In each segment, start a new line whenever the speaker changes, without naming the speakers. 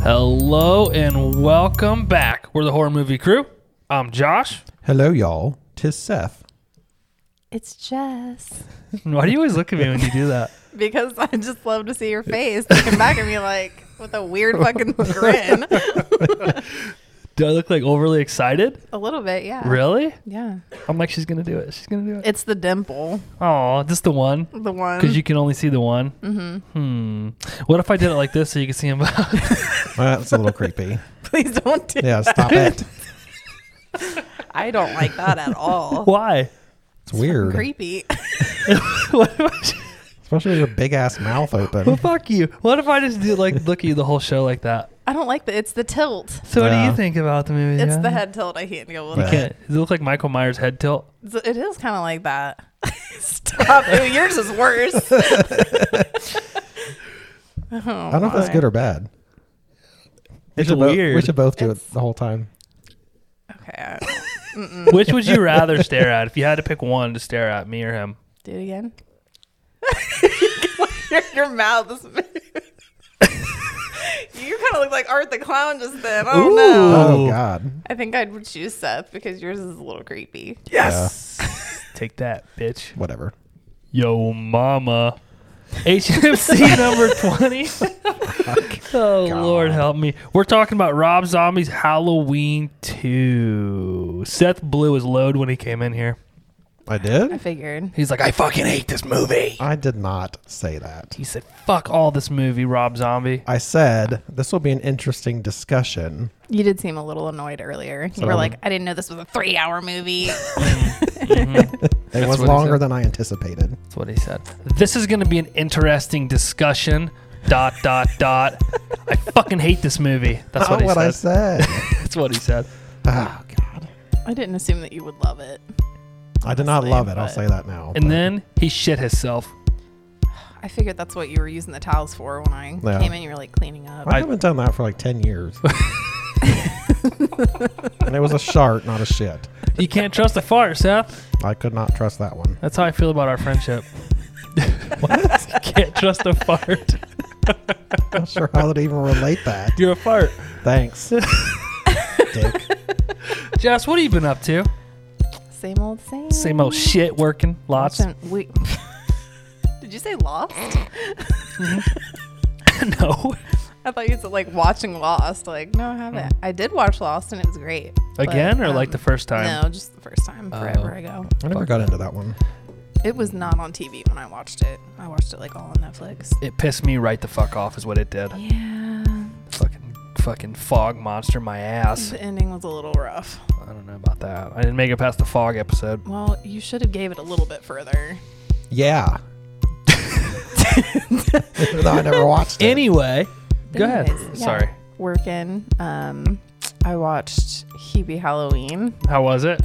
Hello and welcome back. We're the horror movie crew. I'm Josh.
Hello, y'all. Tis Seth.
It's Jess.
Why do you always look at me when you do that?
Because I just love to see your face looking back at me like with a weird fucking grin.
Do I look like overly excited?
a little bit, yeah.
Really?
Yeah.
I'm like, she's gonna do it. She's gonna do it.
It's the dimple,
Oh, just the one.
the one.
Because you can only see the one. Mm-hmm. Hmm. What if I did it like this so you can see him?
Well, that's a little creepy.
Please don't do.
Yeah, stop it.
I don't like that at all.
Why?
It's weird.
Creepy.
what if I just,
Especially with your big ass mouth
well,
open.
fuck you. What if I just do like look at you the whole show like that?
I don't like the. It's the tilt.
So what do
Yeah.
you think about the movie?
It's
John?
the head tilt. I can't deal with
You
it.
Can't, does it look like Michael Myers head tilt?
It's- It is kind of like that. Stop. Ew, yours is worse.
I
Oh,
don't know if that's good or bad.
It's
should bo- we
weird.
should both do it the whole time.
okay.
Which would you rather stare at if you had to pick one to stare at, me or him?
Do it again. your, your mouth is big. you kind of look like Art the Clown just then. Oh no.
Oh,
Ooh.
God.
I think I'd choose Seth because yours is a little creepy.
Yes.
Take that, bitch.
Whatever.
Yo, mama. HMC number 20. oh, Lord help me. We're talking about Rob Zombie's Halloween 2. Seth blew his load when he came in here.
I did?
I figured.
He's like, I fucking hate this movie.
I did not say that.
He said, fuck all this movie, Rob Zombie.
I said this will be an interesting discussion.
You did seem a little annoyed earlier. You were
So-
like, I didn't know this was a three hour movie.
It was
what he
longer
said.
than I anticipated.
That's what he said. This is going to be an interesting discussion. Dot, dot, dot. I fucking hate this movie. That's what
Not
he
what I
said.
said.
That's what he said.
oh, God.
I didn't assume that you would love it.
I did not
Honestly,
love it. I'll
but-
say that now.
And
but-
then he shit himself.
I figured that's what you were using the towels for when I
Yeah.
came in. You were like cleaning up.
I, haven't done that for like 10 years. and it was a shart, not a shit.
You can't trust a fart, Seth.
I could not trust that one.
That's how I feel about our friendship. what? Can't trust a fart.
Not sure how would even relate that.
You're a fart.
Thanks. Dick.
Jess, what have you been up to?
Same old same.
Same old shit working. Lots.
Watching- we- did you say lost?
no.
I thought you said like watching Lost. Like, no, I haven't. I did watch Lost and it was great. But,
Hmm. Again or like
um,
the first time?
No, just the first time forever
Oh.
ago.
I never got into that one.
It was not on TV when I watched it. I watched it like all on Netflix.
It pissed me right the fuck off is what it did.
Yeah.
Fucking fucking fog monster my ass.
The ending was a little rough.
I don't know about that. I didn't make it past the fog episode.
Well, you should have gave it a little bit further.
Yeah. Even though I never watched it.
Anyway, go ahead.
Anyways, yeah.
Sorry.
Working. Um I watched Hebe Halloween.
How was it?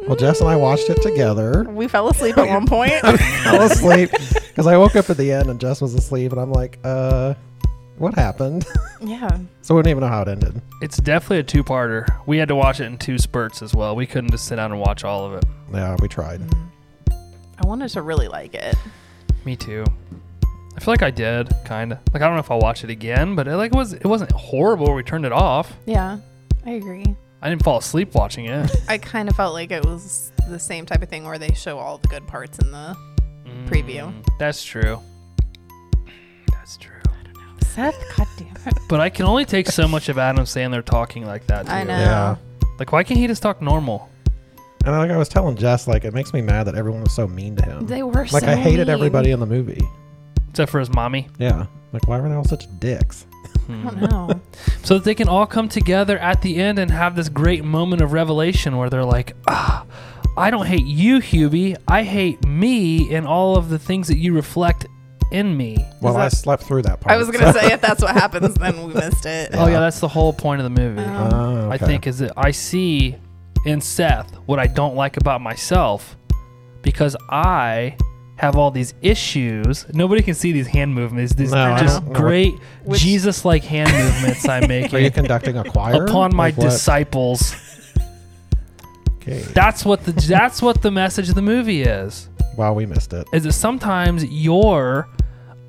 well, Jess and I watched it together.
We fell asleep at one point.
I was asleep because I woke up at the end and Jess was asleep, and I'm like, uh, what happened?
yeah.
so we don't even know how it ended.
It's definitely a two-parter. We had to watch it in two spurts as well. We couldn't just sit down and watch all of it.
Yeah, we tried.
Mm. I wanted to really like it.
Me too. I feel like I did, kind of. Like I don't know if I'll watch it again, but it, like it was it wasn't horrible. We turned it off.
Yeah. I agree.
I didn't fall asleep watching it.
I kind of felt like it was the same type of thing where they show all the good parts in the Preview.
Mm, that's true. That's true.
Seth, goddamn it.
But I can only take so much of Adam Sandler talking like that. Too.
I know.
Yeah.
Like why can't he just talk normal?
And like I was telling Jess, like it makes me mad that everyone was so mean to him.
They were
like
so
I hated
mean.
everybody in the movie.
Except for his mommy.
Yeah. Like why were they all such dicks?
I don't know.
So that they can all come together at the end and have this great moment of revelation where they're like, ah, I don't hate you, Hubie. I hate me and all of the things that you reflect in me.
Well, I
that-
slept through that part.
I was gonna say if that's what happens, then we missed it.
Oh yeah, that's the whole point of the movie.
Oh,
Um, I
okay.
think is that I see in Seth what I don't like about myself because I have all these issues. Nobody can see these hand movements. These
No, I
just
don't know.
great Jesus-like hand movements I'm
Are you
making
conducting a choir?
upon my
Like what?
disciples.
Okay.
That's what the that's what the message of the movie is.
Wow, we missed it.
Is that sometimes your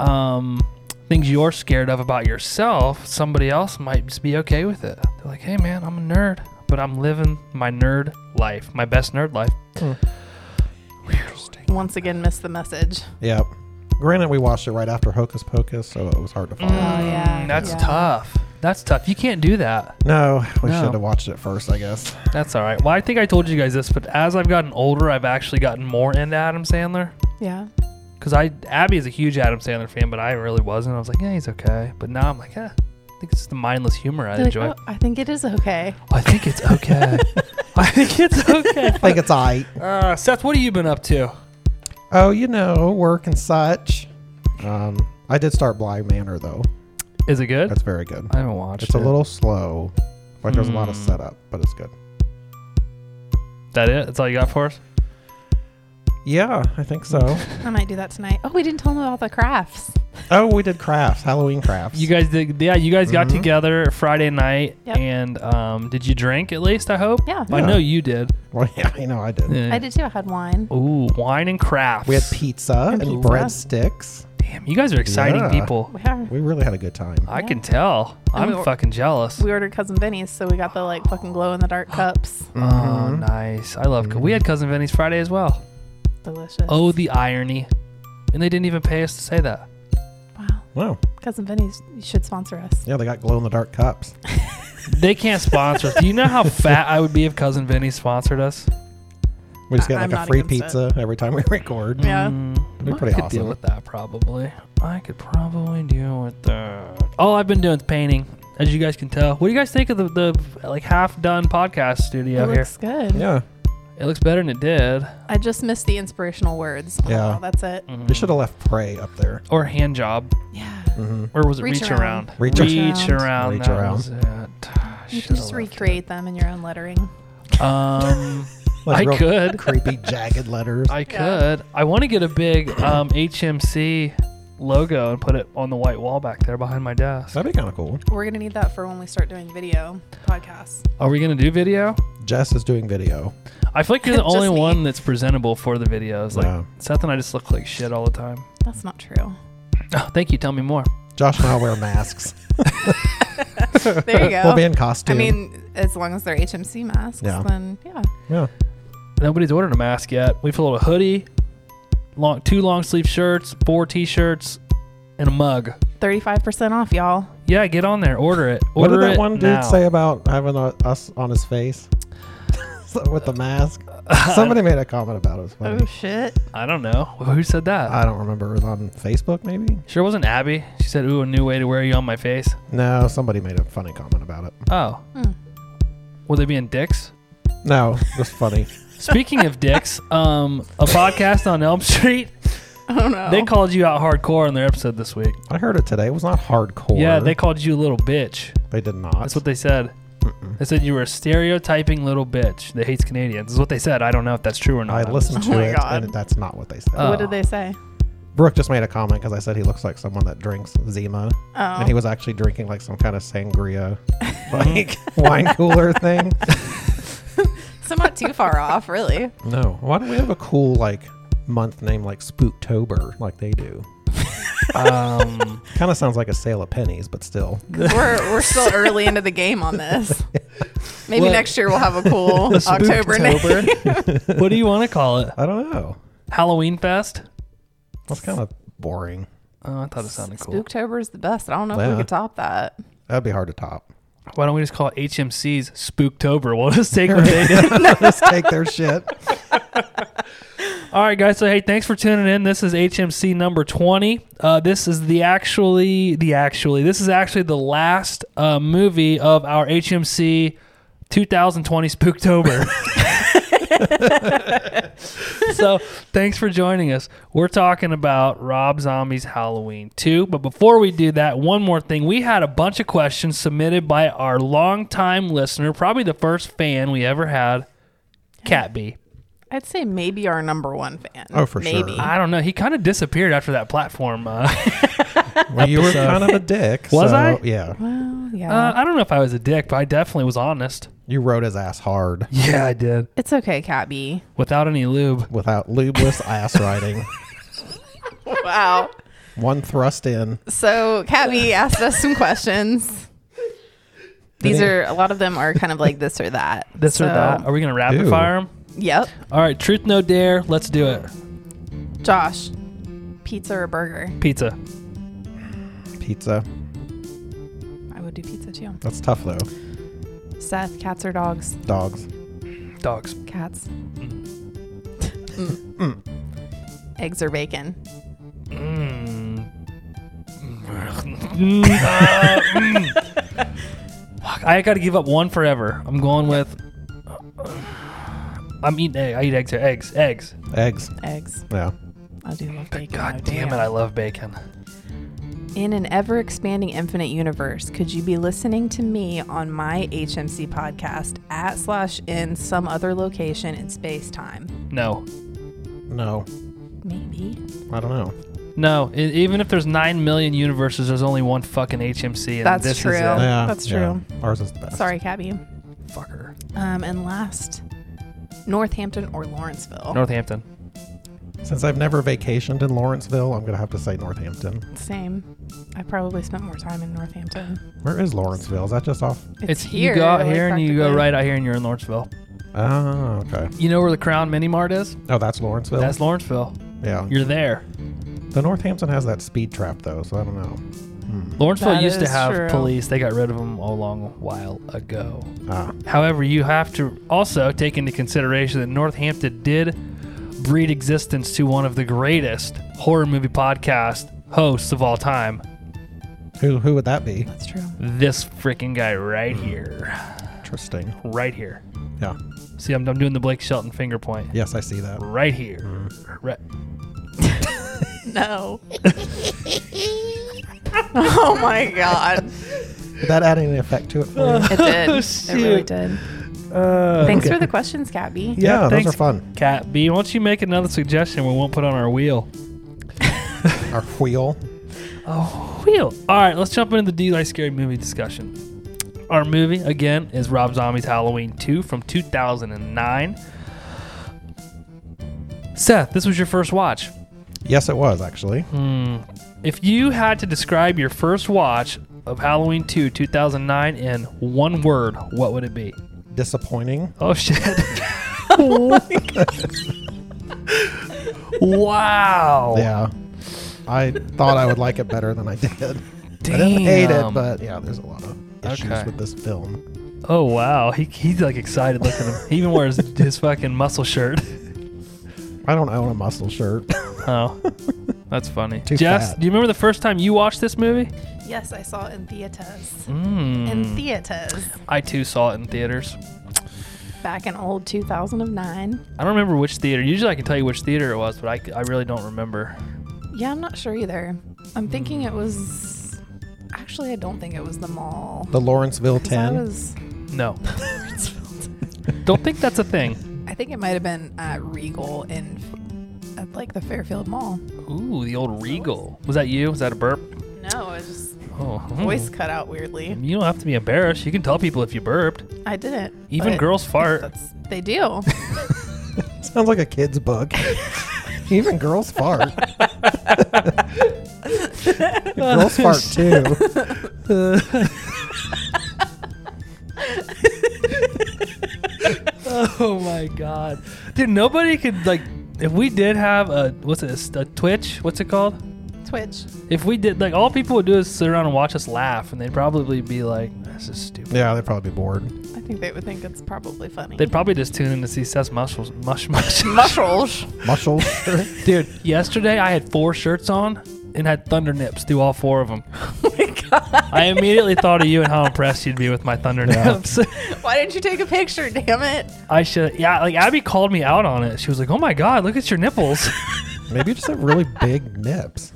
um things you're scared of about yourself, somebody else might just be okay with it. They're like, hey, man, I'm a nerd, but I'm living my nerd life, my best nerd life.
Once again, missed the message.
Yep. Granted, we watched it right after Hocus Pocus, so it was hard to follow.
Oh, yeah,
Mm, That's
yeah.
tough. That's tough. You can't do that.
No,
Mm.
we
No.
should have watched it first, I guess.
That's all right. Well, I think I told you guys this, but as I've gotten older, I've actually gotten more into Adam Sandler.
Yeah.
Because I Abby is a huge Adam Sandler fan, but I really wasn't. I was like, yeah, he's okay. But now I'm like, eh, I think it's just the mindless humor I
They're like,
enjoy.
"Oh, I think it is okay.
I think it's okay. I think it's okay.
I think it's all right.
Uh, Seth, what have you been up to?
Oh, you know, work and such. Um, I did start Blind Manor, though.
Is it good?
That's very good.
I haven't watched.
It's a
it.
little slow. Like there's a lot of
Mm.
setup, but it's good.
That it? That's all you got for us?
Yeah, I think so.
I might do that tonight. Oh, we didn't tell them about the crafts.
oh, we did crafts, Halloween crafts.
You guys did? Yeah, you guys got
Mhm.
together Friday night,
Yep.
and um, did you drink at least? I hope.
Yeah.
I
Yeah.
know you did.
well, yeah, I know I did.
Yeah.
I did too. I had wine.
Ooh, wine and crafts.
We had pizza and,
And pizza.
breadsticks.
Damn, you guys are exciting
Yeah.
people.
We, are,
We really had a good time.
I
Yeah.
can tell.
And
I'm
we were-
fucking jealous.
we ordered Cousin Vinny's, so we got the like fucking glow in the dark cups.
Mm-hmm.
Oh, nice. I love. We had cousin Vinny's Friday as well.
Delicious.
Oh, the irony! And they didn't even pay us to say that.
wow.
Wow.
Cousin Vinny's should sponsor us.
Yeah, they got glow in the dark cups.
They can't sponsor us. Do you know how fat I would be if cousin Vinny sponsored us?
We just
I-
get
I'm
like a
not
free
against Mm.
pizza every time we record.
Mm,
Yeah.
It'd be
I
pretty
could deal
awesome.
with that probably. I could probably deal with that. All I've been doing is painting, as you guys can tell. What do you guys think of the, the like half done podcast studio
it
here?
looks good.
Yeah.
It looks better than it did.
I just missed the inspirational words.
Yeah.
Oh, that's it.
We should have left prey up there.
Or hand job.
Yeah.
Mm-hmm.
Where was it?
Reach
Reach,
around.
around.
Reach
Reach
around.
around.
Reach
that
around.
was it.
You
Should've
can just
left
recreate them in your own lettering.
it. Um, I could.
creepy jagged letters.
I
Yeah.
could. I want to get a big um, HMC logo and put it on the white wall back there behind my desk.
That'd be kind of cool.
We're gonna need that for when we start doing video podcasts.
Are we gonna do video?
Jess is doing video.
I feel like you're the
Just
only
me.
one that's presentable for the videos. Like
Yeah.
Seth and I just look like shit all the time.
That's not true.
Oh, thank you. Tell me more.
Josh and I wear masks.
There you go.
We'll be in
Oh, I
costume.
mean, as long as they're HMC masks,
Yeah.
then yeah.
yeah.
Nobody's ordered a mask yet. We filled a hoodie, long two long sleeve shirts, four t-shirts, and a mug.
Thirty-five percent off, y'all.
Yeah, get on there. Order it.
What
Order
did that
it
one dude
now.
say about having a, us on his face So- with the mask?
Uh,
Somebody made a comment about it. It was funny.
Oh shit!
I don't know who said that.
I don't remember. It was on Facebook, maybe?
sure wasn't Abby. She said, "Ooh, a new way to wear you on my face."
No, somebody made a funny comment about it.
Oh,
Hmm.
were they being dicks?
No, just funny.
Speaking of dicks, um, a podcast on Elm Street.
Oh no.
They called you out hardcore on their episode this week.
I heard it today. It was not hardcore.
Yeah, they called you a little bitch.
they did not.
That's what they said.
Mm-mm.
They said you were a stereotyping little bitch that hates Canadians. Is what they said. I don't know if that's true or
I
not.
listened
Oh
to
my
it,
God.
and that's not what they said.
Oh.
What did they say?
Brooke just made a comment because I said he looks like someone that drinks Zima,
Oh,
and he was actually drinking like some kind of sangria, like wine cooler thing.
so not too far off, really.
No, why don't we have a cool like month name like Spooktober, like they do?
Um,
Kind of sounds like a sale of pennies, but still.
'Cause we're we're still early into the game on this. Maybe
Well-
next year we'll have a cool October name.
what do you want to call it?
I don't know.
Halloween Fest?
That's kind of boring.
Oh, I thought it sounded cool.
Spooktober's the best. I don't know if
Yeah.
we could top that.
That'd be hard to top.
Why don't we just call it HMC's Spooktober? We'll just take what they did.
Just take their shit.
All right, guys. So hey, thanks for tuning in. This is HMC number twenty. Uh, this is the actually the actually this is actually the last uh, movie of our HMC 2020 Spooktober. so thanks for joining us. We're talking about Rob Zombie's Halloween 2. But before we do that, one more thing. We had a bunch of questions submitted by our longtime listener, probably the first fan we ever had, Cat B.
I'd say maybe our number one fan.
Oh, for
maybe.
sure.
I don't know. He kind of disappeared after that platform. Uh,
Well, you were
Episode.
kind of a dick.
Was
so-
I?
Yeah.
Well, yeah.
uh, I don't know if I was a dick, but I definitely was honest.
You rode his ass hard
Yeah, I did.
it's okay, Cat B.
Without any lube.
without lubeless ass riding.
Wow.
One thrust in.
So Cat B asked us some questions. These
he-
are a lot of them are kind of like this or that.
This or
So,
that. Are we gonna rapid
Ew.
fire them?
Yep.
All right, truth no dare. Let's do it.
Josh, pizza or burger?
Pizza.
Pizza.
I would do pizza too.
That's tough though.
Seth, cats or dogs?
Dogs.
Dogs.
Cats. Mm. Eggs or bacon?
Mm. Mm, uh, mm. Fuck, I gotta give up one forever. I'm going with. I'm eating egg. I eat eggs. Eggs. Eggs.
Eggs.
Eggs.
Yeah.
I do love bacon.
God
though,
damn it! I love bacon.
In an ever expanding infinite universe, could you be listening to me on my HMC podcast at slash in some other location in space time?
No.
No.
Maybe.
I don't know.
No. E- even if there's nine million universes, there's only one fucking HMC. And
That's
this
true.
Is it.
Yeah.
That's
yeah. Ours is the best.
Sorry, Cabby.
Fucker.
Um, and last, Northampton or Lawrenceville?
Northampton.
Since I've never vacationed in Lawrenceville, I'm gonna have to say Northampton.
Same. I probably spent more time in Northampton.
Where is Lawrenceville? Is that just off?
It's, here. You go out
like,
here and you go
practically.
right out here and you're in Lawrenceville.
Oh, okay.
You know where the Crown Mini Mart is?
Oh, that's Lawrenceville.
That's Lawrenceville.
yeah.
You're there.
The Northampton has that speed trap though, so I don't know.
Lawrenceville
That
used to
is
have
true.
police. They got rid of them a long while ago.
Ah,
However, you have to also take into consideration that Northampton did breed existence to one of the greatest horror movie podcast hosts of all time.
who who would that be?
That's true.
This freaking guy right here.
Interesting.
Right here.
Yeah.
See, I'm, I'm doing the Blake Shelton finger point.
Yes, I see that.
Right here. Right.
No. oh my god.
Is that adding any effect to it for you?
It did.
Oh,
it really
shoot.
did.
Uh,
Thanks for the questions, Cabby.
Yeah, those
thanks.
are fun.
Cat B, why don't you make another suggestion we won't put on our wheel?
Our wheel.
Wheel. All right, let's jump into the D like scary movie discussion. Our movie again is Rob Zombie's Halloween 2 from 2009. Seth, this was your first watch.
Yes, it was actually.
If you had to describe your first watch of Halloween 2 2009 in one word, what would it be?
Disappointing.
Oh shit. wow.
Yeah. I thought I would like it better than I did. I
Damn.
didn't hate it, but yeah, there's a lot of issues
Okay.
with this film.
Oh wow, he, he's like excited. Look at him. He even wears his fucking muscle shirt.
I don't own a muscle shirt.
Oh, that's funny.
Too
Jess,
fat.
do you remember the first time you watched this movie?
Yes, I saw it in theaters.
Mm.
In theaters.
I too saw it in theaters.
Back in old 2009.
I don't remember which theater. Usually, I can tell you which theater it was, but I, c- I really don't remember.
Yeah, I'm not sure either. I'm thinking it was. Actually, I don't think it was the mall.
The Lawrenceville
'Cause I
10.
was-
No, don't think that's a thing.
I think it might have been at Regal in at like the Fairfield Mall.
Ooh, the old Regal. Was that you? Was that a burp?
No, it just
Oh, hmm.
voice cut out weirdly.
You don't have to be embarrassed. You can tell people if you burped.
I didn't.
Even
but
girls fart.
that's- They do.
Sounds like a kid's book. Even girls fart. girls fart too.
Oh my god, dude! Nobody could like. If we did have a what's it? a s- a Twitch? What's it called?
Twitch.
If we did, like, all people would do is sit around and watch us laugh, and they'd probably be like, "This is stupid."
Yeah, they'd probably be bored.
I think they would think it's probably funny.
They'd probably just tune in to see Seth's muscles, mush, mush.
Muscles.
Muscle.
Dude, yesterday I had four shirts on and had thunder nips through all four of them. I immediately thought of you and how impressed you'd be with my thunder
Yeah.
nips.
Why didn't you take a picture? Damn it.
I should, yeah. Like Abby called me out on it. She was like, "Oh my god, look at your nipples."
Maybe you just have really big nips.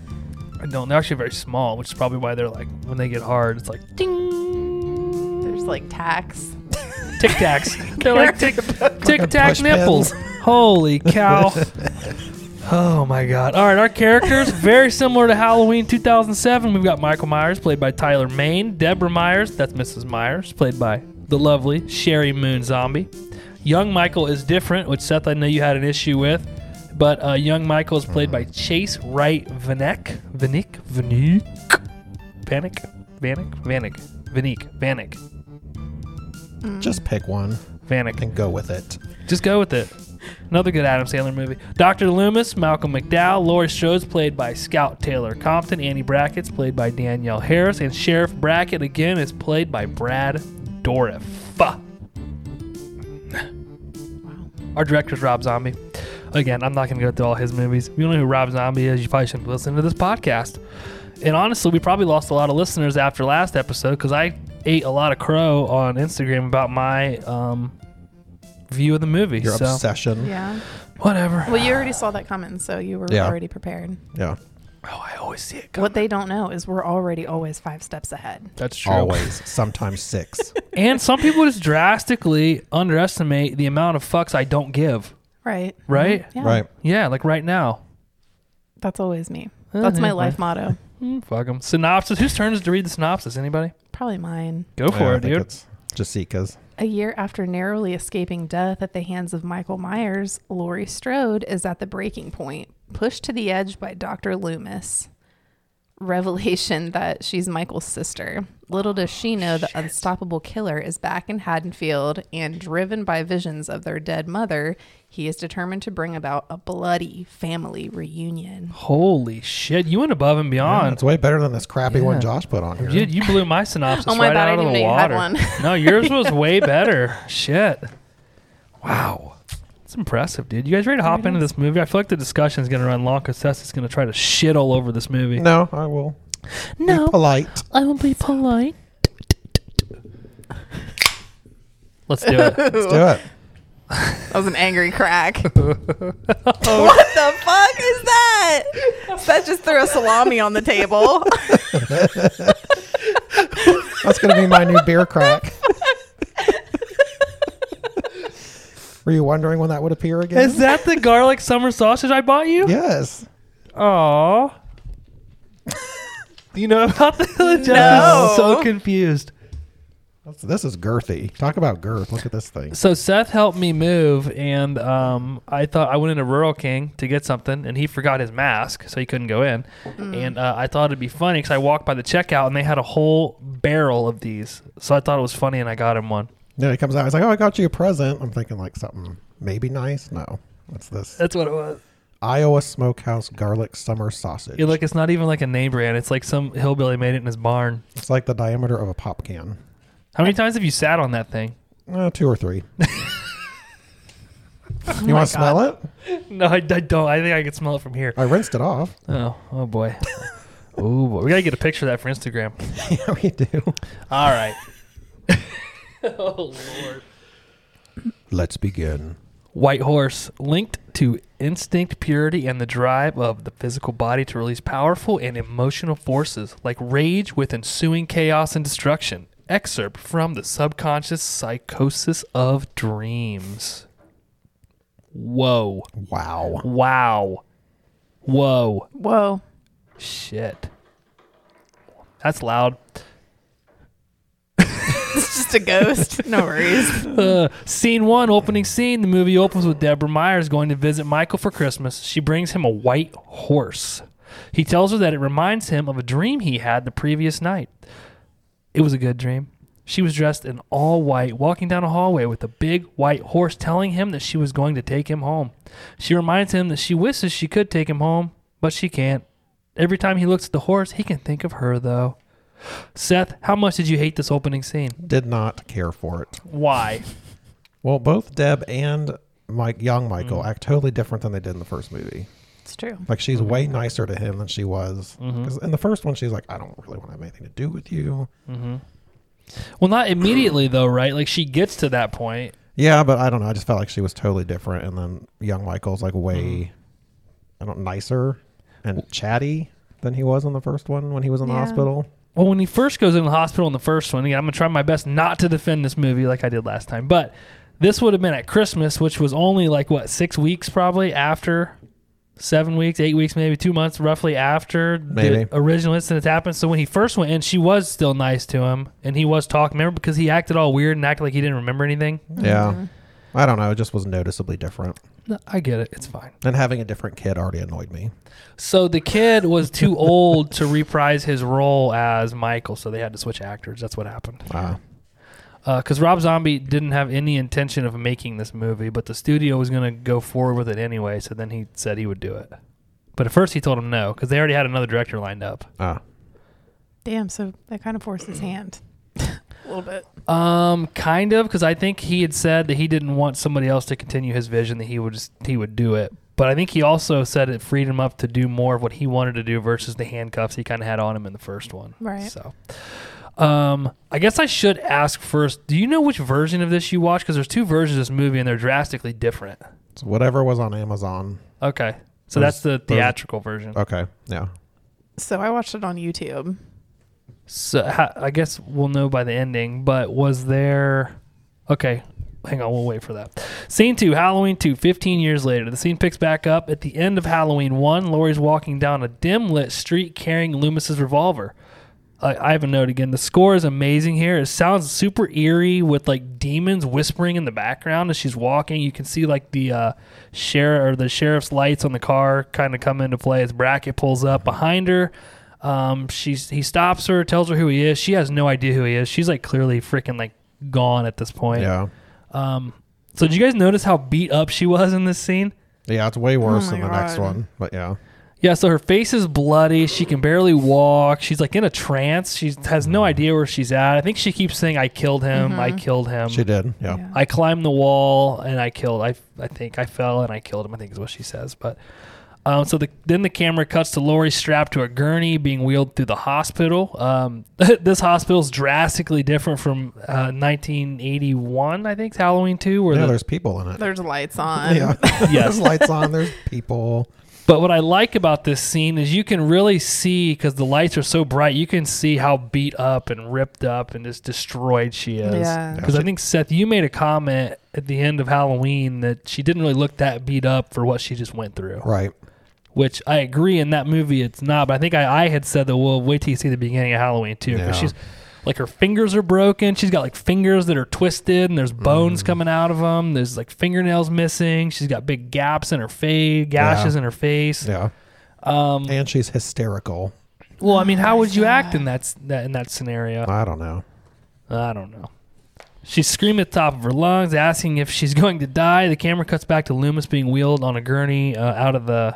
I don't. They're actually very small, which is probably why they're like when they get hard, it's like ding.
There's like tax.
Tic Tacs. They're like tic Tic Tac
push
nipples. Holy cow. Oh my god. All right, our characters very similar to Halloween 2007. We've got Michael Myers played by Tyler Maine, Deborah Myers, that's Mrs. Myers, played by the lovely Sherry Moon Zombie. Young Michael is different, which Seth I know you had an issue with. But uh, young Michael is played by Chase Wright Vanek. Vanek? Vanek? Vanek? Vanek? Vanek? Vanek? Vanek?
Just pick one
Vanek.
and go with it.
Just go with it. Another good Adam Sandler movie. Dr. Loomis, Malcolm McDowell, Laura Strode, played by Scout Taylor Compton, Annie Brackett's played by Danielle Harris, and Sheriff Brackett again is played by Brad Dourif. Our director's Rob Zombie. Again, I'm not going to go through all his movies. If you don't know who Rob Zombie is, you probably shouldn't be listening to this podcast. And honestly, we probably lost a lot of listeners after last episode because I ate a lot of crow on Instagram about my um, view of the movie.
Your
so
obsession.
Yeah.
whatever.
Well, you already saw that coming, so you were
Yeah.
already prepared.
Yeah.
Oh, I always see it.
What they don't know is we're already always five steps ahead.
That's true.
Always. Sometimes six.
and some people just drastically underestimate the amount of fucks I don't give.
Right.
Right?
Yeah.
Right.
Yeah, like right now.
That's always me. That's my life motto.
Mm, fuck 'em. Synopsis. Whose turn is to read the synopsis? Anybody?
Probably mine.
Go
Yeah,
for
I
it,
think
dude.
it's Jessica's.
A year after narrowly escaping death at the hands of Michael Myers, Laurie Strode is at the breaking point, pushed to the edge by Dr. Loomis. Revelation that she's Michael's sister. Little does she know the unstoppable killer is back in Haddonfield, and driven by visions of their dead mother, he is determined to bring about a bloody family reunion.
Holy shit! You went above and
Yeah,
beyond.
it's way better than this crappy
Yeah.
one Josh put on here.
Dude, you blew my synopsis
Oh my
right
God, I
out of
didn't
the
know you had
water.
one.
no, yours was way better. Shit. Wow. It's impressive, dude. You guys ready to hop into this movie? I feel like the discussion is going to run long because Seth is going to try to shit all over this movie.
No, I will be
no
polite.
I will be polite. Let's do it.
Let's do it.
That was an angry crack. what the fuck is that? That just threw a salami on the table.
That's gonna be my new beer crack. Were you wondering when that would appear again?
Is that the garlic summer sausage I bought you?
yes.
Aw. do you know about the Jess
No.
is so confused.
That's- This is girthy. Talk about girth. Look at this thing.
So Seth helped me move, and um, I thought I went into Rural King to get something, and he forgot his mask, so he couldn't go in. And uh, I thought it'd be funny because I walked by the checkout, and they had a whole barrel of these. So I thought it was funny, and I got him one.
No, he comes out. He's like, "Oh, I got you a present." I'm thinking like something maybe nice. No, what's this?
That's what it was.
Iowa Smokehouse garlic summer sausage.
Yeah, like it's not even like a name brand. It's like some hillbilly made it in his barn.
it's like the diameter of a pop can.
How many times have you sat on that thing?
Uh, two or three. you want to smell it?
No, I, I don't. I think I can smell it from here.
I rinsed it off.
Oh, oh boy. oh boy. We gotta get a picture of that for Instagram.
yeah, we do.
All right. oh lord.
Let's begin.
White Horse, linked to instinct, purity, and the drive of the physical body to release powerful and emotional forces like rage with ensuing chaos and destruction. Excerpt from the subconscious psychosis of dreams. Whoa.
Wow.
Wow. Whoa.
Whoa.
Shit. That's loud.
It's just a ghost. No worries.
Uh, scene one, opening scene. The movie opens with Deborah Myers going to visit Michael for Christmas. She brings him a white horse. He tells her that it reminds him of a dream he had the previous night. It was a good dream. She was dressed in all white, walking down a hallway with a big white horse, telling him that she was going to take him home. She reminds him that she wishes she could take him home, but she can't. Every time he looks at the horse, he can think of her, though. Seth, how much did you hate this opening scene?
Did not care for it.
Why?
Well, both Deb and Mike, young Michael, act totally different than they did in the first movie.
It's true.
Like she's way nicer to him than she was. 'Cause in the first one, she's like, "I don't really want to have anything to do with you."
Well, not immediately though, right? Like she gets to that point.
Yeah, but I don't know. I just felt like she was totally different. And then young Michael's like way, I don't nicer and chatty than he was in the first one when he was in the
Yeah.
hospital.
Well, when he first goes in the hospital in the first one, yeah, I'm gonna try my best not to defend this movie like I did last time, but this would have been at Christmas, which was only like what six weeks probably after. Seven weeks, eight weeks, maybe two months, roughly after
Maybe.
the original incident happened. So when he first went in, she was still nice to him, and he was talking. Remember, because he acted all weird and acted like he didn't remember anything.
Yeah, I don't know. It just was noticeably different.
No, I get it. It's fine.
And having a different kid already annoyed me.
So the kid was too old to reprise his role as Michael, so they had to switch actors. That's what happened.
Uh,
Because Rob Zombie didn't have any intention of making this movie, but the studio was going to go forward with it anyway. So then he said he would do it. But at first he told him no because they already had another director lined up.
uh,
Damn, so that kind of forced his hand a little bit.
Um, kind of, because I think he had said that he didn't want somebody else to continue his vision; that he would just he would do it. But I think he also said it freed him up to do more of what he wanted to do versus the handcuffs he kind of had on him in the first one.
Right.
So, um, I guess I should ask first: Do you know which version of this you watched? Because there's two versions of this movie, and they're drastically different.
so whatever was on Amazon.
Okay, so
Those-
that's the
those-
theatrical version.
Okay. Yeah.
So I watched it on YouTube.
So ha- I guess we'll know by the ending. But was there? Okay, hang on. We'll wait for that. Scene two, Halloween two. Fifteen years later, the scene picks back up at the end of Halloween one. Laurie's walking down a dim lit street carrying Loomis's revolver. I, I have a note again. The score is amazing here. It sounds super eerie with like demons whispering in the background as she's walking. You can see like the uh, sheriff or the sheriff's lights on the car kind of come into play as Brackett pulls up behind her. Um, she's he stops her, tells her who he is. She has no idea who he is. She's like clearly freaking like gone at this point.
Yeah.
Um, so did you guys notice how beat up she was in this scene?
Yeah. It's way worse
Oh my
than the next
God.
one. But yeah.
Yeah, so her face is bloody. She can barely walk. She's like in a trance. She has no idea where she's at. I think she keeps saying, "I killed him. I killed him.
She did. Yeah.
Yeah.
I climbed the wall and I killed. I I think I fell and I killed him. I think is what she says. But um, so the, then the camera cuts to Lori strapped to a gurney being wheeled through the hospital. Um, this hospital is drastically different from uh, 1981. I think Halloween two, where
Yeah,
the,
there's people in it.
There's lights on.
yeah.
yes,
there's lights on. There's people.
But what I like about this scene is you can really see because the lights are so bright, you can see how beat up and ripped up and just destroyed she is.
Yeah.
Because I think Seth, you made a comment at the end of Halloween that she didn't really look that beat up for what she just went through.
Right.
Which I agree in that movie it's not, but I think I, I had said that well wait till you see the beginning of Halloween too.
Yeah.
Because she's like her fingers are broken. She's got like fingers that are twisted and there's
Mm.
bones coming out of them. There's like fingernails missing. She's got big gaps in her face, gashes in her face.
Yeah.
Um,
And she's hysterical.
well, I mean, how would you act in that, s- that in that scenario? Uh,
I don't know.
I don't know. She's screaming at the top of her lungs, asking if she's going to die. The camera cuts back to Loomis being wheeled on a gurney uh, out of the.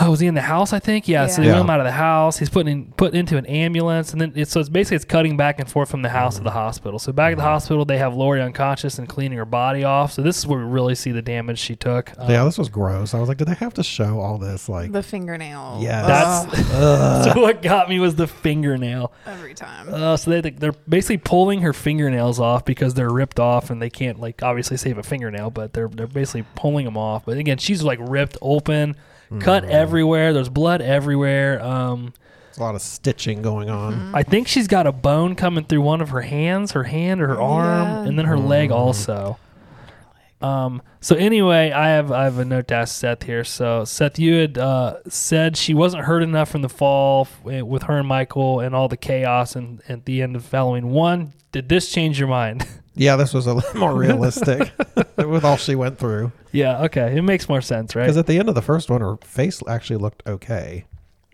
Oh, was he in the house? I think. Yeah. So they
Yeah.
wheel him out of the house. He's put in, put into an ambulance, and then it's so it's basically it's cutting back and forth from the house to the hospital. So back at the
Mm-hmm.
hospital, they have Lori unconscious and cleaning her body off. So this is where we really see the damage she took. Um,
yeah, this was gross. I was like, did they have to show all this? Like,
The fingernail.
Yes.
Um, That's
Ugh,
so what got me was the fingernail.
every time.
Uh, so they, they're basically pulling her fingernails off because they're ripped off and they can't like obviously save a fingernail, but they're they're basically pulling them off. But again, she's like ripped open, cut everywhere. There's blood everywhere. Um,
there's a lot of stitching going on.
Mm-hmm.
I think she's got a bone coming through one of her hands, her hand or her arm,
Yeah.
and then her leg also. Um, so anyway, I have I have a note to ask Seth here. So Seth, you had uh, said she wasn't hurt enough from the fall f- eh, with her and Michael and all the chaos and at the end of Halloween one. Did this change your mind?
Yeah, this was a little more realistic with all she went through.
yeah. Okay, it makes more sense, right?
Because at the end of the first one, her face actually looked okay,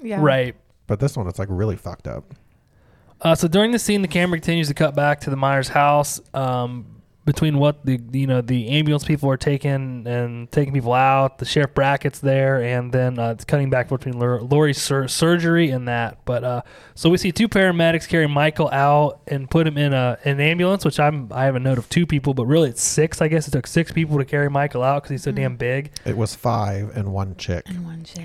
yeah.
Right.
but this one, it's like really fucked up.
Uh, so during the scene, the camera continues to cut back to the Myers house. Um, between what the you know the ambulance people are taking and taking people out, the sheriff brackets there, and then uh, it's cutting back between Lor- Lori's sur- surgery and that. But uh, so we see two paramedics carry Michael out and put him in a an ambulance, which I'm I have a note of two people, but really it's six. I guess it took six people to carry Michael out because he's
Hmm.
so damn big.
It was five and one chick,
And one chick.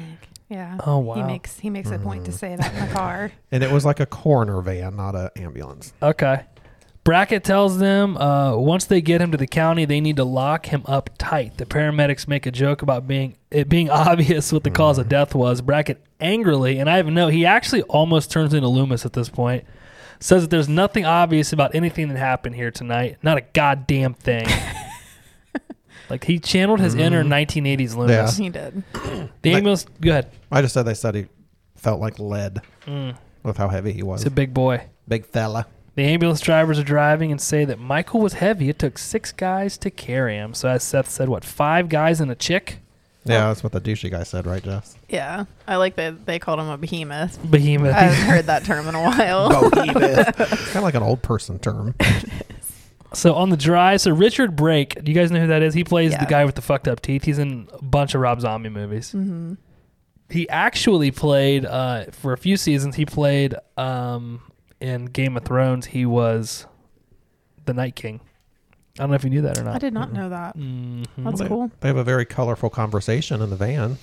Yeah.
Oh, wow. Mm.
He makes he makes a point to say that in the car.
and it was like a coroner van, not an ambulance.
Okay. Brackett tells them uh, once they get him to the county, they need to lock him up tight. The paramedics make a joke about being it being obvious what the cause of death was. Brackett angrily, and I have no, he actually almost turns into Loomis at this point. Says that there's nothing obvious about anything that happened here tonight. Not a goddamn thing. like he channeled his inner 1980s Loomis.
he did.
The
Like-
ambulance. Go ahead.
I just said they said he felt like lead with how heavy he was.
It's a big boy.
big fella.
The ambulance drivers are driving and say that Michael was heavy. It took six guys to carry him. So, as Seth said, what, five guys and a chick?
Yeah, that's what the douchey guy said, right, Jess?
Yeah, I like that they called him a behemoth.
Behemoth.
I haven't heard that term in a while.
it's kind of like an old person term.
So on the drive, so Richard Brake, do you guys know who that is? He plays
Yeah.
the guy with the fucked up teeth. He's in a bunch of Rob Zombie movies.
Mm-hmm.
He actually played uh, for a few seasons. He played um, in Game of Thrones. He was the Night King. I don't know if you knew that or
I
not.
did not know that.
Mhm.
That's
They-
cool.
They have a very colorful conversation in the van.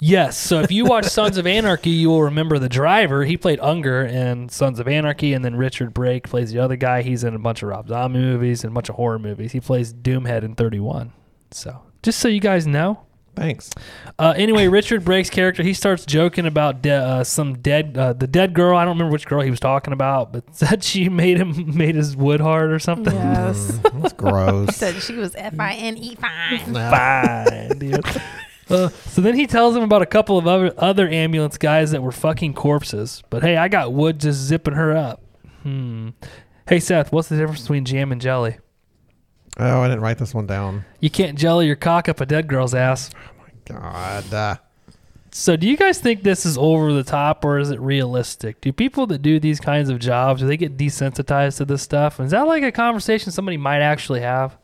Yes. So if you watch Sons of Anarchy, you will remember the driver. He played Unger in Sons of Anarchy, and then Richard Brake plays the other guy. He's in a bunch of Rob Zombie movies and a bunch of horror movies. He plays Doomhead in 31. So just so you guys know.
Thanks.
Uh, anyway, Richard Brake's character, he starts joking about de- uh, some dead, uh, the dead girl. I don't remember which girl he was talking about, but said she made him made his wood hard or something.
Yes.
Mm, That's gross.
Said she was F I N E fine.
No.
fine, dude. Uh, so then he tells him about a couple of other, other ambulance guys that were fucking corpses. But hey, I got wood just zipping her up. Hmm. Hey, Seth, what's the difference between jam and jelly?
Oh, I didn't write this one down.
You can't jelly your cock up a dead girl's ass.
God. Uh,
So do you guys think this is over the top or is it realistic? Do people that do these kinds of jobs, do they get desensitized to this stuff? Is that like a conversation somebody might actually have?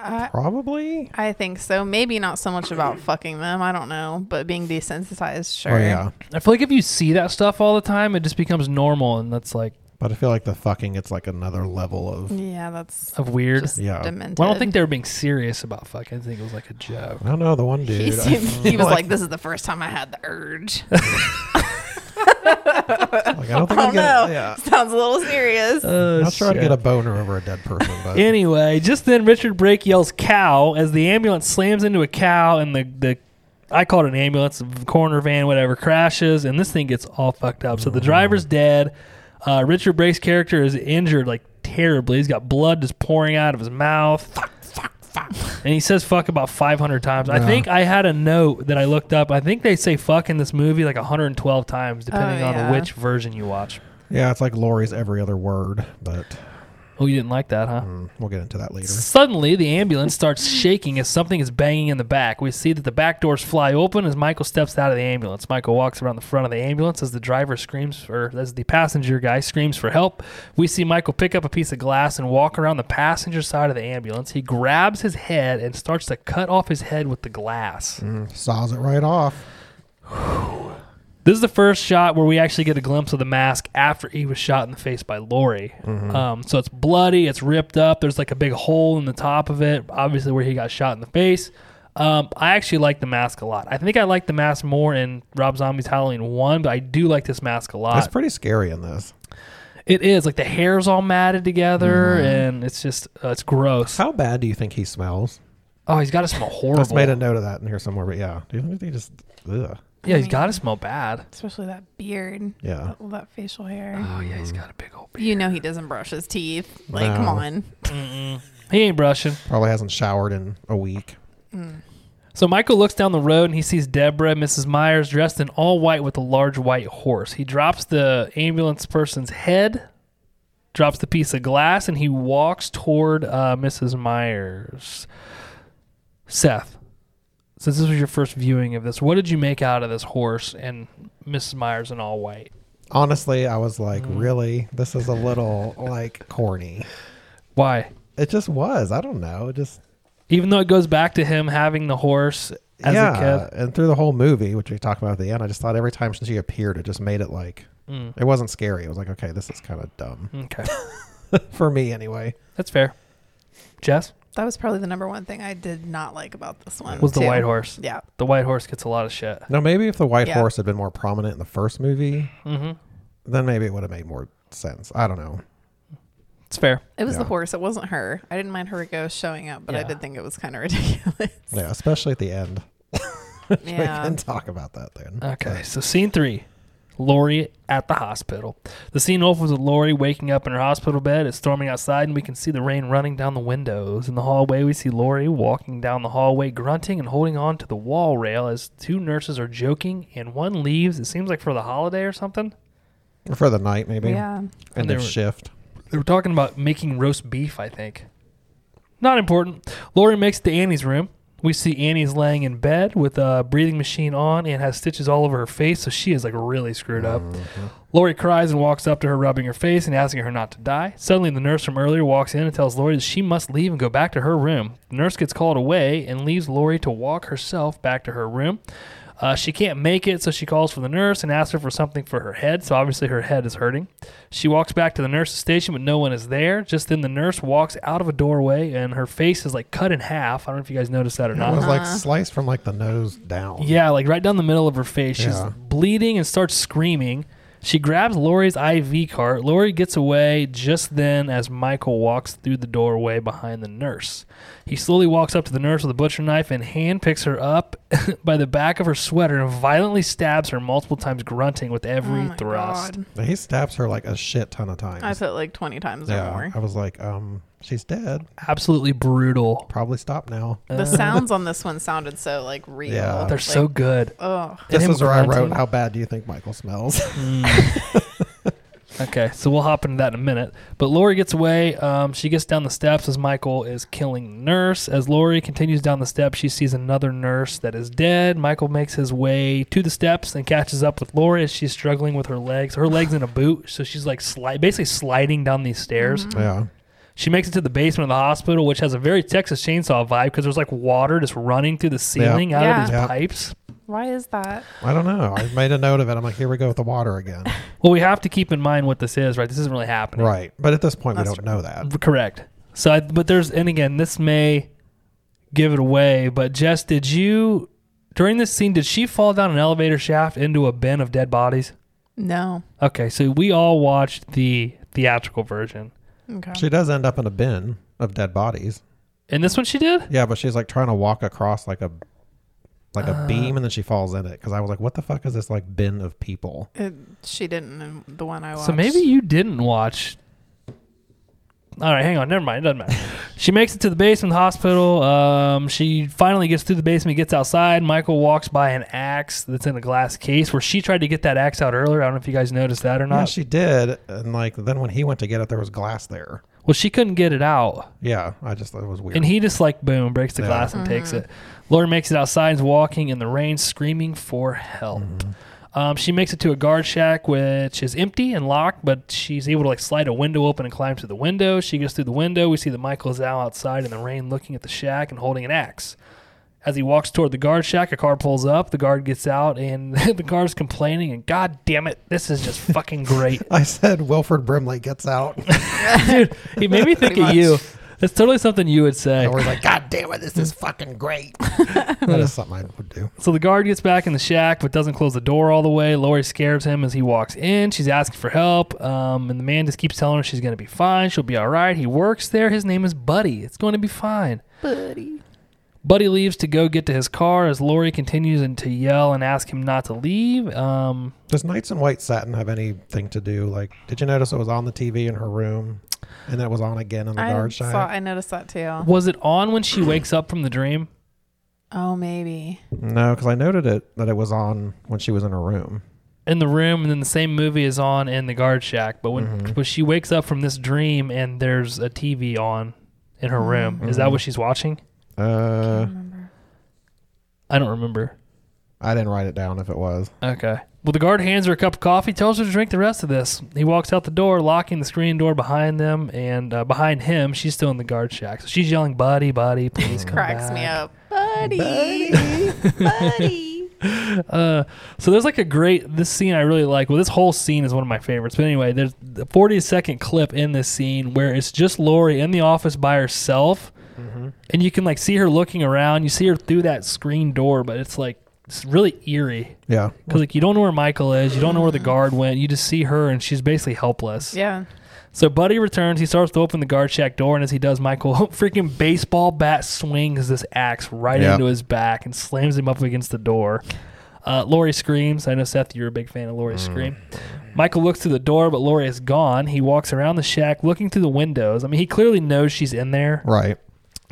I,
probably.
I think so. Maybe not so much about fucking them. I don't know, but being desensitized, sure.
Oh, yeah.
I feel like if you see that stuff all the time, it just becomes normal and that's like
But I feel like the fucking, it's like another level of.
Yeah, that's
of weird.
just
Yeah.
demented.
Well, I don't think they were being serious about fucking. I think it was like a joke.
I don't know. The one dude.
he, seemed, he was
Like-
like, "This is the first time I had the urge."
Like, I don't think
I
I'm
don't
gonna,
know.
Yeah.
Sounds a little serious.
Uh,
Not sure I'd get a boner over a dead person, but
Anyway, just then Richard Brake yells "cow" as the ambulance slams into a cow, and the the I call it an ambulance, corner van, whatever, crashes, and this thing gets all fucked up. So the driver's dead. Uh, Richard Brake's character is injured like terribly. He's got blood just pouring out of his mouth. Fuck, fuck, fuck. And he says fuck about 500 times. I
Yeah.
think I had a note that I looked up. I think they say fuck in this movie like 112 times, depending
yeah.
on which version you watch.
yeah, it's like Lori's every other word. But
Oh, you didn't like that, huh?
mm, we'll get into that later.
Suddenly, the ambulance starts shaking as something is banging in the back. We see that the back doors fly open as Michael steps out of the ambulance. Michael walks around the front of the ambulance as the driver screams, or as the passenger guy screams for help. We see Michael pick up a piece of glass and walk around the passenger side of the ambulance. He grabs his head and starts to cut off his head with the glass.
Saws it right off.
This is the first shot where we actually get a glimpse of the mask after he was shot in the face by Lori.
Mm-hmm.
Um, so it's bloody, it's ripped up. There's like a big hole in the top of it, obviously where he got shot in the face. Um, I actually like the mask a lot. I think I like the mask more in Rob Zombie's Halloween One, but I do like this mask a
That's
lot.
pretty scary in this.
it is like the hair's all matted together,
Mm-hmm.
and it's just uh, it's gross.
How bad do you think he smells?
Oh, he's got to smell horrible.
Just made a note of that in here somewhere, but yeah. Do you think he just ugh.
yeah, he's got to smell bad.
Especially that beard.
Yeah.
All that facial hair.
Oh yeah, he's got a big old.
You know he doesn't brush his teeth. Like, come
No.
on.
He ain't brushing.
Probably hasn't showered in a week.
So Michael looks down the road and he sees Deborah, Mrs. Myers, dressed in all white with a large white horse. He drops the ambulance person's head, drops the piece of glass, and he walks toward uh, Mrs. Myers. Seth, since this was your first viewing of this, what did you make out of this horse and Mrs. Myers in all white?
Honestly, I was like, really? This is a little like corny.
Why?
It just was. I don't know. It just
Even though it goes back to him having the horse as a
yeah,
kid.
and through the whole movie, which we talked about at the end, I just thought every time she appeared, it just made it like it wasn't scary. It was like, okay, this is kind of dumb
Okay.
for me anyway.
That's fair. Jess?
That was probably the number one thing I did not like about this one.
Was the
too.
white horse.
Yeah.
The white horse gets a lot of shit.
Now maybe if the white
Yeah.
horse had been more prominent in the first movie,
Mm-hmm.
then maybe it would have made more sense. I don't know.
It's fair.
It was the
Yeah.
horse. It wasn't her. I didn't mind her go showing up, but I
Yeah.
did think it was kind of ridiculous.
Yeah, especially at the end. We
yeah.
can talk about that then.
Okay, so scene three Lori at the hospital. The scene opens with Lori waking up in her hospital bed. It's storming outside, and we can see the rain running down the windows. In the hallway, we see Lori walking down the hallway, grunting and holding on to the wall rail as two nurses are joking, and one leaves. It seems like for the holiday or something.
But For the night, maybe.
Uh, Yeah.
End
They
of
were-
shift.
They were talking about making roast beef, I think. Not important. Lori makes it to Annie's room. We see Annie's laying in bed with a breathing machine on and has stitches all over her face, so she is like really screwed up. Lori cries and walks up to her, rubbing her face and asking her not to die. Suddenly, the nurse from earlier walks in and tells Lori that she must leave and go back to her room. The nurse gets called away and leaves Lori to walk herself back to her room. Uh, she can't make it, so she calls for the nurse and asks her for something for her head. So obviously, her head is hurting. She walks back to the nurse's station, but no one is there. Just then, the nurse walks out of a doorway and her face is like cut in half. I don't know if you guys noticed that or
It
not.
was like
Uh-huh.
sliced from like the nose down.
Yeah, like right down the middle of her face.
Yeah.
She's bleeding and starts screaming. She grabs Lori's IV cart. Lori gets away just then as Michael walks through the doorway behind the nurse. He slowly walks up to the nurse with a butcher knife and hand picks her up by the back of her sweater and violently stabs her multiple times, grunting with every
Oh my
thrust.
God.
He stabs her like a shit ton of times.
I put like 20 times
yeah.
or more.
I was like, um, she's dead.
Absolutely brutal.
Probably stop now.
The sounds on this one sounded so like real.
Yeah.
They're
Like,
so good.
Oh,
This
him
is where I wrote,
grunting.
How bad do you think Michael smells?
Okay, so we'll hop into that in a minute. But Lori gets away. Um, she gets down the steps as Michael is killing the nurse. As Lori continues down the steps, she sees another nurse that is dead. Michael makes his way to the steps and catches up with Lori as she's struggling with her legs. Her legs in a boot, so she's like sli- basically sliding down these stairs.
Mm-hmm.
yeah.
She makes it to the basement of the hospital, which has a very Texas chainsaw vibe because there's like water just running through the ceiling out
Yeah.
of these
Yeah.
pipes.
why is that?
I don't know. I made a note of it. I'm like, here we go with the water again.
Well, we have to keep in mind what this is, right? This isn't really happening.
right. But at this point, we
That's
don't know that.
Correct. So, I, but there's, and again, this may give it away, but Jess, did you, during this scene, did she fall down an elevator shaft into a bin of dead bodies?
No.
Okay, so we all watched the theatrical version.
Okay.
She does end up in a bin of dead bodies.
And this one she did?
Yeah, but she's like trying to walk across like a like a beam, and then she falls in it. Because I was like, what the fuck is this like bin of people?
It, she didn't. in The one I watched.
So maybe you didn't watch. All right, hang on. Never mind. It doesn't matter. she makes it to the basement hospital. Um, she finally gets through the basement, gets outside. Michael walks by an axe that's in a glass case where she tried to get that axe out earlier. I don't know if you guys noticed that or
Yeah,
not.
she did. And like then when he went to get it, there was glass there.
well, she couldn't get it out.
Yeah, I just thought it was weird.
And he just like boom breaks the
Yeah.
glass and takes
Uh-huh.
it. Lori makes it outside, is walking in the rain, screaming for help.
Mm-hmm.
Um, she makes it to a guard shack, which is empty and locked, but she's able to like slide a window open and climb through the window. She gets through the window. We see that Michael is now outside in the rain, looking at the shack and holding an axe. As he walks toward the guard shack, a car pulls up. The guard gets out, and the guard's complaining. And God damn it, this is just fucking great.
I said Wilford Brimley gets out.
Dude, he made me think
Pretty
of
much.
you. That's totally something you would say.
and we're like, God damn it, this is fucking great. that is something I would do.
So the guard gets back in the shack, but doesn't close the door all the way. Lori scares him as he walks in. She's asking for help, um, and the man just keeps telling her she's going to be fine. She'll be all right. He works there. His name is Buddy. It's going to be fine.
buddy.
Buddy leaves to go get to his car as Lori continues and to yell and ask him not to leave. Um,
Does Knights in White Satin have anything to do? Like, did you notice it was on the TV in her room, and then it was on again in the
I
guard shack?
saw. I noticed that too.
was it on when she wakes up from the dream?
Oh, maybe.
No, because I noted it that it was on when she was in her room.
in the room, and then the same movie is on in the guard shack. But when when she wakes up from this dream and there's a TV on in her room, is that what she's watching?
Uh,
I don't remember.
I didn't write it down if it was.
Okay. Well, the guard hands her a cup of coffee, tells her to drink the rest of this. He walks out the door, locking the screen door behind them and uh, behind him. She's still in the guard shack, so she's yelling, "Buddy, buddy, please come
Cracks me
back."
up, buddy. Buddy.
Uh, so there's like a great this scene I really like. Well, this whole scene is one of my favorites. But anyway, there's the 40 second clip in this scene where it's just Lori in the office by herself, and you can like see her looking around. You see her through that screen door, but it's like it's really eerie
Yeah,
because like you don't know where Michael is, you don't know where the guard went. You just see her, and she's basically helpless.
yeah.
So Buddy returns. He starts to open the guard shack door, and as he does, Michael oh, freaking baseball bat swings this axe right
Yeah.
into his back and slams him up against the door. Uh, Lori screams. I know Seth, you're a big fan of Lori's scream. Michael looks through the door, but Lori is gone. He walks around the shack, looking through the windows. I mean, he clearly knows she's in there.
right.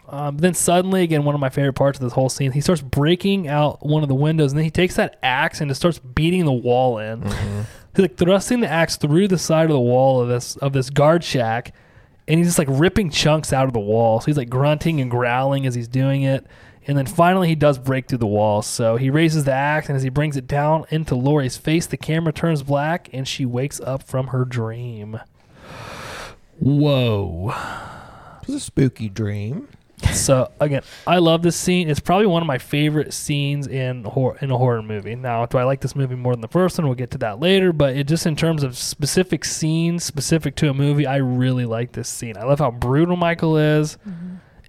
Um, then suddenly, again, one of my favorite parts of this whole scene, he starts breaking out one of the windows, and then he takes that axe and just starts beating the wall in. He's like thrusting the axe through the side of the wall of this of this guard shack, and he's just like ripping chunks out of the wall. So he's like grunting and growling as he's doing it. And then finally, he does break through the wall. So he raises the axe, and as he brings it down into Lori's face, the camera turns black, and she wakes up from her dream. Whoa.
It was a spooky dream.
So again, I love this scene. It's probably one of my favorite scenes in hor- in a horror movie. Now, do I like this movie more than the first one? We'll get to that later. But it just in terms of specific scenes specific to a movie, I really like this scene. I love how brutal Michael is,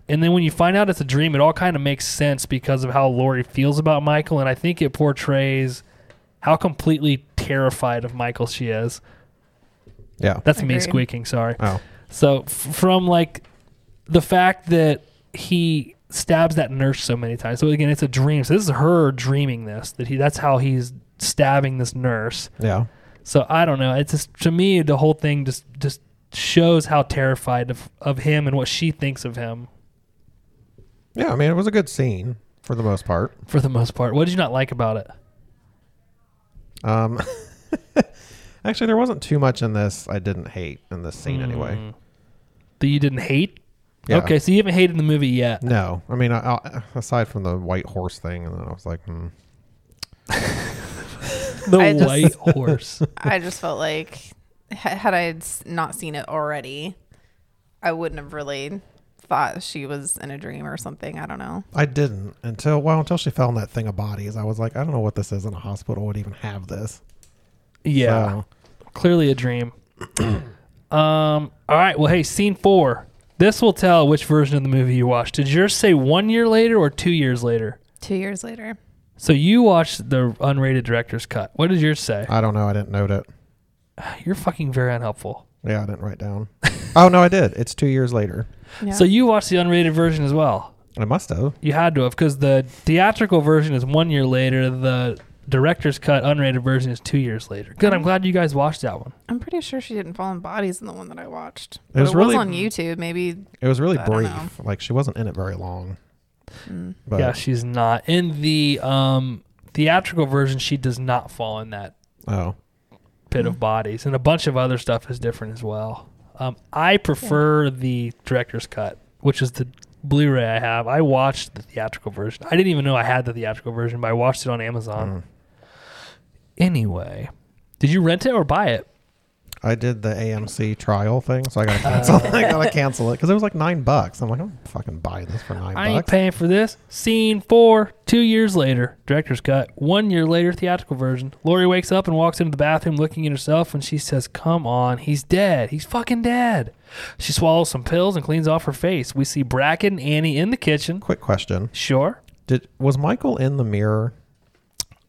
and then when you find out it's a dream, it all kind of makes sense because of how Laurie feels about Michael, and I think it portrays how completely terrified of Michael she is.
Yeah.
That's me
Agreed.
squeaking. Sorry.
Oh.
So f- from like the fact that he stabs that nurse so many times. So again, it's a dream. So this is her dreaming this that he that's how he's stabbing this nurse.
Yeah.
So I don't know. It's just to me the whole thing just just shows how terrified of, of him and what she thinks of him
Yeah. I mean, it was a good scene for the most part.
for the most part. What did you not like about it?
Um, actually, there wasn't too much in this I didn't hate in this scene
Hmm.
anyway.
Mm. That you didn't hate?
Yeah.
Okay, so you haven't hated the movie yet.
No, I mean, I, I, aside from the white horse thing, and then I was like, hmm.
The
I just-
white horse.
I just felt like ha- had I s- not seen it already, I wouldn't have really thought she was in a dream or something. I don't know.
I didn't until well until she found that thing of bodies. I was like, I don't know what this is in a hospital would even have this.
Yeah.
So,
clearly a dream. um. All right. Well, hey, scene four. This will tell which version of the movie you watched. Did yours say one year later or two years later?
Two years later,
So you watched the unrated director's cut. What did yours say?
I don't know. I didn't note it.
Ah, You're fucking very unhelpful.
Yeah, I didn't write down. oh no, I did. It's two years later.
yeah.
So you watched the unrated version as well.
I must have.
You had to have because the theatrical version is one year later. The director's cut unrated version is two years later. Good. I'm glad you guys watched that one.
I'm pretty sure she didn't fall in bodies in the one that I watched. But It
was
was,
really-
on YouTube. Maybe
It was really
I don't know.
brief. Like she wasn't in it very long.
mm.
But
yeah, she's not in the um theatrical version. She does not fall in that
oh,
pit of bodies, and a bunch of other stuff is different as well. Um, I prefer the director's cut, which is the Blu-ray I have. I watched the theatrical version. I didn't even know I had the theatrical version, but I watched it on Amazon. Anyway, did you rent it or buy it?
I did the AMC trial thing, so I gotta cancel. I gotta cancel it because it was like nine bucks. I'm like, I'm fucking buying this for nine
I ain't
bucks.
paying for this. Scene four, two years later, director's cut. One year later, theatrical version. Lori wakes up and walks into the bathroom looking at herself and she says, Come on, he's dead. He's fucking dead. She swallows some pills and cleans off her face. We see Bracken and Annie in the kitchen.
Quick question:
Sure.
Did was Michael in the mirror?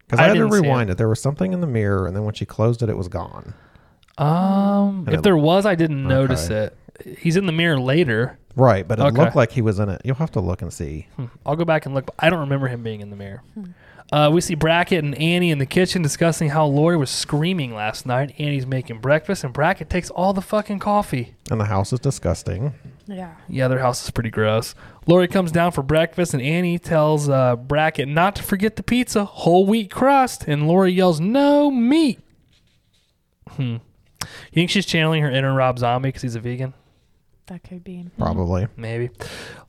Because
I
I, had to
didn't see
rewind it. There was something in the mirror, and then when she closed it, it was gone.
Um
And
if
it-
there was, I didn't notice
Okay.
it. He's in the mirror later.
Right, but it
Okay.
looked like he was in it. You'll have to look and see.
Hmm, I'll go back and look, but I don't remember him being in the mirror. Uh, we see Brackett and Annie in the kitchen discussing how Lori was screaming last night. Annie's making breakfast, and Brackett takes all the fucking coffee.
And the house is disgusting.
yeah.
Yeah, their house is pretty gross. Lori comes down for breakfast, and Annie tells uh, Brackett not to forget the pizza, whole wheat crust, and Lori yells, "No meat." Hmm. You think she's channeling her inner Rob Zombie because he's a vegan?
That could be.
Probably.
Maybe.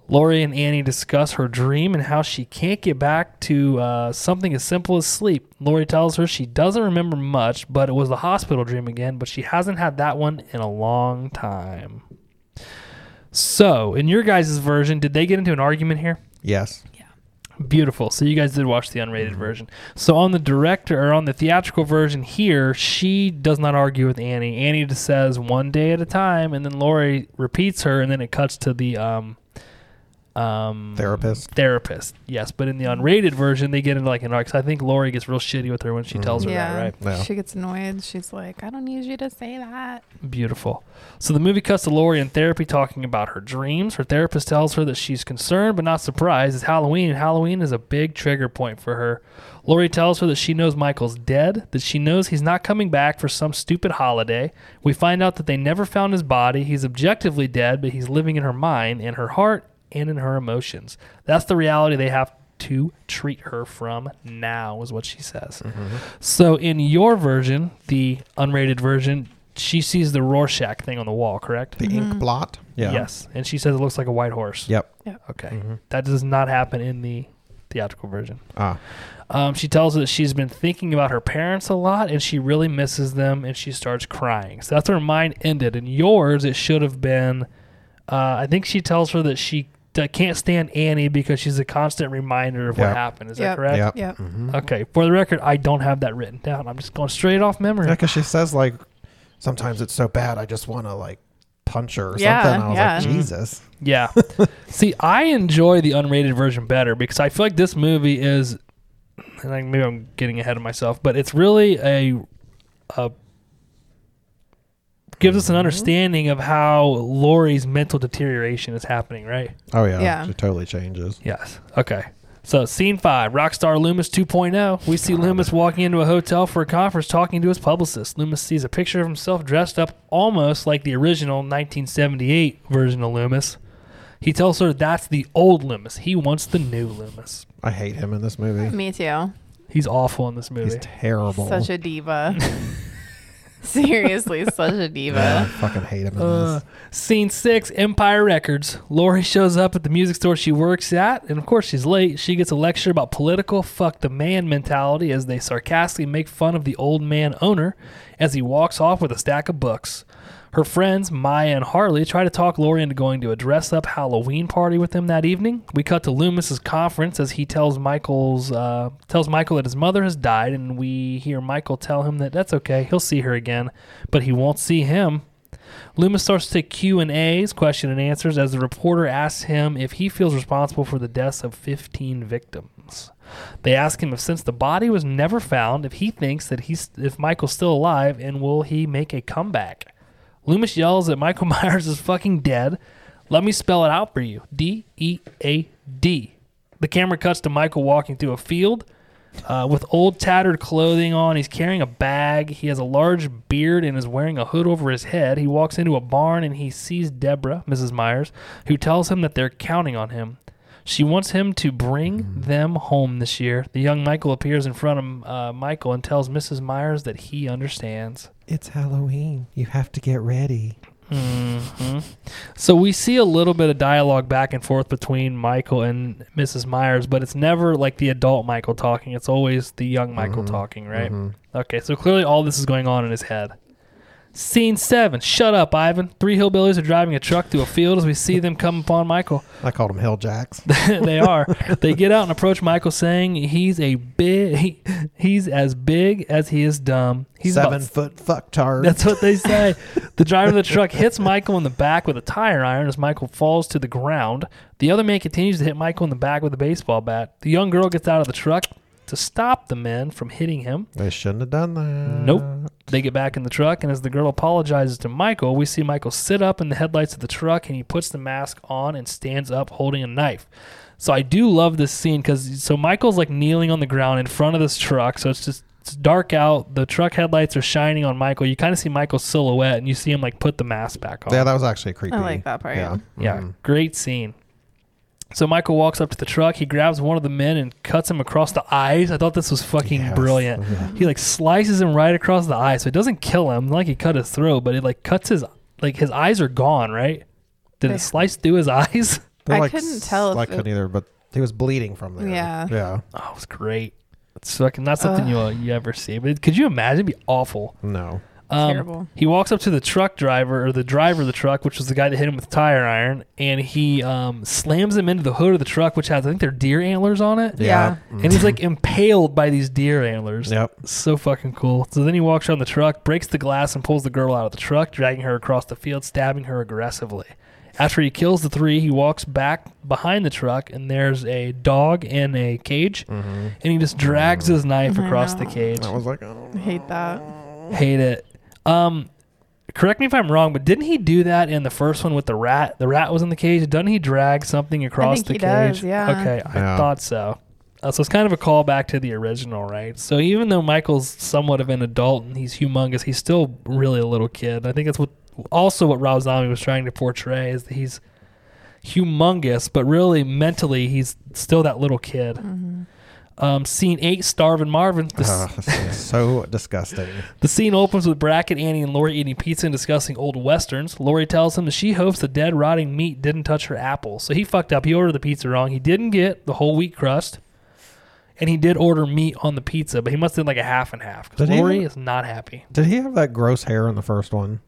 Lori and Annie discuss her dream and how she can't get back to uh, something as simple as sleep. Lori tells her she doesn't remember much, but it was the hospital dream again, but she hasn't had that one in a long time. So, in your guys' version, did they get into an argument here?
Yes.
Beautiful. So you guys did watch the unrated version. So on the director or on the theatrical version here, she does not argue with Annie. Annie just says one day at a time, and then Lori repeats her, and then it cuts to the um, um,
Therapist.
Therapist, yes. But in the unrated version, they get into like an arc. 'Cause I think Lori gets real shitty with her when she tells her
Yeah.
that, right?
Yeah.
She gets annoyed. She's like, I don't need you to say that.
Beautiful. So the movie cuts to Lori in therapy talking about her dreams. Her therapist tells her that she's concerned but not surprised. It's Halloween, and Halloween is a big trigger point for her. Lori tells her that she knows Michael's dead, that she knows he's not coming back for some stupid holiday. We find out that they never found his body. He's objectively dead, but he's living in her mind, in her heart, and in her emotions. That's the reality they have to treat her from now, is what she says. So in your version, the unrated version, she sees the Rorschach thing on the wall, correct?
The
Hmm.
ink blot. Yeah.
Yes, and she says it looks like a white horse.
Yep.
Okay, that does not happen in the theatrical version.
Ah.
Um, she tells her that she's been thinking about her parents a lot and she really misses them and she starts crying. So that's where mine ended. And yours, it should have been. Uh, I think she tells her that she d- can't stand Annie because she's a constant reminder of what
Yep.
happened. Is
Yep.
that correct?
Yep.
Yep.
Okay. For the record, I don't have that written down. I'm just going straight off memory.
Yeah, because she says like, sometimes it's so bad I just want to like punch her or
Yeah,
something. I was
yeah.
like, Jesus.
Yeah. See, I enjoy the unrated version better because I feel like this movie is, and I, maybe I'm getting ahead of myself, but it's really a, a gives us an understanding of how Lori's mental deterioration is happening, right?
Oh yeah.
Yeah.
She totally changes.
Yes. Okay. So, scene five, Rockstar Loomis 2.0. We see Loomis walking into a hotel for a conference talking to his publicist. Loomis sees a picture of himself dressed up almost like the original 1978 version of Loomis. He tells her that's the old Loomis. He wants the new Loomis.
I hate him in this movie.
Me too.
He's awful in this movie.
He's terrible.
Such a diva. Seriously, such a
I
diva.
fucking hate him in
Uh,
this.
scene six, Empire Records. Lori shows up at the music store she works at, and of course she's late. She gets a lecture about political fuck the man mentality as they sarcastically make fun of the old man owner as he walks off with a stack of books. Her friends, Maya and Harley, try to talk Lori into going to a dress up Halloween party with them that evening. We cut to Loomis's conference as he tells Michael's uh, tells Michael that his mother has died, and we hear Michael tell him that that's okay, he'll see her again, but he won't see him Loomis starts to Q and A's, question and answers, as the reporter asks him if he feels responsible for the deaths of 15 victims. They ask him if, since the body was never found, if he thinks that he's if Michael's still alive and will he make a comeback. Loomis yells that Michael Myers is fucking dead. Let me spell it out for you: D E A D. The camera cuts to Michael walking through a field uh, with old tattered clothing on. He's carrying a bag. He has a large beard and is wearing a hood over his head. He walks into a barn and he sees Deborah, Mrs. Myers, who tells him that they're counting on him. She wants him to bring them home this year. The young Michael appears in front of uh, Michael and tells Mrs. Myers that he understands.
It's Halloween. You have to get ready.
hmm So we see a little bit of dialogue back and forth between Michael and Mrs. Myers, but it's never like the adult Michael talking. It's always the young Michael talking, right? Okay, so clearly all this is going on in his head. Scene seven. Shut up, Ivan. Three hillbillies are driving a truck through a field as we see them come upon Michael.
I called him Hell Jacks.
they are. They get out and approach Michael, saying he's a big. He, he's as big as he is dumb. He's about
Seven foot fucktard.
that's what they say. the driver of the truck hits Michael in the back with a tire iron as Michael falls to the ground. The other man continues to hit Michael in the back with a baseball bat. The young girl gets out of the truck to stop the men from hitting him.
they shouldn't have done that.
Nope. They get back in the truck, and as the girl apologizes to Michael, we see Michael sit up in the headlights of the truck and he puts the mask on and stands up holding a knife. So I do love this scene because so Michael's like kneeling on the ground in front of this truck. So it's just it's dark out. The truck headlights are shining on Michael. You kind of see Michael's silhouette and you see him like put the mask back on.
Yeah, that was actually creepy.
like that part.
Yeah.
Yeah,
Mhm.
great scene. So Michael walks up to the truck. He grabs one of the men and cuts him across the eyes. I thought this was fucking
Yes.
brilliant. He like slices him right across the eye, so it doesn't kill him. not Like he cut his throat, but it like cuts his like his eyes are gone. Right? Did
They-
it slice through his eyes?
They're,
I
like,
couldn't
s-
tell if
Like
it-
couldn't either, but he was bleeding from there.
Yeah.
Yeah.
Oh, it was great. It's fucking not something you uh, you ever see. But could you imagine? It'd be awful.
No.
Um,
Terrible.
He walks up to the truck driver or the driver of the truck, which was the guy that hit him with the tire iron, and he um, slams him into the hood of the truck, which has I think they're deer antlers on it.
Yeah.
And he's like impaled by these deer antlers.
Mm. Yep.
So fucking cool. So then he walks on the truck, breaks the glass, and pulls the girl out of the truck, dragging her across the field, stabbing her aggressively. After he kills the three, he walks back behind the truck, and there's a dog in a cage,
Mm.
and he just drags his knife
Oh, I
across
know.
the cage.
Mm-hmm. I was like, oh.
I hate that.
Hate it. Um, correct me if I'm wrong, but didn't he do that in the first one with the rat? The rat was in the cage. Doesn't he drag something across
think
the
he
cage?
does, yeah.
Okay, I
Yeah.
thought so. Uh, so it's kind of a callback to the original, right? So even though Michael's somewhat of an adult and he's humongous, he's still really a little kid. I think that's what also what Rob Zombie was trying to portray is that he's humongous, but really mentally he's still that little kid.
Mm. Mm-hmm.
Um, scene eight, Starvin Marvin. The, s-
Ugh, this is so disgusting.
the scene opens with Brackett, Annie, and Lori eating pizza and discussing old westerns. Lori tells him that she hopes the dead rotting meat didn't touch her apple. So he fucked up. He ordered the pizza wrong. He didn't get the whole wheat crust. And he did order meat on the pizza, but he must have did like a half and half. Because
Did he?
Lori is not happy.
Did he have that gross hair in the first one?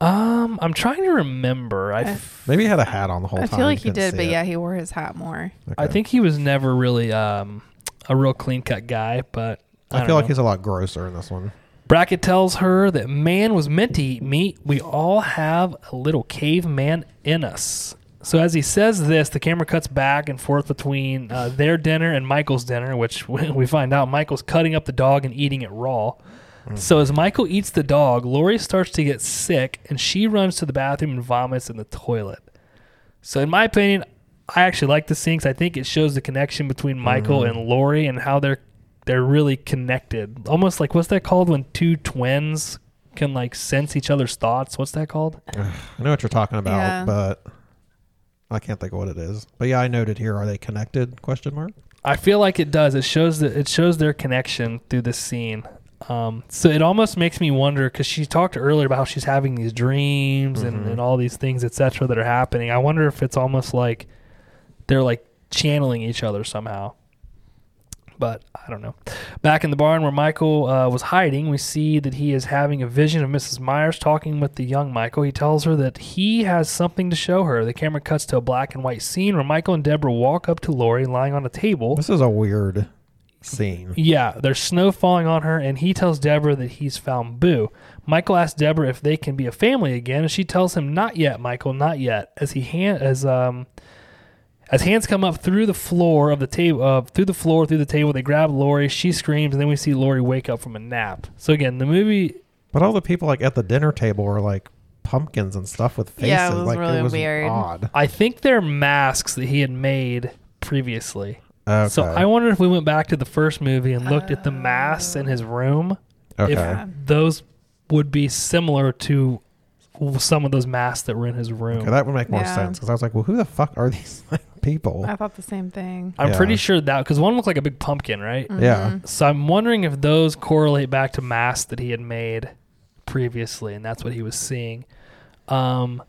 Um, I'm trying to remember. I, f-
Maybe he had a hat on the whole
I
time.
feel like
you
he
couldn't
did,
see
but
it.
yeah, he wore his hat more.
I
Okay.
think he was never really um, a real clean cut guy, but I,
I,
don't
feel like
know.
he's a lot grosser in this one.
Brackett tells her that man was meant to eat meat. We all have a little caveman in us. So as he says this, the camera cuts back and forth between uh, their dinner and Michael's dinner, which we find out Michael's cutting up the dog and eating it raw. So as Michael eats the dog, Lori starts to get sick and she runs to the bathroom and vomits in the toilet. So in my opinion, I actually like the scene 'cause I think it shows the connection between Michael and Lori and how they're they're really connected. Almost like what's that called when two twins can like sense each other's thoughts? What's that called?
I know what you're talking about,
Yeah.
but I can't think of what it is. But yeah, I noted here. Are they connected? Question mark.
I feel like it does. It shows that it shows their connection through this scene. Um, so it almost makes me wonder because she talked earlier about how she's having these dreams and, and all these things, etc., that are happening. I wonder if it's almost like they're like channeling each other somehow. But I don't know. Back in the barn where Michael uh, was hiding, we see that he is having a vision of Mrs. Myers talking with the young Michael. He tells her that he has something to show her. The camera cuts to a black and white scene where Michael and Deborah walk up to Lori lying on a table.
This is a weird scene.
Yeah, there's snow falling on her, and he tells Deborah that he's found Boo. Michael asks Deborah if they can be a family again, and she tells him, "Not yet, Michael, not yet." As he hand as um as hands come up through the floor of the table, uh, through the floor, through the table, they grab Lori. She screams, and then we see Lori wake up from a nap. So again, the movie
But all the people like at the dinner table were like pumpkins and stuff with faces.
Yeah, it was
like
really
it was
weird.
Odd.
I think they're masks that he had made previously.
Okay.
So I wonder if we went back to the first movie and looked at the masks in his room.
okay.
if those would be similar to some of those masks that were in his room.
okay, that would make more
Yeah.
sense because I was like, well, who the fuck are these people?
I thought the same thing.
I'm
Yeah.
pretty sure that because one looked like a big pumpkin, right?
Yeah.
So I'm wondering if those correlate back to masks that he had made previously, and that's what he was seeing. Um,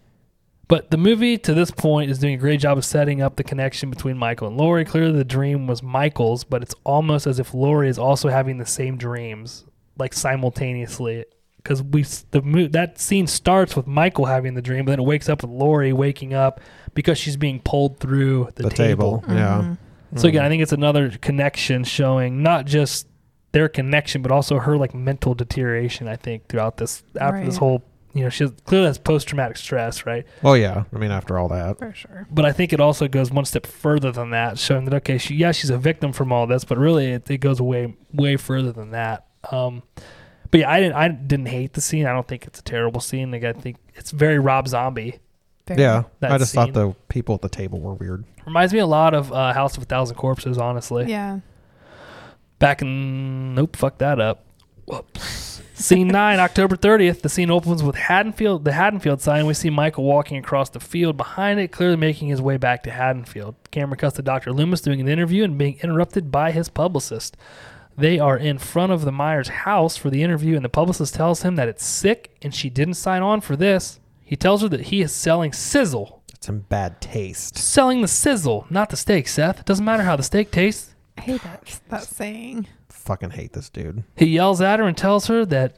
but the movie to this point is doing a great job of setting up the connection between Michael and Lori. Clearly, the dream was Michael's, but it's almost as if Lori is also having the same dreams, like simultaneously. Because we s- the mo- that scene starts with Michael having the dream, but then it wakes up with Lori waking up because she's being pulled through the,
The table.
Mm-hmm.
Yeah.
so again, I think it's another connection showing not just their connection, but also her like mental deterioration. I think throughout this after this
Right.
whole, you know, she has, clearly has post traumatic stress, right?
Well, yeah. I mean, after all that.
For sure.
But I think it also goes one step further than that, showing that okay, she, yeah, she's a victim from all this, but really it, it goes way way further than that. Um, but yeah, I didn't I didn't hate the scene. I don't think it's a terrible scene. Like I think it's very Rob Zombie.
Very-
Yeah.
That
I just
scene.
thought the people at the table were weird.
Reminds me a lot of uh, House of a Thousand Corpses, honestly.
Yeah.
back in nope fuck that up whoops scene 9 october 30th the scene opens with haddonfield the haddonfield sign we see michael walking across the field behind it clearly making his way back to haddonfield camera cuts to dr loomis doing an interview and being interrupted by his publicist they are in front of the myers house for the interview and the publicist tells him that it's sick and she didn't sign on for this he tells her that he is selling sizzle
It's in bad taste.
selling the sizzle not the steak seth doesn't matter how the steak tastes
I hate that, that saying.
Fucking hate this dude.
He yells at her and tells her that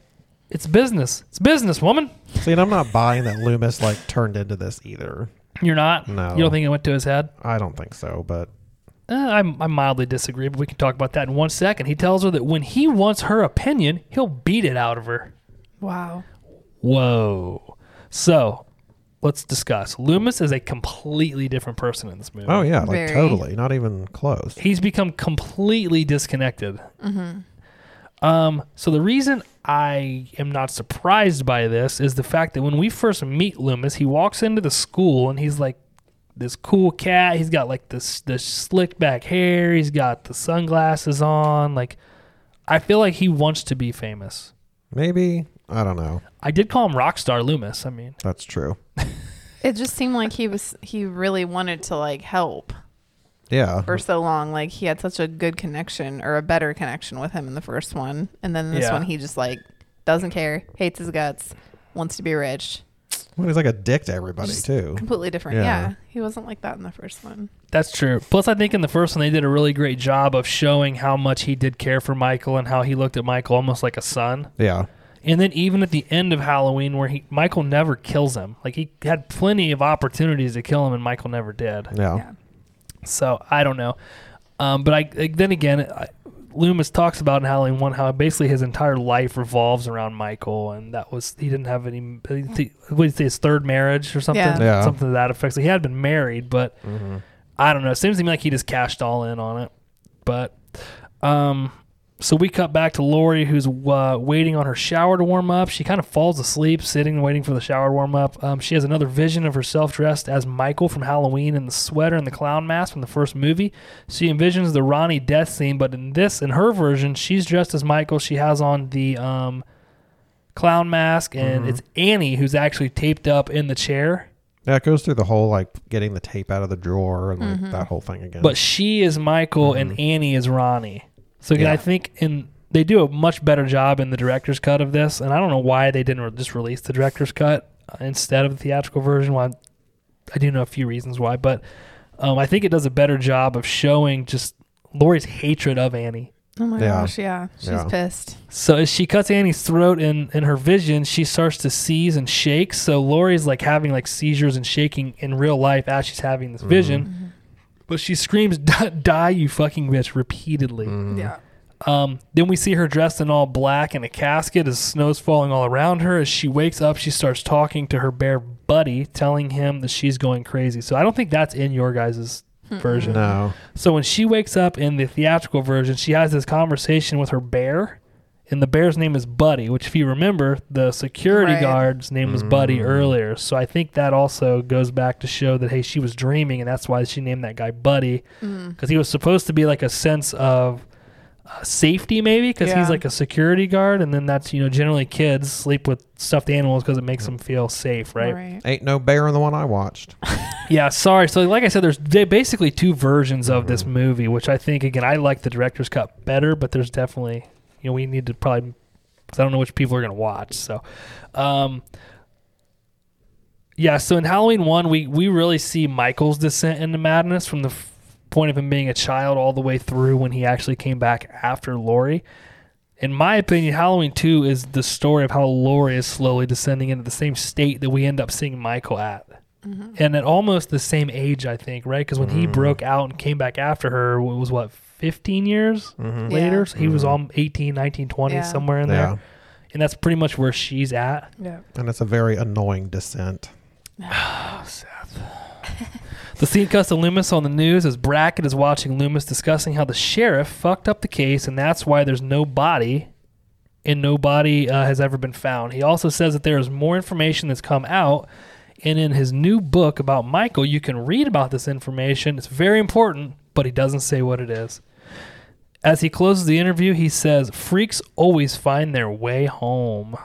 it's business. It's business, woman.
See, and I'm not buying that Loomis like turned into this either.
You're not.
No.
You don't think it went to his head?
I don't think so, but
Uh, I, I mildly disagree, but we can talk about that in one second. He tells her that when he wants her opinion, he'll beat it out of her.
Wow.
Whoa. So let's discuss. Loomis is a completely different person in this movie.
oh yeah, like
Very.
totally, not even close.
he's become completely disconnected. Um, so the reason I am not surprised by this is the fact that when we first meet Loomis, he walks into the school and he's like this cool cat. He's got like this this slick back hair. He's got the sunglasses on. Like, I feel like he wants to be famous.
Maybe I don't know.
I did call him Rockstar Loomis. I mean,
That's true.
It just seemed like he was he really wanted to like help
Yeah.
for so long. Like he had such a good connection or a better connection with him in the first one, and then this
Yeah.
one he just like doesn't care, hates his guts, wants to be rich.
Well, he's like a dick to everybody
Just
too.
Completely different.
Yeah.
Yeah. he wasn't like that in the first one.
That's true. Plus, I think in the first one, they did a really great job of showing how much he did care for Michael and how he looked at Michael almost like a son.
Yeah.
And then even at the end of Halloween, where he Michael never kills him, like he had plenty of opportunities to kill him, and Michael never did.
Yeah.
Yeah.
So I don't know. Um, but I like, then again, I, Loomis talks about in Halloween one how basically his entire life revolves around Michael, and that was he didn't have any. What do you say, his third marriage or something?
Yeah.
Yeah.
Something to that effect. So he had been married, but I don't know. It seems to me like he just cashed all in on it. But um, so we cut back to Lori, who's uh, waiting on her shower to warm up. She kind of falls asleep, sitting and waiting for the shower to warm up. Um, she has another vision of herself dressed as Michael from Halloween in the sweater and the clown mask from the first movie. She envisions the Ronnie death scene, but in this, in her version, she's dressed as Michael. She has on the um, clown mask, and it's Annie who's actually taped up in the chair.
Yeah, it goes through the whole like getting the tape out of the drawer and like, that whole thing again.
But she Mm-hmm. is Michael and Annie is Ronnie. So again,
Yeah.
I think in they do a much better job in the director's cut of this, and I don't know why they didn't re- just release the director's cut uh, instead of the theatrical version. Why? I do know a few reasons why, but um, I think it does a better job of showing just Lori's hatred of Annie.
Oh my
Yeah.
gosh, yeah. She's
Yeah.
pissed.
So as she cuts Annie's throat in, in her vision, she starts to seize and shake. So Lori's like having like seizures and shaking in real life as she's having this vision. But she screams, "Die, die, you fucking bitch!" repeatedly.
Mm-hmm. Mm.
Yeah.
Um, then we see her dressed in all black in a casket as snow's falling all around her. As she wakes up, she starts talking to her bear buddy, telling him that she's going crazy. So I don't think that's in your guys' version.
no.
So when she wakes up in the theatrical version, she has this conversation with her bear, and the bear's name is Buddy, which if you remember, the security
Right.
guard's name was Buddy earlier. So I think that also goes back to show that hey, she was dreaming, and that's why she named that guy Buddy,
Mm.
because he was supposed to be like a sense of uh, safety, maybe, because
Yeah.
he's like a security guard, and then that's you know generally kids sleep with stuffed animals because it makes them feel safe, right?
Right.
Ain't no bear in the one I watched.
Yeah, sorry. So, like I said, there's they basically two versions of this movie, which I think again I like the director's cut better, but there's definitely you know we need to probably because I don't know which people are gonna watch. So, um, yeah. So in Halloween one, we we really see Michael's descent into madness from the f- point of him being a child all the way through when he actually came back after Laurie. In my opinion, Halloween 2 is the story of how Laurie is slowly descending into the same state that we end up seeing Michael at and at almost the same age, I think, right? Because when he
Mm.
broke out and came back after her, it was what, 15 years
Mm-hmm.
later?
Yeah.
So he was all 18, 19, 20,
Yeah.
somewhere in
Yeah.
there. And that's pretty much where she's at.
Yeah.
And it's a very annoying descent.
The scene cuts to Loomis on the news as Brackett is watching Loomis discussing how the sheriff fucked up the case, and that's why there's no body and no body uh, has ever been found. He also says that there is more information that's come out, and in his new book about Michael, you can read about this information. It's very important, but he doesn't say what it is. As he closes the interview, he says, Freaks always find their way home.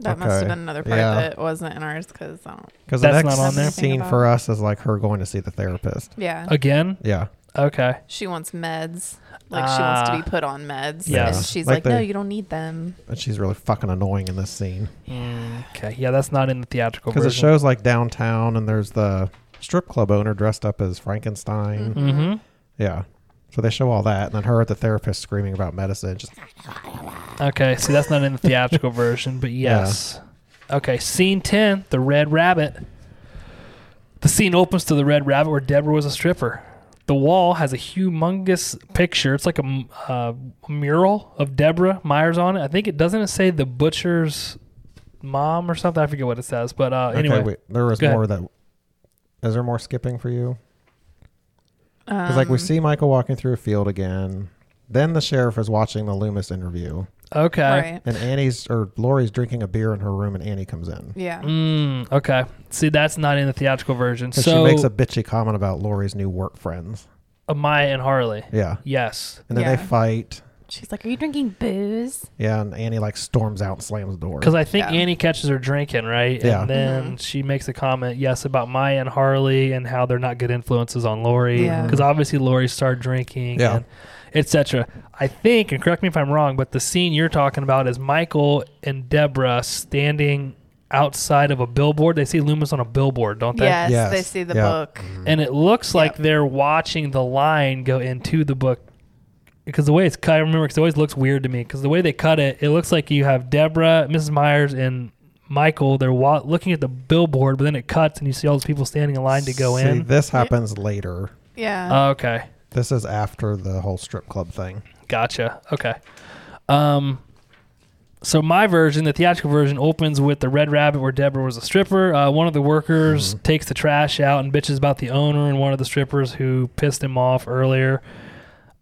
That must
Okay.
have been another part
Yeah.
that wasn't in ours um, because I don't.
Because the
That's
next
not on there.
scene for us is like her going to see the therapist.
Yeah.
Again?
Yeah.
Okay.
She wants meds. Like she wants to
Ah.
be put on meds.
Yeah.
And she's
Like
like, no,
they-
you don't need them.
And she's really fucking annoying in this scene.
Okay. Yeah, that's not in the theatrical
Because
version.
it shows like downtown and there's the strip club owner dressed up as Frankenstein.
Mm-hmm.
Yeah. So they show all that, and then her at the therapist screaming about medicine. Just
Uh, Okay, so that's not in the theatrical version, but yes. Okay, scene 10, the Red Rabbit. The scene opens to the Red Rabbit where Deborah was a stripper. The wall has a humongous picture. It's like a m- uh, mural of Deborah Myers on it. I think it doesn't it say the butcher's mom or something. I forget what it says, but uh, anyway,
okay, wait, there was
Go ahead.
more that. Is there more skipping for you? Because
Um.
like we see Michael walking through a field again. Then the sheriff is watching the Loomis interview,
okay,
Right.
and Annie's or Lori's drinking a beer in her room, and Annie comes in.
Yeah.
Mm, okay. See, that's not in the theatrical version.
And
So
she makes a bitchy comment about Lori's new work friends.
Amaya and Harley.
Yeah,
Yes.
and then
Yeah.
they fight.
She's like, "Are you drinking booze?"
Yeah, and Annie like storms out and slams the door.
Because I think
Yeah. Mm-hmm.
Annie catches her drinking, right?
Yeah.
And then she makes a comment, yes, about Maya and Harley and how they're not good influences on Lori.
Yeah.
Because obviously Lori started drinking
Yeah.
and etc. I think, and correct me if I'm wrong, but the scene you're talking about is Michael and Deborah standing outside of a billboard. They see Loomis on a billboard, don't they?
Yes,
Yes.
they see the
Yeah. Mm.
book.
And it looks like they're watching the line go into the book. Because the way it's cut, I remember because it always looks weird to me. Because the way they cut it, it looks like you have Deborah, Mrs. Myers, and Michael. They're wa- looking at the billboard, but then it cuts and you see all these people standing in line to go
See,
in.
This happens later.
Yeah.
Oh, okay,
This is after the whole strip club thing.
gotcha. Okay. Um, so my version, the theatrical version, opens with the Red Rabbit where Deborah was a stripper. Uh, one of the workers takes the trash out and bitches about the owner and one of the strippers who pissed him off earlier.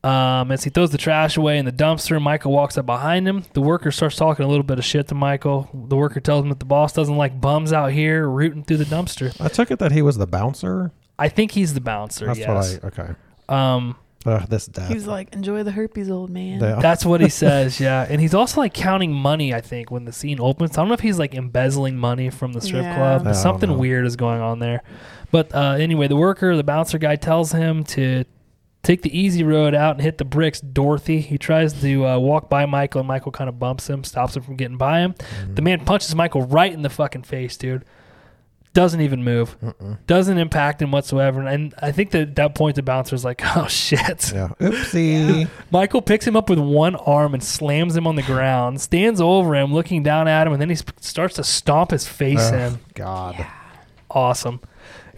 Um, as he throws the trash away in the dumpster, Michael walks up behind him. The worker starts talking a little bit of shit to Michael. The worker tells him that the boss doesn't like bums out here rooting through the dumpster.
I took it that he was the bouncer.
I think he's the bouncer.
That's
yes.
what I okay.
um,
Ugh, this death.
He's like, "Enjoy the herpes, old man."
Yeah.
That's what he says, yeah. And he's also like counting money, I think, when the scene opens. I don't know if he's like embezzling money from the strip
Yeah.
club,
I
but
don't
something
know.
weird is going on there. But uh, anyway, the worker, the bouncer guy, tells him to take the easy road out and hit the bricks. Dorothy, he tries to uh, walk by Michael, and Michael kind of bumps him, stops him from getting by him. The man punches Michael right in the fucking face, dude. Doesn't even move. Doesn't impact him whatsoever. And I think that at that point, the bouncer's like, oh shit.
yeah. Oopsie.
Michael picks him up with one arm and slams him on the ground, stands over him, looking down at him, and then he sp- starts to stomp his face
Ugh,
in.
God.
Awesome.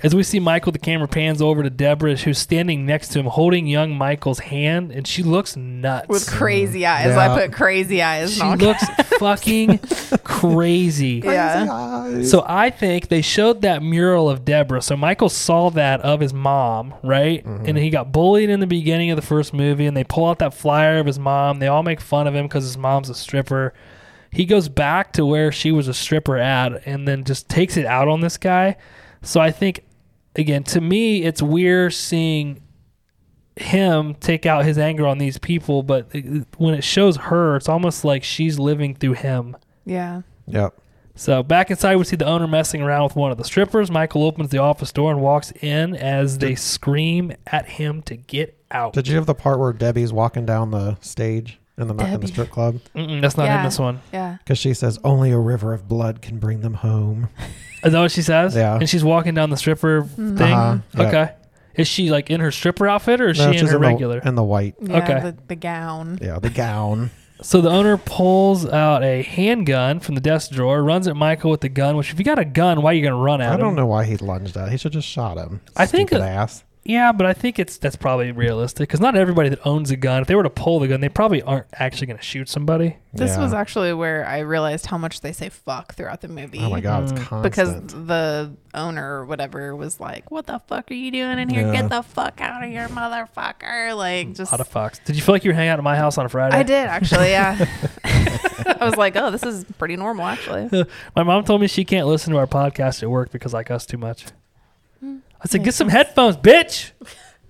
As we see Michael, the camera pans over to Deborah, who's standing next to him, holding young Michael's hand, and she looks nuts.
With crazy eyes.
Mm. Yeah.
I put crazy eyes.
she
on.
looks fucking crazy.
yeah.
Guys.
So I think they showed that mural of Deborah. So Michael saw that of his mom, right? And he got bullied in the beginning of the first movie, and they pull out that flyer of his mom. They all make fun of him because his mom's a stripper. He goes back to where she was a stripper at, and then just takes it out on this guy. So I think, again, to me, it's weird seeing him take out his anger on these people, but it- when it shows her, it's almost like she's living through him.
Yeah.
Yep.
So back inside, we see the owner messing around with one of the strippers. Michael opens the office door and walks in as they scream at him to get out.
Did you have the part where Debbie's walking down the stage in the in the
Debbie.
strip club?
Mm-mm, that's not in
Yeah.
this one.
Yeah.
Because she says only a river of blood can bring them home.
Is that what she says?
Yeah.
And she's walking down the stripper thing.
Uh-huh, yeah.
Okay. Is she like in her stripper outfit or is
No,
she in
she's
her
the-
regular?
in the white.
Yeah.
Okay.
The, the gown.
Yeah, the gown.
So the owner pulls out a handgun from the desk drawer, runs at Michael with the gun. Which, if you got a gun, why are you going to run at
I
him?
don't know why he lunged at. He should just shot him.
I think
Stupid
that-
ass.
Yeah, but I think it's that's probably realistic because not everybody that owns a gun, if they were to pull the gun, they probably aren't actually going to shoot somebody.
This
Yeah.
was actually where I realized how much they say fuck throughout the movie.
Oh my god, it's constant.
Because the owner or whatever was like, "What the fuck are you doing in here?
Yeah. Mm.
Get the fuck out of here, motherfucker!" Like, just
lot of fox. Did you feel like you were hanging out at my house on a Friday?
I did actually. Yeah, I was like, "Oh, this is pretty normal, actually."
My mom told me she can't listen to our podcast at work because I cuss too much.
Hmm.
I said, get
makes
some headphones, bitch.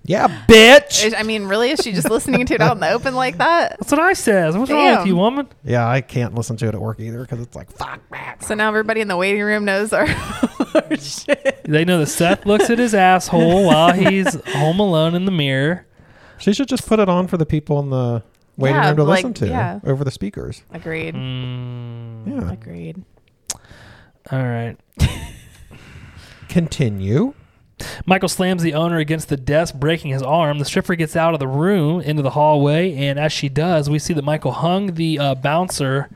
yeah,
Bitch.
Is- I mean, really, is she just listening to it out in the open like that?
That's what I says. What's wrong with
Damn.
you, woman?
yeah. I can't listen to it at work either because it's like fuck that.
So now everybody in the waiting room knows our, our shit.
They know that Seth looks at his asshole while he's home alone in the mirror.
She should just put it on for the people in the waiting
Yeah,
room to
like,
listen to
yeah.
over the speakers.
Agreed.
Mm,
Yeah.
Agreed.
All right.
Continue.
Michael slams the owner against the desk, breaking his arm. The stripper gets out of the room into the hallway, and as she does, we see that Michael hung the uh, bouncer.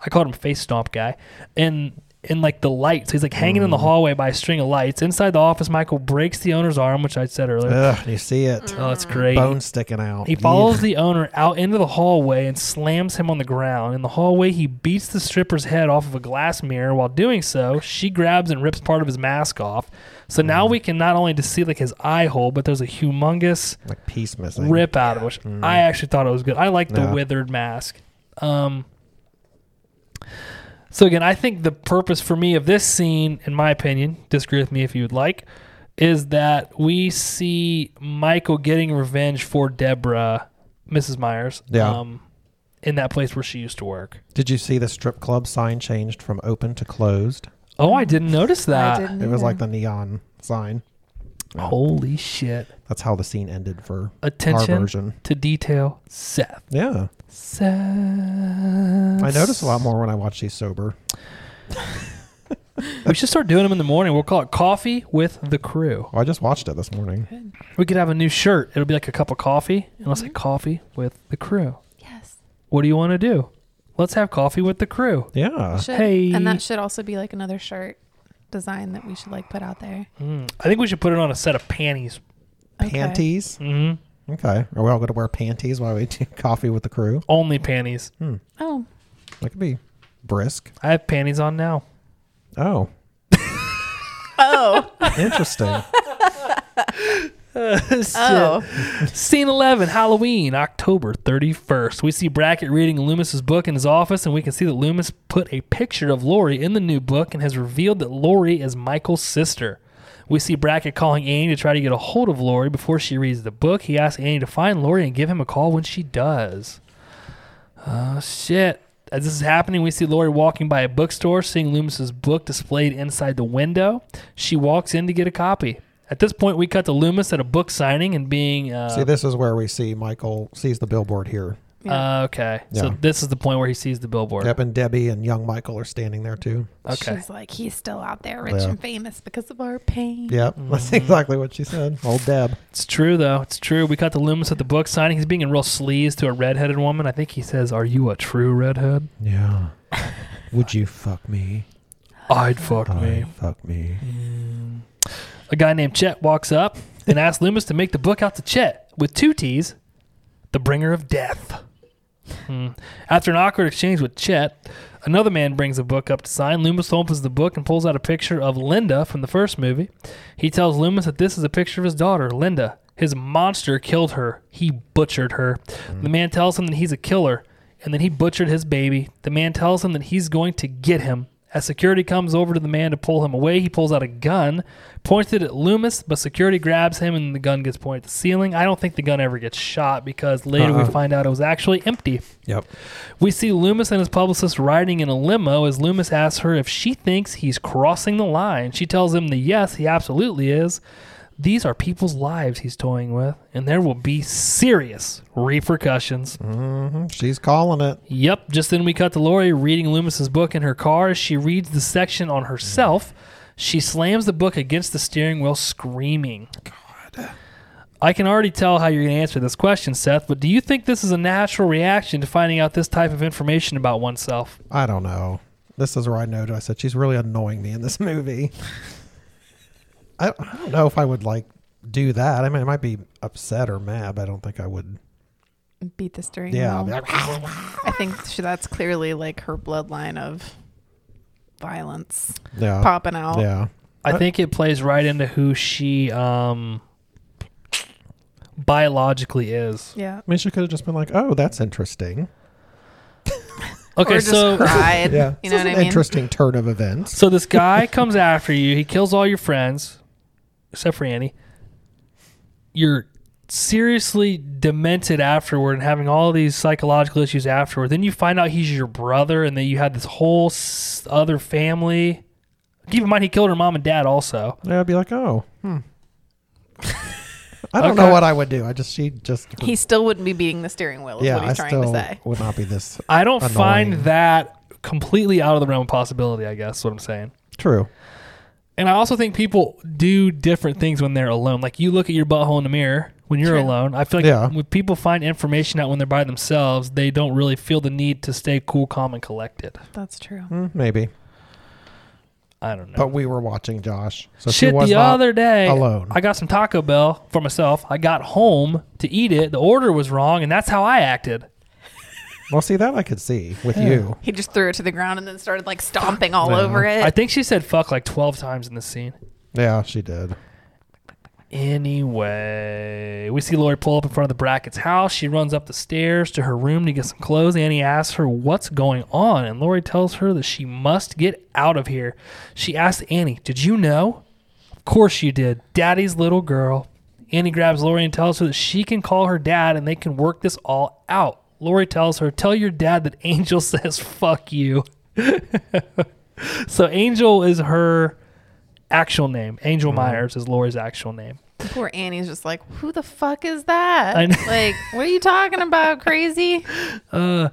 I called him face stomp guy, and in like the lights, he's like hanging in the hallway by a string of lights. Inside the office, Michael breaks the owner's arm, which I said earlier.
Ugh, you see it.
oh, that's great.
Bone sticking out.
He follows the owner out into the hallway and slams him on the ground. In the hallway, he beats the stripper's head off of a glass mirror. While doing so, she grabs and rips part of his mask off. So now we can not only just see like his eye hole, but there's a humongous
Ugh, like piece missing.
rip out of it, which I actually thought it was good. I like the
Yeah.
withered mask. Um, so again, I think the purpose for me of this scene, in my opinion, disagree with me if you would like, is that we see Michael getting revenge for Deborah, Mrs. Myers.
Yeah.
Um, in that place where she used to work.
Did you see the strip club sign changed from open to closed?
Oh, I didn't notice that.
I didn't
It was
either.
like the neon sign. Oh.
Holy shit.
That's how the scene ended for our
Attention
version.
to detail, Seth.
Yeah.
Seth.
I
I
notice a lot more when I watch these sober.
We should start doing them in the morning. We'll call it Coffee with the Crew.
Oh, I just watched it this morning.
We could have a new shirt. It'll be like a cup of coffee, and I'll say Coffee with the Crew.
yes.
What do you want to do? Let's have coffee with the crew.
Yeah.
Should-
hey.
And that should also be like another shirt design that we should like put out there.
I think we should put it on a set of panties.
Okay.
Panties.
Mm-hmm.
Okay. Are we all going to wear panties while we do coffee with the crew?
Only panties.
Oh,
That could be brisk.
I have panties on now.
Oh,
oh,
interesting.
oh.
Scene 11, Halloween, October 31st. We see Brackett reading Loomis's book in his office, and we can see that Loomis put a picture of Lori in the new book and has revealed that Lori is Michael's sister. We see Brackett calling Annie to try to get a hold of Lori before she reads the book. He asks Annie to find Lori and give him a call when she does. Oh, shit. As this is happening, we see Lori walking by a bookstore, seeing Loomis's book displayed inside the window. She walks in to get a copy. At this point, we cut to Loomis at a book signing and being. Uh,
see, this is where we see Michael sees the billboard here.
Yeah.
Uh, okay.
Yeah.
So this is the point where he sees the billboard.
Yep, and Debbie and young Michael are standing there too.
Okay.
She's like, he's still out there, rich
Yeah.
and famous because of our pain.
Yep, that's exactly what she said. Old Deb.
It's true though. It's true. We cut the Loomis at the book signing. He's being a real sleaze to a redheaded woman. I think he says, "Are you a true redhead?
Yeah. Would you fuck me?
I'd fuck
Oh,
me."
fuck me.
A guy named Chet walks up and asks Loomis to make the book out to Chet with two T's, the bringer of death. Hmm. After an awkward exchange with Chet, another man brings a book up to sign. Loomis opens the book and pulls out a picture of Linda from the first movie. He tells Loomis that this is a picture of his daughter, Linda. His monster killed her. He butchered her. The man tells him that he's a killer and that he butchered his baby. The man tells him that he's going to get him. As security comes over to the man to pull him away, he pulls out a gun, points it at Loomis, but security grabs him and the gun gets pointed at the ceiling. I don't think the gun ever gets shot because later
Uh-uh.
we find out it was actually empty.
Yep.
We see Loomis and his publicist riding in a limo as Loomis asks her if she thinks he's crossing the line. She tells him that yes, he absolutely is. These are people's lives he's toying with, and there will be serious repercussions.
hmm She's calling it.
Yep. Just then we cut to Lori reading Loomis's book in her car. As She reads the section on herself. She slams the book against the steering wheel, screaming. God. I can already tell how you're going to answer this question, Seth, but do you think this is a natural reaction to finding out this type of information about oneself?
I don't know. This is where I noted. I said she's really annoying me in this movie. I, I don't know if I would like do that. I mean, I might be upset or mad. But I don't think I would.
Beat the steering
Yeah. I'll
wheel.
be like,
I think she, that's clearly like her bloodline of violence
yeah.
popping out.
Oh, Yeah.
I think it plays right into who she um, biologically is.
Yeah.
I mean, she could have just been like, "Oh, that's interesting."
Okay,
or just
so
cried.
Yeah. This
You know
is
what I
an
mean?
Interesting turn of events.
So this guy comes after you. He kills all your friends, except for Annie. You're seriously demented afterward and having all these psychological issues afterward. Then you find out he's your brother and then you had this whole s- other family. Keep in mind, he killed her mom and dad also.
Yeah, I'd be like, "Oh, hmm." I don't know
Okay.
what I would do. I just she just
He still wouldn't be beating the steering wheel, is
yeah.
what he's
I
trying
still
to say.
would not be this
I don't find
Annoying.
that completely out of the realm of possibility, I guess, is what I'm saying.
true.
And I also think people do different things when they're alone. Like you look at your butthole in the mirror when you're
True.
alone. I feel like
Yeah.
when people find information out when they're by themselves, they don't really feel the need to stay cool, calm, and collected.
That's true.
Mm, maybe.
I don't know.
But we were watching Josh. So she
Shit,
was
the
not-
other day,
alone.
I got some Taco Bell for myself. I got home to eat it. The order was wrong, and that's how I acted.
Well, see that I could see with you.
He just threw it to the ground and then started like stomping all over it.
I think she said fuck like 12 times in this scene.
Yeah, she did.
Anyway, we see Lori pull up in front of the Brackett's house. She runs up the stairs to her room to get some clothes. Annie asks her what's going on, and Lori tells her that she must get out of here. She asks Annie, Did you know? Of course you did. Daddy's little girl. Annie grabs Lori and tells her that she can call her dad and they can work this all out. Lori tells her, Tell your dad that Angel says, fuck you. so Angel is her actual name. Angel Myers is Lori's actual name.
Poor Annie's just like, who the fuck is that?
I know.
Like, what are you talking about, crazy?
I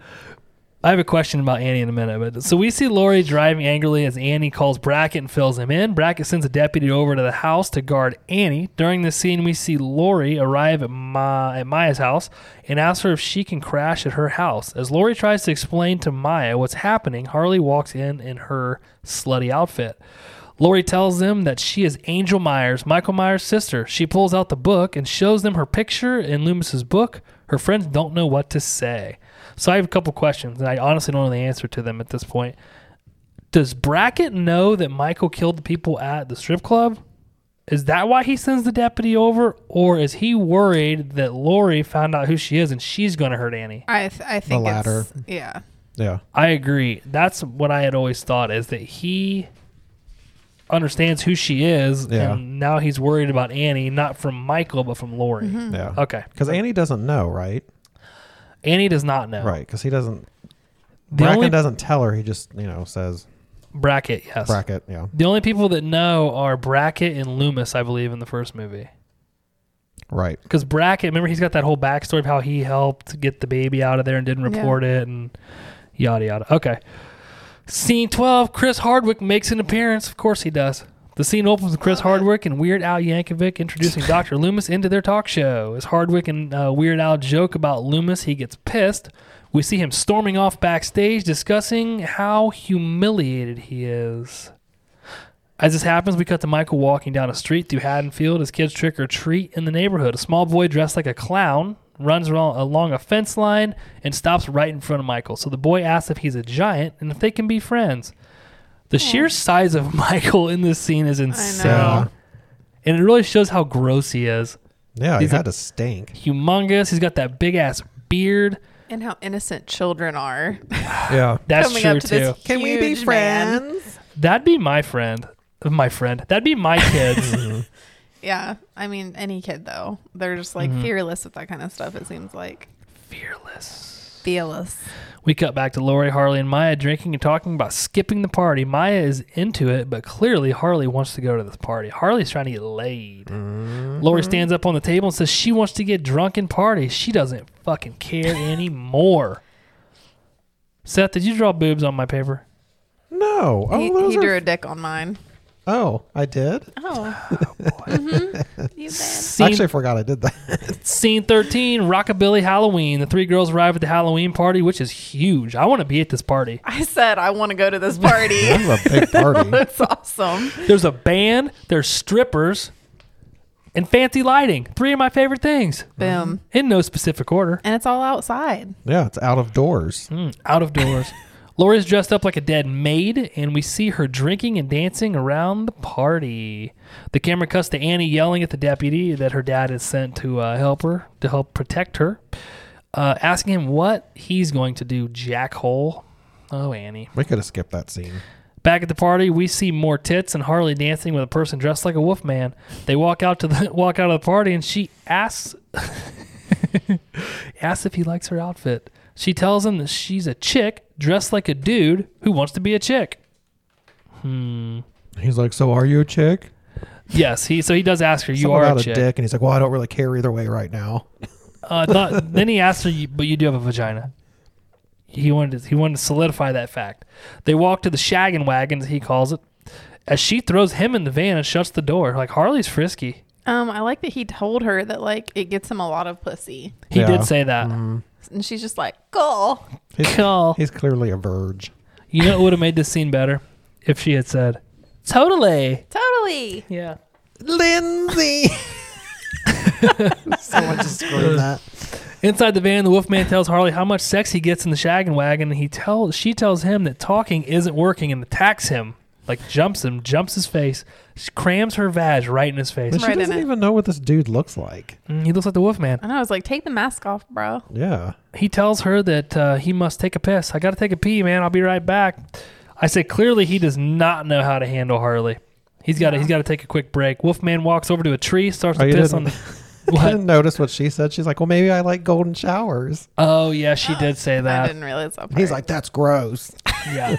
have a question about Annie in a minute, but so we see Lori driving angrily as Annie calls Brackett and fills him in. Brackett sends a deputy over to the house to guard Annie. During the scene, we see Lori arrive at, Ma- at Maya's house and asks her if she can crash at her house. As Lori tries to explain to Maya what's happening, Harley walks in in her slutty outfit. Lori tells them that she is Angel Myers, Michael Myers' sister. She pulls out the book and shows them her picture in Loomis's book. Her friends don't know what to say. So I have a couple questions, and I honestly don't know the answer to them at this point. Does Brackett know that Michael killed the people at the strip club? Is that why he sends the deputy over, or is he worried that Lori found out who she is and she's going to hurt Annie?
I, th- I think
latter.
It's, yeah.
Yeah.
I agree. That's what I had always thought is that he understands who she is,
Yeah.
and now he's worried about Annie, not from Michael, but from Lori.
Mm.
Yeah.
Okay.
Because Annie doesn't know, right?
Annie does not know.
Right. Because he doesn't.
The
Bracken
only
doesn't tell her. He just, you know, says
bracket, yes.
bracket. Yeah.
The only people that know are Brackett and Loomis, I believe, in the first movie.
Right.
Because Brackett, remember, he's got that whole backstory of how he helped get the baby out of there and didn't
Yeah.
report it and yada yada. Okay. Scene 12 Chris Hardwick makes an appearance. Of course he does. The scene opens with Chris Hardwick and Weird Al Yankovic introducing Dr. Loomis into their talk show. As Hardwick and uh, Weird Al joke about Loomis, he gets pissed. We see him storming off backstage discussing how humiliated he is. As this happens, we cut to Michael walking down a street through Haddonfield as kids trick or treat in the neighborhood. A small boy dressed like a clown runs along, along a fence line and stops right in front of Michael. So the boy asks if he's a giant and if they can be friends. The
Hmm.
sheer size of Michael in this scene is
Yeah.
insane. And it really shows how gross he is.
Yeah. He
He's a-
had to stink.
Humongous. He's got that big ass beard.
And how innocent children are
Yeah.
That's
coming
true
up to
too.
this.
Can we be
huge man.
friends?
That'd be my friend. My friend. That'd be my kids.
Yeah. I mean, any kid, though. They're just like
Mm-hmm.
fearless with that kind of stuff, it seems like.
Fearless.
Fearless.
We cut back to Lori, Harley, and Maya drinking and talking about skipping the party. Maya is into it, but clearly Harley wants to go to this party. Harley's trying to get laid. Lori stands up on the table and says she wants to get drunk and party. She doesn't fucking care anymore. Seth, did you draw boobs on my paper?
No. Oh,
he
those
he
are-
drew a dick on mine.
oh, I did.
Oh. Mm-hmm. You
I
Scene,
actually forgot I did that.
scene 13, Rockabilly Halloween. The three girls arrive at the Halloween party, which is huge. I want to be at this party.
I said I want to go to this party.
That was a big party.
That's awesome.
There's a band, there's strippers, and fancy lighting. Three of my favorite things.
Boom.
in no specific order,
And it's all outside.
Yeah, it's out of doors.
out of doors. Lori's dressed up like a dead maid, and we see her drinking and dancing around the party. The camera cuts to Annie yelling at the deputy that her dad is sent to uh, help her, to help protect her, uh, asking him what he's going to do, jackhole. Oh, Annie.
We could have skipped that scene.
Back at the party, we see more tits and Harley dancing with a person dressed like a wolf man. They walk out to the walk out of the party, and she asks asks if he likes her outfit. She tells him that she's a chick dressed like a dude who wants to be a chick.
He's like, "So are you a chick?"
Yes, he so he does ask her, "You
Something
are
about
a chick."
dick, and he's like, "Well, I don't really care either way right now."
Uh, not, then he asked her, "You- "But you do have a vagina." He wanted to, he wanted to solidify that fact. They walk to the shaggin' wagon, as he calls it, as she throws him in the van and shuts the door. Like Harley's frisky.
Um, I like that he told her that like it gets him a lot of pussy,
He
Yeah. Mm-hmm.
did say that.
and she's just like, "Cool."
He's,
Cool.
he's clearly a verge.
You know, it would have made this scene better if she had said, "Totally."
Totally.
Yeah.
Lindsay. Someone just screamed that.
Inside the van, the Wolfman tells Harley how much sex he gets in the shaggin' wagon, and he tells she tells him that talking isn't working and attacks him, like jumps him, jumps his face, she crams her vag right in his face.
And she
Right in
doesn't
it.
even know what this dude looks like.
Mm, He looks like the Wolfman.
And I was like, "Take the mask off, bro."
Yeah.
He tells her that uh, he must take a piss. I got to take a pee, man. I'll be right back. I say clearly he does not know how to handle Harley. He's got to he's got to take a quick break. Wolfman walks over to a tree, starts
Oh,
to
you
piss on
didn't-
the
I
What?
didn't notice what she said. She's like, well, maybe I like golden showers.
Oh yeah, she did say
I
that.
didn't realize that.
He's
part.
like, that's gross.
Yeah.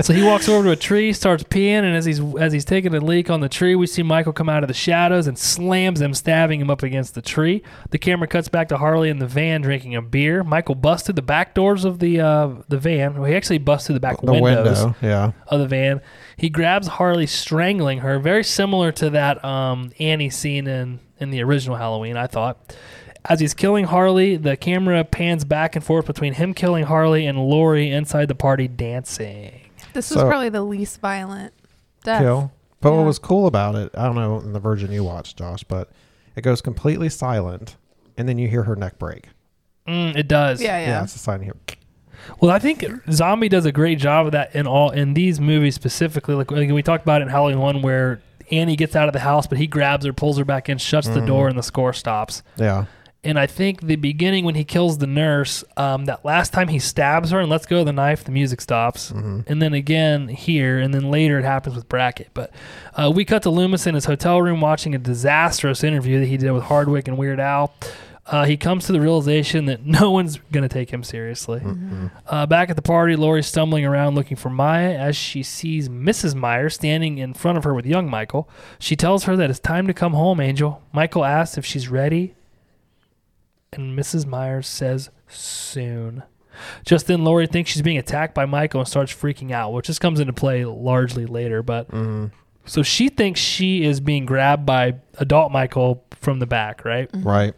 so he walks over to a tree, starts peeing, and as he's as he's taking a leak on the tree, we see Michael come out of the shadows and slams him, stabbing him up against the tree. The camera cuts back to Harley in the van drinking a beer. Michael busts through the back doors of the uh, the van. Well, he actually busts through the back
The
windows
window. Yeah.
of the van. He grabs Harley, strangling her, very similar to that um, Annie scene in, in the original Halloween, I thought. As he's killing Harley, the camera pans back and forth between him killing Harley and Lori inside the party dancing.
this
So-
was probably the least violent death.
Kill. But what
Yeah.
was cool about it, I don't know in the version you watched, Josh, but it goes completely silent and then you hear her neck break.
Mm, it does.
Yeah, yeah.
Yeah, it's a sign here.
Well, I think Zombie does a great job of that in all in these movies specifically. Like like we talked about in Halloween One, where Annie gets out of the house, but he grabs her, pulls her back in, shuts the door, and the score stops.
Yeah.
And I think the beginning when he kills the nurse, um, that last time he stabs her and lets go of the knife, the music stops. And then again here, and then later it happens with Brackett. But uh, we cut to Loomis in his hotel room watching a disastrous interview that he did with Hardwick and Weird Al. Uh, he comes to the realization that no one's going to take him seriously. Uh, back at the party, Lori's stumbling around looking for Maya as she sees Mrs. Meyer standing in front of her with young Michael. She tells her that it's time to come home, Angel. Michael asks if she's ready and Mrs. Myers says soon. Just then, Lori thinks she's being attacked by Michael and starts freaking out, which just comes into play largely later. But so she thinks she is being grabbed by adult Michael from the back, right?
Mm-hmm.
Right.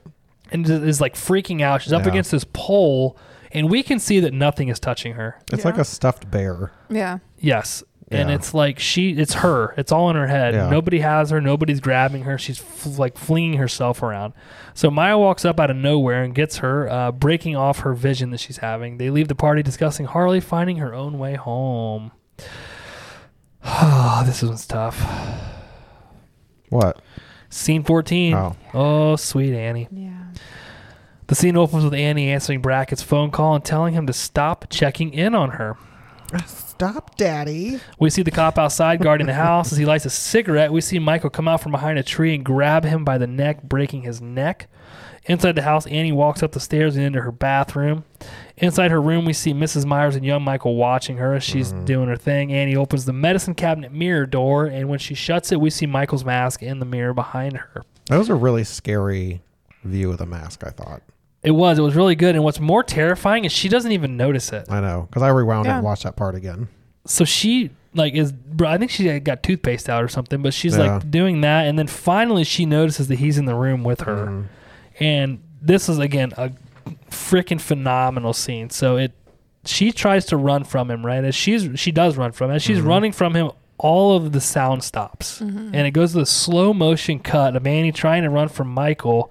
And is like freaking out. She's up
Yeah.
against this pole, and we can see that nothing is touching her.
It's
Yeah.
like a stuffed bear.
Yeah.
Yes. And
Yeah.
it's like she, it's her. It's all in her head.
Yeah.
Nobody has her. Nobody's grabbing her. She's f- like flinging herself around. So Maya walks up out of nowhere and gets her, uh, breaking off her vision that she's having. They leave the party discussing Harley finding her own way home. Oh, this one's tough.
What?
Scene 14.
Oh.
oh, sweet Annie.
Yeah.
The scene opens with Annie answering Brackett's phone call and telling him to stop checking in on her.
Stop, daddy.
We see the cop outside guarding the house as he lights a cigarette. We see Michael come out from behind a tree and grab him by the neck, breaking his neck. Inside the house, Annie walks up the stairs and into her bathroom. Inside her room, we see Mrs. Myers and young Michael watching her as she's doing her thing. Annie opens the medicine cabinet mirror door, and when she shuts it, we see Michael's mask in the mirror behind her.
That was a really scary view of the mask, I thought.
It was. It was really good. And what's more terrifying is she doesn't even notice it.
I know, because I rewound
Yeah.
and watched that part again.
so she like is bro, I think she had got toothpaste out or something, but she's
Yeah.
like doing that, and then finally she notices that he's in the room with her, and this is again a freaking phenomenal scene. So it she tries to run from him right as she's she does run from him. As she's running from him, all of the sound stops, and it goes to the slow motion cut of Annie trying to run from Michael,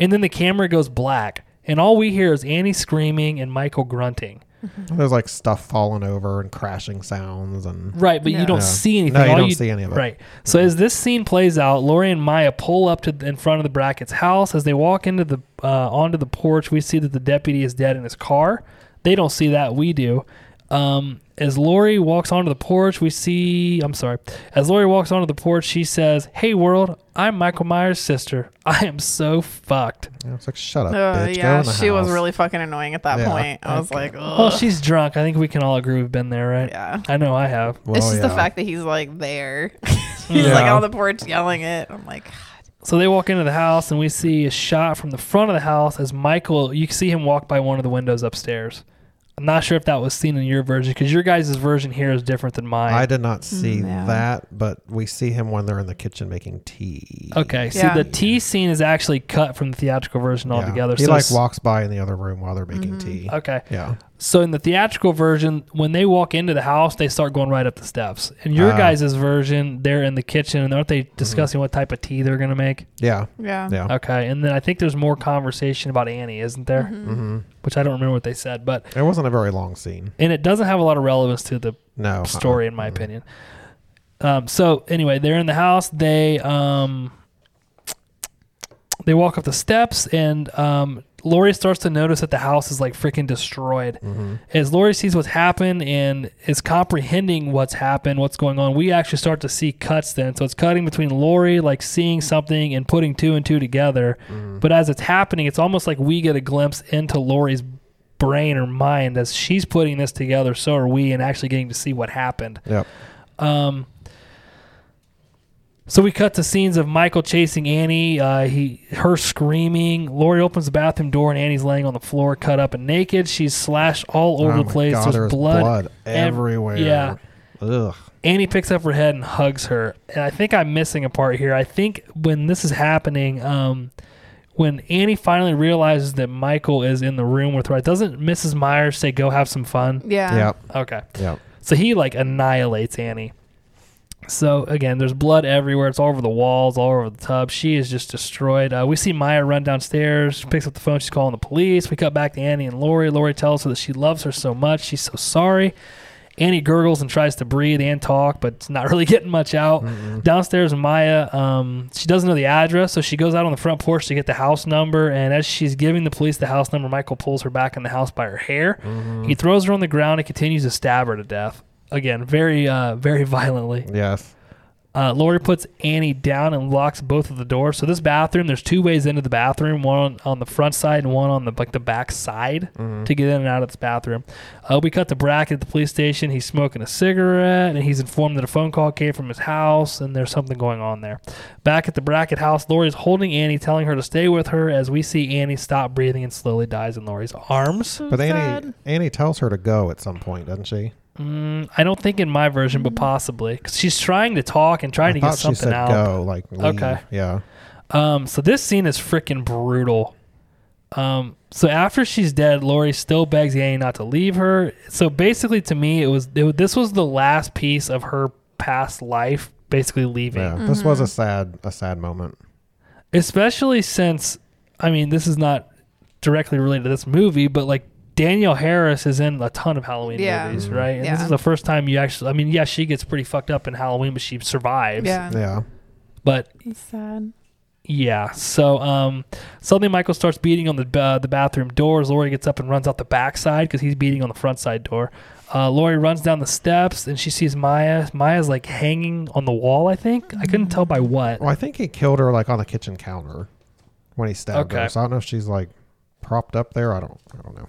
and then the camera goes black, and all we hear is Annie screaming and Michael grunting.
There's like stuff falling over and crashing sounds and
Right, but you
No.
don't
No.
see anything.
No, you
All
don't see any of it.
Right. So as this scene plays out, Lori and Maya pull up to the, in front of the Brackett's house. As they walk into the uh, onto the porch, we see that the deputy is dead in his car. They don't see that. We do. Um, as Lori walks onto the porch, we see. I'm sorry. As Lori walks onto the porch, she says, "Hey world, I'm Michael Myers' sister. I am so fucked."
I was like, shut up,
Oh
bitch. Go
yeah.
in the
She was
house."
really fucking annoying at that
Yeah.
point. I was like, oh.
Well, she's drunk. I think we can all agree we've been there, right?
yeah.
I know I have.
Well,
it's just the
yeah.
fact that he's like there. he's
Yeah.
like on the porch yelling it. I'm like,
So they walk into the house, and we see a shot from the front of the house as Michael. You can see him walk by one of the windows upstairs. I'm not sure if that was seen in your version because your guys' version here is different than mine.
I did not see
Mm, yeah.
that, but we see him when they're in the kitchen making tea.
okay,
Yeah.
see the tea scene is actually cut from the theatrical version
Yeah.
altogether.
He
so
like
it's-
walks by in the other room while they're making
Mm-hmm.
tea.
Okay,
Yeah.
so in the theatrical version, when they walk into the house, they start going right up the steps. In your
Ah. Mm-hmm.
guys' version, they're in the kitchen, and aren't they discussing what type of tea they're gonna make?
Yeah.
yeah.
Yeah.
Okay, and then I think there's more conversation about Annie, isn't there?
Mm-hmm.
hmm
Which I don't remember what they said, but
It wasn't a very long scene.
and it doesn't have a lot of relevance to the
No. uh-uh.
story in my opinion. Um, so anyway, they're in the house. They um, they walk up the steps, and um, Lori starts to notice that the house is like freaking destroyed. As Lori sees what's happened and is comprehending what's happened, what's going on, we actually start to see cuts then. So it's cutting between Lori like seeing something and putting two and two together. But as it's happening, it's almost like we get a glimpse into Lori's brain or mind as she's putting this together. So are we, and actually getting to see what happened.
Yep.
Um, so we cut to scenes of Michael chasing Annie. Uh, he, her screaming. Lori opens the bathroom door and Annie's laying on the floor, cut up and naked. She's slashed all over
Oh
the
my
place.
God,
There's
there is
blood,
blood
ev-
everywhere.
Yeah.
Ugh.
Annie picks up her head and hugs her. And I think I'm missing a part here. I think when this is happening, um, when Annie finally realizes that Michael is in the room with her, doesn't Mrs. Myers say, "Go have some fun"?
Yeah.
Yep.
Okay.
Yep.
So he like annihilates Annie. So again, there's blood everywhere. It's all over the walls, all over the tub. She is just destroyed. Uh, we see Maya run downstairs. She picks up the phone. She's calling the police. We cut back to Annie and Lori. Lori tells her that she loves her so much. She's so sorry. Annie gurgles and tries to breathe and talk, but it's not really getting much out. Downstairs, Maya, um, she doesn't know the address, so she goes out on the front porch to get the house number. And as she's giving the police the house number, Michael pulls her back in the house by her hair. He throws her on the ground and continues to stab her to death. Again, very, uh, very violently.
Yes.
Uh, Lori puts Annie down and locks both of the doors. So this bathroom, there's two ways into the bathroom, one on, on the front side and one on the like the back side
Mm-hmm.
to get in and out of this bathroom. Uh, we cut to Brack at the police station. He's smoking a cigarette and he's informed that a phone call came from his house and there's something going on there. Back at the Brackett house, Lori is holding Annie, telling her to stay with her as we see Annie stop breathing and slowly dies in Lori's arms.
But Annie, Annie tells her to go at some point, doesn't she?
Mm, I don't think in my version, but possibly. 'Cause she's trying to talk and trying
I
to
thought
get something
she said
out.
go, like leave.
Okay.
Yeah.
Um, so this scene is freaking brutal. Um, so after she's dead, Lori still begs Annie not to leave her. So basically, to me, it was it, was- this was the last piece of her past life, basically leaving.
Yeah.
Mm-hmm.
This was a sad, a sad moment.
Especially since, I mean, this is not directly related to this movie, but like Danielle Harris is in a ton of Halloween
Yeah.
movies, right? And this
Yeah.
is the first time you actually. I mean, yeah, she gets pretty fucked up in Halloween, but she survives.
Yeah.
Yeah.
But
It's sad.
Yeah. So um, suddenly Michael starts beating on the uh, the bathroom doors. Lori gets up and runs out the backside because he's beating on the front side door. Uh, Lori runs down the steps and she sees Maya. Maya's like hanging on the wall. I think I couldn't tell by what.
Well, I think he killed her like on the kitchen counter when he stabbed
Okay.
her. So I don't know if she's like propped up there. I don't. I don't know.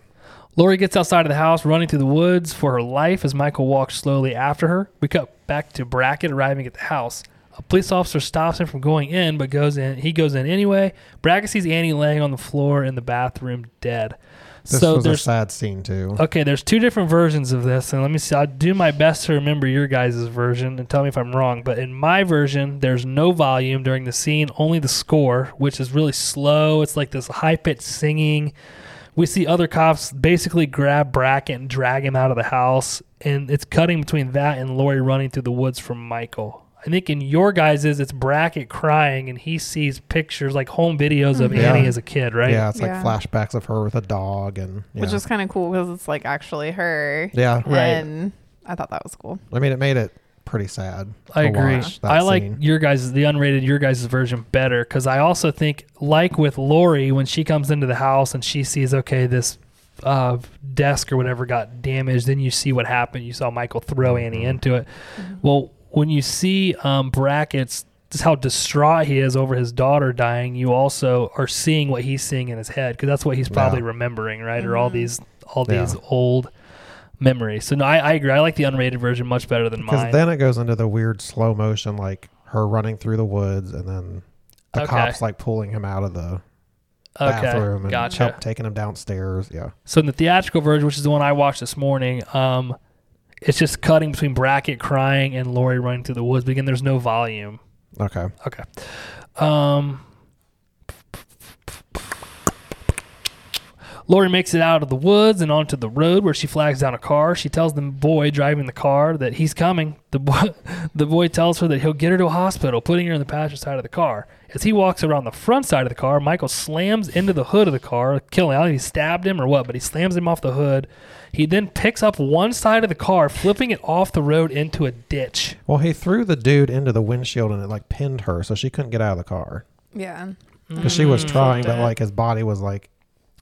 Lori gets outside of the house, running through the woods for her life as Michael walks slowly after her. We cut back to Brackett arriving at the house. A police officer stops him from going in, but goes in. He goes in anyway. Brackett sees Annie laying on the floor in the bathroom, dead.
This
so
was a
there's Oh,
sad scene too.
Okay, there's two different versions of this, and let me see. I'll do my best to remember your guys' version and tell me if I'm wrong. But in my version, there's no volume during the scene, only the score, which is really slow. It's like this high pitched singing. We see other cops basically grab Brackett and drag him out of the house, and it's cutting between that and Lori running through the woods from Michael. I think in your guys' it's Brackett crying, and he sees pictures like home videos of
Hmm. Yeah.
Annie as a kid, right?
Yeah, it's like
Yeah.
flashbacks of her with a dog and yeah.
Which is kind of cool because it's like actually her.
yeah.
Right.
And I thought that was cool.
I mean, it made it pretty sad.
I
to
agree.
watch that
I like
scene.
your guys, the unrated your guys' version better because I also think, like with Lori, when she comes into the house and she sees, okay, this uh, desk or whatever got damaged, then you see what happened. You saw Michael throw Annie
Mm-hmm.
into it. Well, when you see um, brackets, just how distraught he is over his daughter dying, you also are seeing what he's seeing in his head because that's what he's probably
Yeah.
remembering, right? Or all these all
Yeah.
these old memories. So no, I, I agree. I like the unrated version much better than mine.
because then it goes into the weird slow motion, like her running through the woods, and then the
Okay.
cops like pulling him out of the bathroom and
gotcha.
help taking him downstairs. Yeah,
So in the theatrical version, which is the one I watched this morning, um, it's just cutting between Brackett crying and Lori running through the woods. But again, there's no volume.
okay.
Okay. Um, Lori makes it out of the woods and onto the road where she flags down a car. She tells the boy driving the car that he's coming. The boy, the boy tells her that he'll get her to a hospital, putting her in the passenger side of the car. As he walks around the front side of the car, Michael slams into the hood of the car, killing. I don't know if he stabbed him or what, but he slams him off the hood. He then picks up one side of the car, flipping it off the road into a ditch.
Well, he threw the dude into the windshield and it like pinned her, so she couldn't get out of the car
Yeah.
Mm-hmm.
because she was trying, but
that.
like his body was like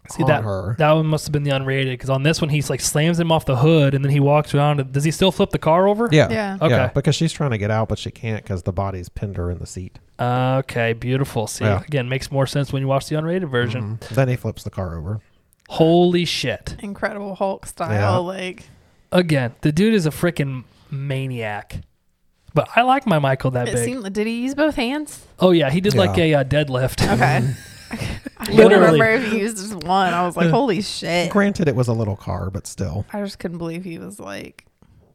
Mm. See
on
that
her.
that one must have been the unrated because on this one he's like slams him off the hood and then he walks around. Does he still flip the car over?
yeah.
Yeah.
Okay.
because she's trying to get out, but she can't because the body's pinned her in the seat.
Uh, Okay, beautiful. See,
Yeah.
again, makes more sense when you watch the unrated version.
Mhm. Then he flips the car over.
Holy shit.
Incredible Hulk style,
Yeah.
like
Again, the dude is a freaking maniac. But I like my Michael that
it
big.
seemed. Did he use both hands?
oh, yeah, he did like
Yeah.
a uh, deadlift.
Okay. I
Literally.
remember if he used just one. I was like, holy shit.
Granted, it was a little car, but still.
I just couldn't believe he was like.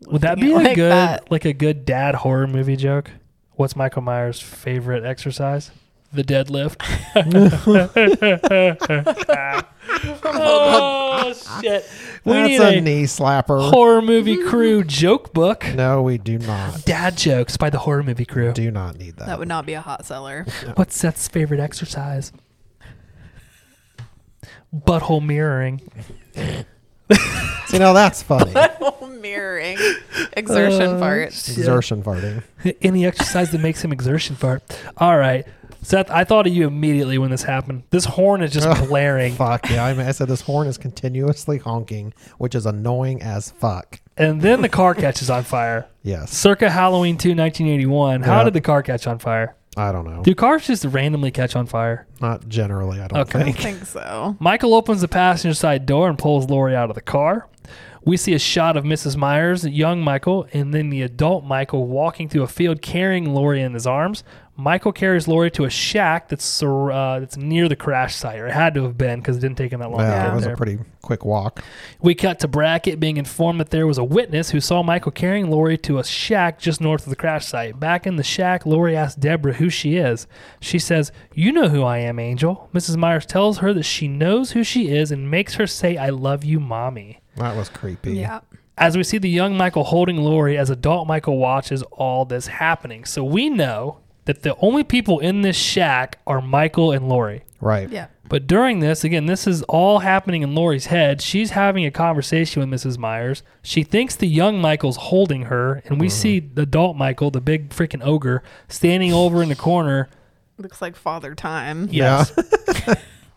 Would that
lifting
be
it
a
like
good
that.
like a good dad horror movie joke? What's Michael Myers' favorite exercise? The deadlift. oh shit. We
That's
need
a,
a
knee slapper.
horror movie crew joke book.
no, we do not.
Dad jokes by the horror movie crew.
Do not need that.
Oh.
That would not be a hot seller.
What's Seth's favorite exercise? Butthole mirroring.
See, now that's funny.
mirroring exertion
Uh,
parts.
shit.
Exertion farting.
any exercise that makes him exertion fart. All right, Seth, I thought of you immediately when this happened. This horn is just blaring,
Oh, Fuck yeah! I, mean, I said this horn is continuously honking, which is annoying as fuck.
and then the car catches on fire.
Yes,
Circa Halloween 2, 1981. How
Yeah.
did the car catch on fire?
I don't know.
Do cars just randomly catch on fire?
Not generally, I don't
Okay.
I
think.
think so.
Michael opens the passenger side door and pulls Lori out of the car. We see a shot of Mrs. Myers, young Michael, and then the adult Michael walking through a field carrying Lori in his arms. Michael carries Lori to a shack that's sur- uh, that's near the crash site, or it had to have been because it didn't take him that long.
Yeah,
to
it
get
was
there.
a pretty quick walk.
we cut to Brackett being informed that there was a witness who saw Michael carrying Lori to a shack just north of the crash site. Back in the shack, Lori asks Deborah who she is. She says, You know who I am, Angel. Mrs. Myers tells her that she knows who she is and makes her say, I love you, Mommy.
That was creepy.
Yeah.
As we see the young Michael holding Lori as adult Michael watches all this happening. So we know that the only people in this shack are Michael and Lori.
Right.
Yeah.
But during this, again, this is all happening in Lori's head. She's having a conversation with Mrs. Myers. She thinks the young Michael's holding her, and we see the adult Michael, the big freaking ogre, standing over in the corner.
Looks like father time.
Yes.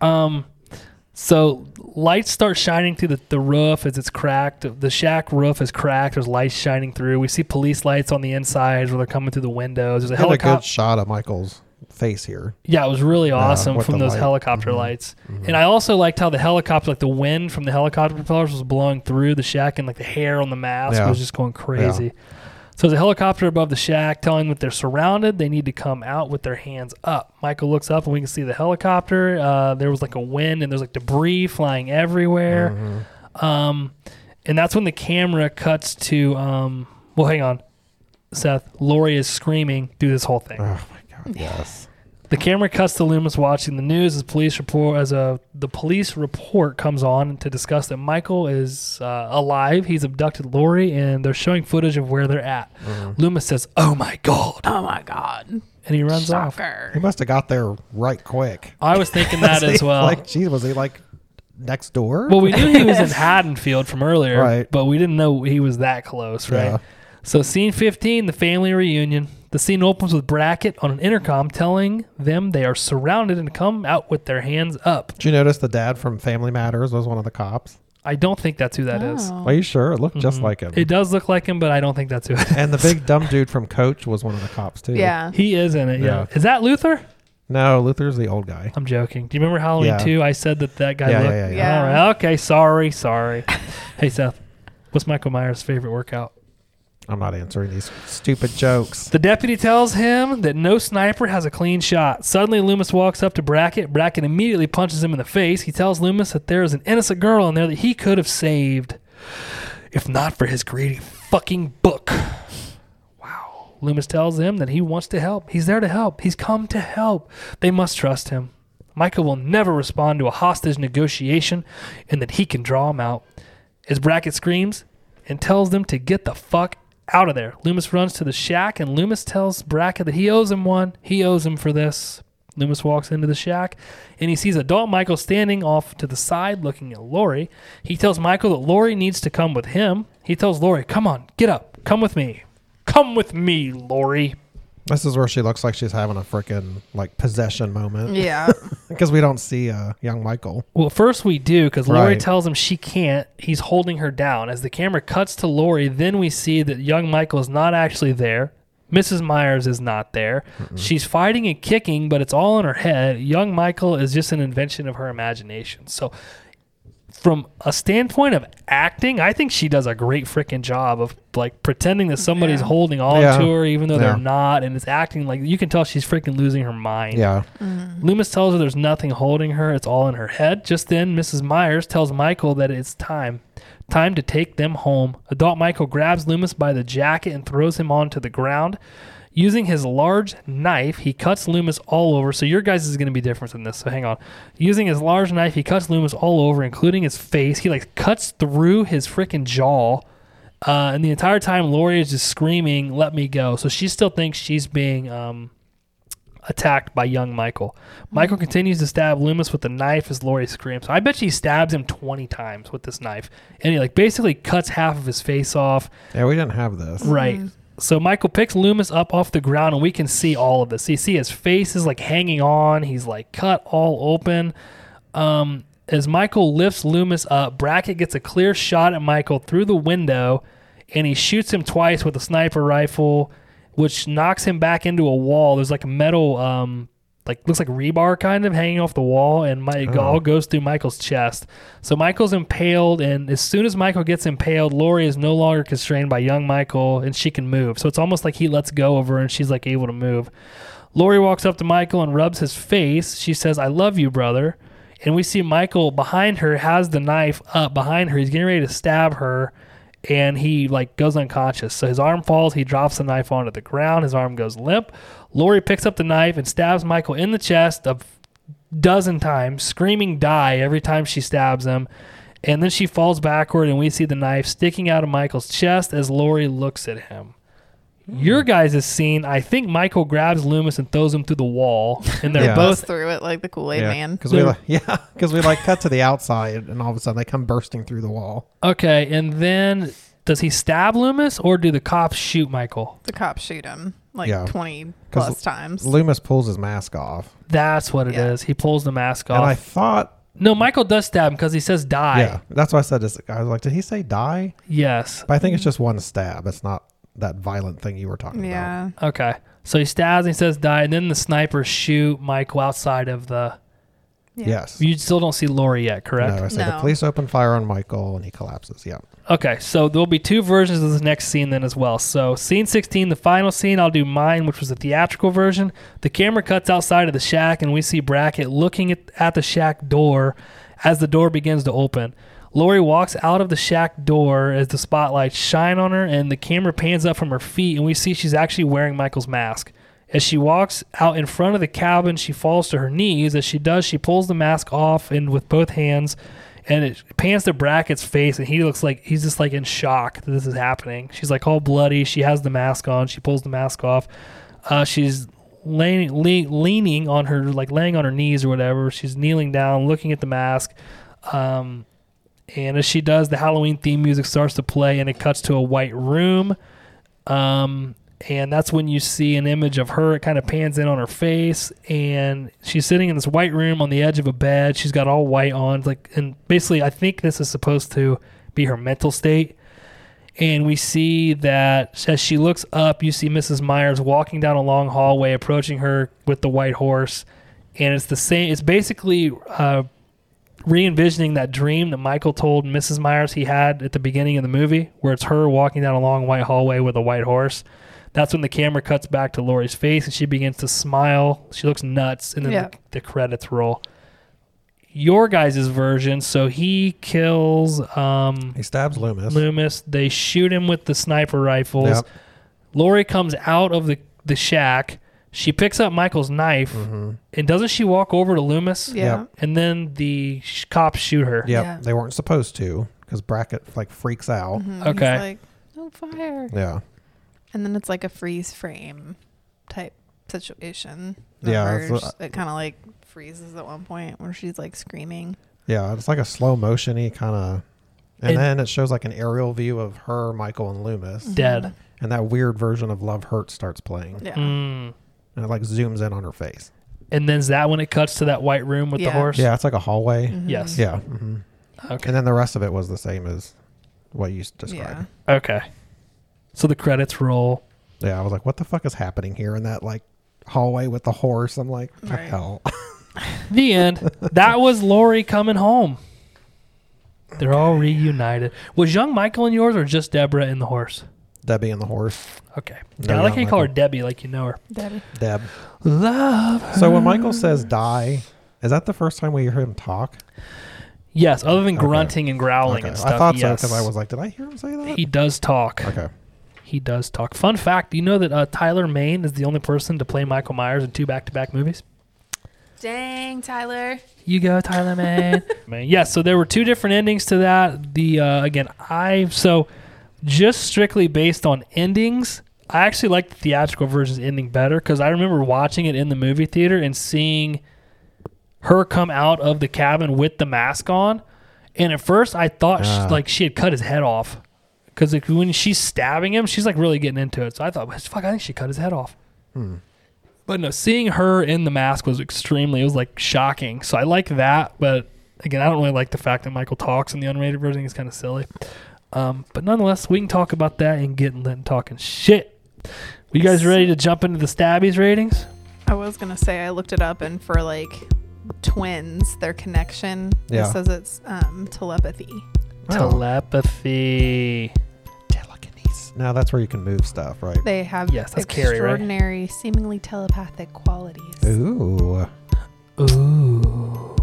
um, so lights start shining through the, the roof as it's cracked. The shack roof is cracked. There's lights shining through. We see police lights on the insides where they're coming through the windows. There's a
Get a good
helicopter.
shot of Michael's face here.
Yeah, it was really awesome
with
from
the
those
light. Mm-hmm.
helicopter lights. And I also liked how the helicopter, like the wind from the helicopter propellers, was blowing through the shack, and like the hair on the mask
Yeah.
was just going crazy. So there's a helicopter above the shack telling them that they're surrounded. They need to come out with their hands up. Michael looks up and we can see the helicopter. Uh, there was like a wind and there's like debris flying everywhere.
Mm-hmm.
Um, and that's when the camera cuts to. Um, well, hang on, Seth. Lori is screaming through this whole thing.
Oh my god. Yes.
The camera cuts to Loomis watching the news as police report as a the police report comes on to discuss that Michael is uh, alive. He's abducted Lori, and they're showing footage of where they're at.
Mm-hmm.
Loomis says, "Oh my god,"
Oh my God.
and he runs off.
He
Shocker.
must have got there right quick.
I was thinking that as well.
Like, geez, was he like next door?
well, we knew he was in Haddonfield from earlier,
Right.
but we didn't know he was that close, right?
Yeah.
So, scene 15, the family reunion. The scene opens with Brackett on an intercom telling them they are surrounded and come out with their hands up.
Did you notice the dad from Family Matters was one of the cops?
I don't think that's who that is.
Oh.
Are you sure? It looked just like him.
Mm. Mm-hmm. It does look like him, but I don't think that's who it is.
and the big dumb dude from Coach was one of the cops too.
Yeah.
He is in it, yeah.
Yeah.
Is that Luther?
No, Luther's the old guy.
I'm joking. Do you remember Halloween
Yeah.
2? I said that that guy
Yeah, yeah,
looked.
yeah, yeah.
Yeah.
All right. Okay. Sorry. Sorry. hey, Seth. What's Michael Myers' favorite workout?
I'm not answering these stupid jokes.
The deputy tells him that no sniper has a clean shot. Suddenly, Loomis walks up to Brackett. Brackett immediately punches him in the face. He tells Loomis that there is an innocent girl in there that he could have saved if not for his greedy fucking book. Wow. Loomis tells him that he wants to help. He's there to help. He's come to help. They must trust him. Michael will never respond to a hostage negotiation and that he can draw him out. As Brackett screams and tells them to get the fuck out of there, Loomis runs to the shack and Loomis tells Brackett that he owes him one. He owes him for this. Loomis walks into the shack and he sees adult Michael standing off to the side looking at Lori. He tells Michael that Lori needs to come with him. He tells Lori, Come on, get up, come with me. Come with me, Lori.
This is where she looks like she's having a freaking like possession moment
Yeah.
because we don't see uh, young Michael.
Well, first we do because Lori
Right.
tells him she can't. He's holding her down. As the camera cuts to Lori, then we see that young Michael is not actually there. Mrs. Myers is not there. She's fighting and kicking, but it's all in her head. Young Michael is just an invention of her imagination. So, from a standpoint of acting, I think she does a great freaking job of like pretending that somebody's
Yeah.
holding on
Yeah.
to her, even though
Yeah.
they're not, and it's acting like you can tell she's freaking losing her mind.
Yeah,
Loomis tells her there's nothing holding her, it's all in her head. Just then, Mrs. Myers tells Michael that it's time. Time to take them home. Adult Michael grabs Loomis by the jacket and throws him onto the ground. Using his large knife, he cuts Loomis all over. So, your guys is going to be different than this, so hang on. Using his large knife, he cuts Loomis all over, including his face. He, like, cuts through his freaking jaw. Uh, and the entire time, Lori is just screaming, Let me go. So, she still thinks she's being. Um, attacked by young Michael. Michael continues to stab Loomis with the knife as Lori screams. I bet she stabs him 20 times with this knife. And he like basically cuts half of his face off.
yeah, we didn't have this.
Right. So Michael picks Loomis up off the ground and we can see all of this. You see his face is like hanging on. He's like cut all open. Um as Michael lifts Loomis up, Brackett gets a clear shot at Michael through the window and he shoots him twice with a sniper rifle, which knocks him back into a wall. There's like a metal, um, like looks like rebar kind of hanging off the wall, and my it all goes through Michael's chest. So Michael's impaled, and as soon as Michael gets impaled, Lori is no longer constrained by young Michael, and she can move. So it's almost like he lets go of her, and she's like able to move. Lori walks up to Michael and rubs his face. She says, "I love you, brother." And we see Michael behind her has the knife up behind her. He's getting ready to stab her and he like goes unconscious. So his arm falls, he drops the knife onto the ground, his arm goes limp. Lori picks up the knife and stabs Michael in the chest a dozen times, screaming die every time she stabs him. And then she falls backward and we see the knife sticking out of Michael's chest as Lori looks at him. Your guys' scene, I think Michael grabs Loomis and throws him through the wall, and they're
Yeah.
both
Goes through it like the Kool Aid
Yeah,
man.
because we
They're-
like, yeah, 'cause we like cut to the outside, and all of a sudden they come bursting through the wall.
okay. And then does he stab Loomis or do the cops shoot Michael?
The cops shoot him like
Yeah.
20
'Cause
plus times.
Loomis pulls his mask off,
That's what it is.
Yeah.
He pulls the mask
and
off.
I thought,
no, Michael does stab him because he says die.
yeah, that's why I said this. I was like, did he say die?
Yes.
But I think it's just one stab. It's not that violent thing you were talking about.
yeah.
Okay. So he stabs and he says die, and then the snipers shoot Michael outside of the.
Yeah.
Yes.
You still don't see Lori yet, correct?
No, I say the
No.
police open fire on Michael, and he collapses. Yeah.
Okay, so there'll be two versions of this next scene then as well. So, scene 16, the final scene, I'll do mine, which was the theatrical version. The camera cuts outside of the shack, and we see Brackett looking at, at the shack door as the door begins to open. Lori walks out of the shack door as the spotlights shine on her, and the camera pans up from her feet, and we see she's actually wearing Michael's mask. As she walks out in front of the cabin, she falls to her knees. As she does, she pulls the mask off and with both hands, and it pans to Brackett's face, and he looks like he's just like in shock that this is happening. She's like all bloody. She has the mask on. She pulls the mask off. Uh, she's laying, le- leaning on her, like laying on her knees or whatever. She's kneeling down, looking at the mask. Um, and as she does, the Halloween theme music starts to play, and it cuts to a white room. Um, and that's when you see an image of her. It kind of pans in on her face, and she's sitting in this white room on the edge of a bed. She's got all white on, like, and basically, I think this is supposed to be her mental state. And we see that as she looks up, you see Mrs. Myers walking down a long hallway, approaching her with the white horse. And it's the same. It's basically uh, re-envisioning that dream that Michael told Mrs. Myers he had at the beginning of the movie, where it's her walking down a long white hallway with a white horse. That's when the camera cuts back to Lori's face and she begins to smile. She looks nuts, and then
Yeah.
the, the credits roll. Your guys' version, so he kills um,
He stabs Loomis.
Loomis. They shoot him with the sniper rifles.
Yep.
Lori comes out of the, the shack. She picks up Michael's knife,
Mm-hmm.
and doesn't she walk over to Loomis?
Yeah.
Yep.
And then the sh- cops shoot her.
Yep.
Yeah.
They weren't supposed to because Brackett like freaks out.
Mhm.
Okay.
He's like, no fire.
Yeah.
And then it's like a freeze frame type situation.
Yeah,
Remember,
that's what
sh- it kind of like freezes at one point where she's like screaming.
Yeah. It's like a slow motiony kind of And,
And-
then it shows like an aerial view of her, Michael, and Loomis.
Dead.
Mm-hmm.
and that weird version of Love Hurts starts playing.
Yeah.
Mm.
And it like zooms in on her face.
And then is that when it cuts to that white room with the
Yeah.
horse?
Yeah, it's like a hallway.
Mm-hmm.
Yes.
Yeah. hmm
Okay.
And then the rest of it was the same as what you s- described.
Okay. So the credits roll.
Yeah. I was like, what the fuck is happening here in that like hallway with the horse? I'm like, the
Right.
hell.
The end. that was Lori coming home. They're all reunited. Was young Michael in yours or just Deborah and the horse?
Debbie and the horse.
Okay.
No,
I like
young
how you call her
Michael.
Debbie, like you know her.
Debbie.
Deb.
Love her.
So when Michael says
Um,
die, is that the first time we hear him talk?
Yes, other than
Okay.
grunting and growling
Okay.
and stuff.
I thought
yes.
so because I was like, did I hear him say that?
He does talk.
okay.
He does talk. Fun fact: Do you know that uh, Tyler Maine is the only person to play Michael Myers in two back-to-back movies?
Dang, Tyler.
You go, Tyler Maine. Man, yeah. So there were two different endings to that. The uh, again, I so just strictly based on endings. I actually like the theatrical version's ending better because I remember watching it in the movie theater and seeing her come out of the cabin with the mask on. And at first, I thought
Ah.
she, like she had cut his head off because like, when she's stabbing him, she's like really getting into it. So I thought, "Well, fuck, I think she cut his head off. But no, seeing her in the mask was extremely, it was like shocking. So I like that, but again, I don't really like the fact that Michael talks in the unrated version. It's kind of silly. Um, but nonetheless, we can talk about that and get lit and talking shit. You guys ready to jump into the Stabbies ratings?
I was gonna say I looked it up, and for like twins, their connection
Yeah.
it says it's um, telepathy.
Oh.
Telepathy.
Telekinesis. Now that's where you can move stuff, right?
They have
Yes, that's Carrie, right?
extraordinary, seemingly telepathic qualities.
Ooh.
Ooh.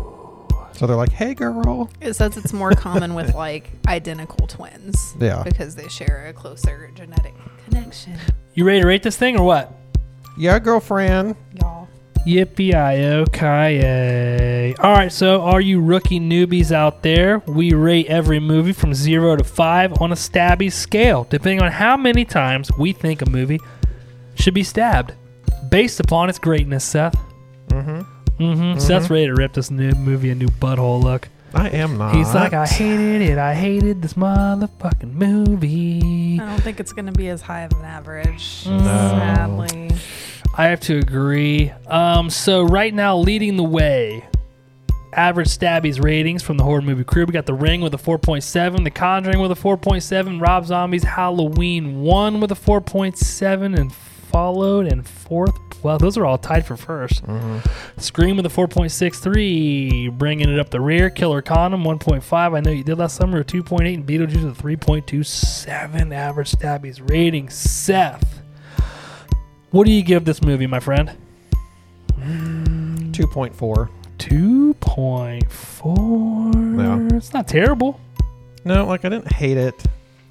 So they're like, hey, girl.
It says it's more common with like identical twins
Yeah.
because they share a closer genetic connection.
You ready to rate this thing or what?
Yeah, girlfriend.
Y'all,
Yippee ki All right, so all you rookie newbies out there, we rate every movie from 0 to 5 on a stabby scale, depending on how many times we think a movie should be stabbed, based upon its greatness, Seth. Mm-hmm. Mm-hmm. Seth's ready to rip this new movie a new butthole look.
I am not.
He's like, I hated it. I hated this motherfucking movie.
I don't think it's gonna be as high of an average.
No.
Sadly,
I have to agree. Um, so right now, leading the way, average Stabby's ratings from the horror movie crew. We got The Ring with a 4.7, The Conjuring with a 4.7, Rob Zombie's Halloween One with a 4.7, and followed and fourth. Well, those are all tied for 1st Scream with a 4.63, bringing it up the rear. Killer Condom 1.5. I know you did last summer. 2.8 and Beetlejuice with a 3.27 average Stabby's rating. Seth. What do you give this movie, my friend?
2.4.
2.4.
Yeah.
It's not terrible.
No, like, I didn't hate it.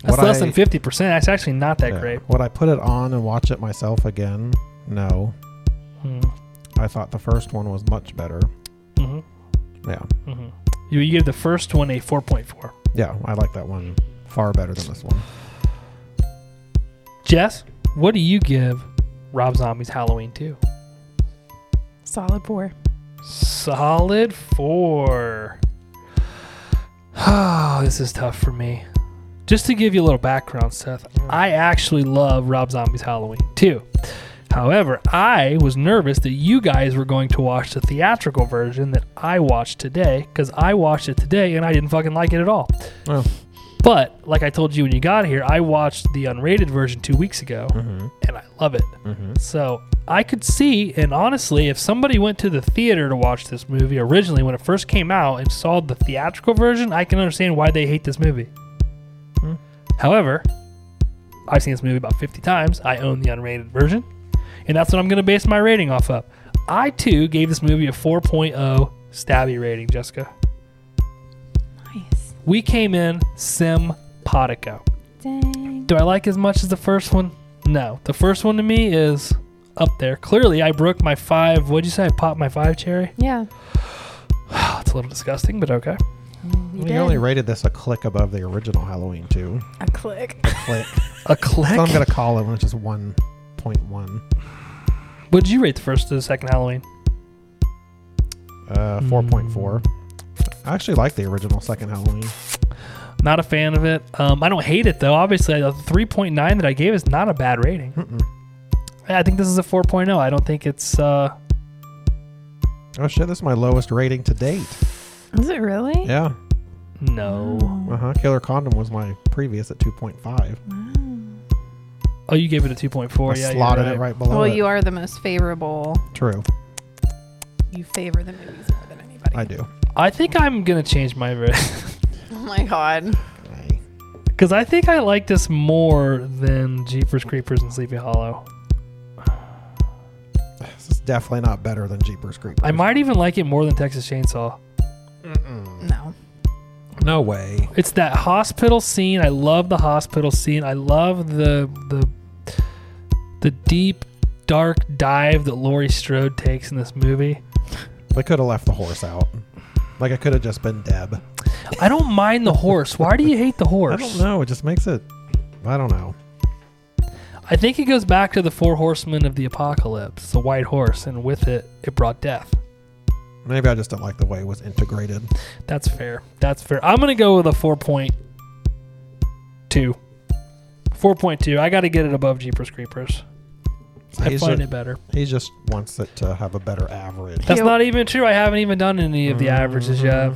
That's
Would
less
I-
than 50%. That's actually not that
yeah.
great.
Would I put it on and watch it myself again? No.
hmm
I thought the first one was much better.
hmm
Yeah.
hmm You, you give the first one a 4.4.
Yeah, I like that one far better than this one.
Jess, what do you give Rob Zombie's Halloween 2?
solid four.
Solid 4. Oh, this is tough for me. Just to give you a little background, Seth, I actually love Rob Zombie's Halloween 2. However, I was nervous that you guys were going to watch the theatrical version that I watched today because I watched it today and I didn't fucking like it at all.
Oh.
But, like I told you when you got here, I watched the unrated version two weeks ago and I love it.
Mm-hmm.
So I could see, and honestly, if somebody went to the theater to watch this movie originally when it first came out and saw the theatrical version, I can understand why they hate this movie.
Hmm.
However, I've seen this movie about 50 times. I own the unrated version, and that's what I'm going to base my rating off of. I too gave this movie a 4.0 stabby rating, Jessica.
Nice.
We came in simpatico.
Dang.
Do I like as much as the first one? No. The first one to me is up there. Clearly, I broke my five. What'd you say? I popped my five cherry?
Yeah.
Oh, it's a little disgusting, but okay.
Mm, You
We
did.
only rated this a click above the original Halloween 2.
a click.
Click.
A
That's
click.
what I'm going to call it when it's just 1.1.
What'd you rate the first to the second Halloween?
Uh, 4.4. I actually like the original second Halloween.
Not a fan of it. Um, I don't hate it though. Obviously, a 3.9 that I gave is not a bad rating. I think this is a 4.0. I don't think it's. Uh,
Oh shit, this is my lowest rating to date.
Is it really?
Yeah.
Oh,
no.
Uh huh. Killer Condom was my previous at 2.5.
Oh, you gave it a 2.4.
I
yeah, you're
slotted it right below.
Well,
it.
you are the most favorable.
True.
You favor the movies more than anybody.
I do.
I think I'm gonna change my
oh my god.
because I think I like this more than Jeepers Creepers and Sleepy Hollow.
This is definitely not better than Jeepers Creepers.
I might even like it more than Texas Chainsaw.
No.
No way.
It's that hospital scene. I love the hospital scene. I love the the the deep dark dive that Laurie Strode takes in this movie.
They could have left the horse out. Like I could have just been Deb.
I don't mind the horse. Why do you hate the horse?
I don't know. It just makes it. I don't know.
I think it goes back to the four horsemen of the apocalypse, the white horse, and with it, it brought death.
Maybe I just don't like the way it was integrated.
That's fair. That's fair. I'm gonna go with a 4.2. 4.2. I got to get it above Jeepers Creepers. I
He's
find
a-
it better.
He just wants it to have a better average. Mm-hmm.
That's
Yeah.
not even true. I haven't even done any of the averages yet.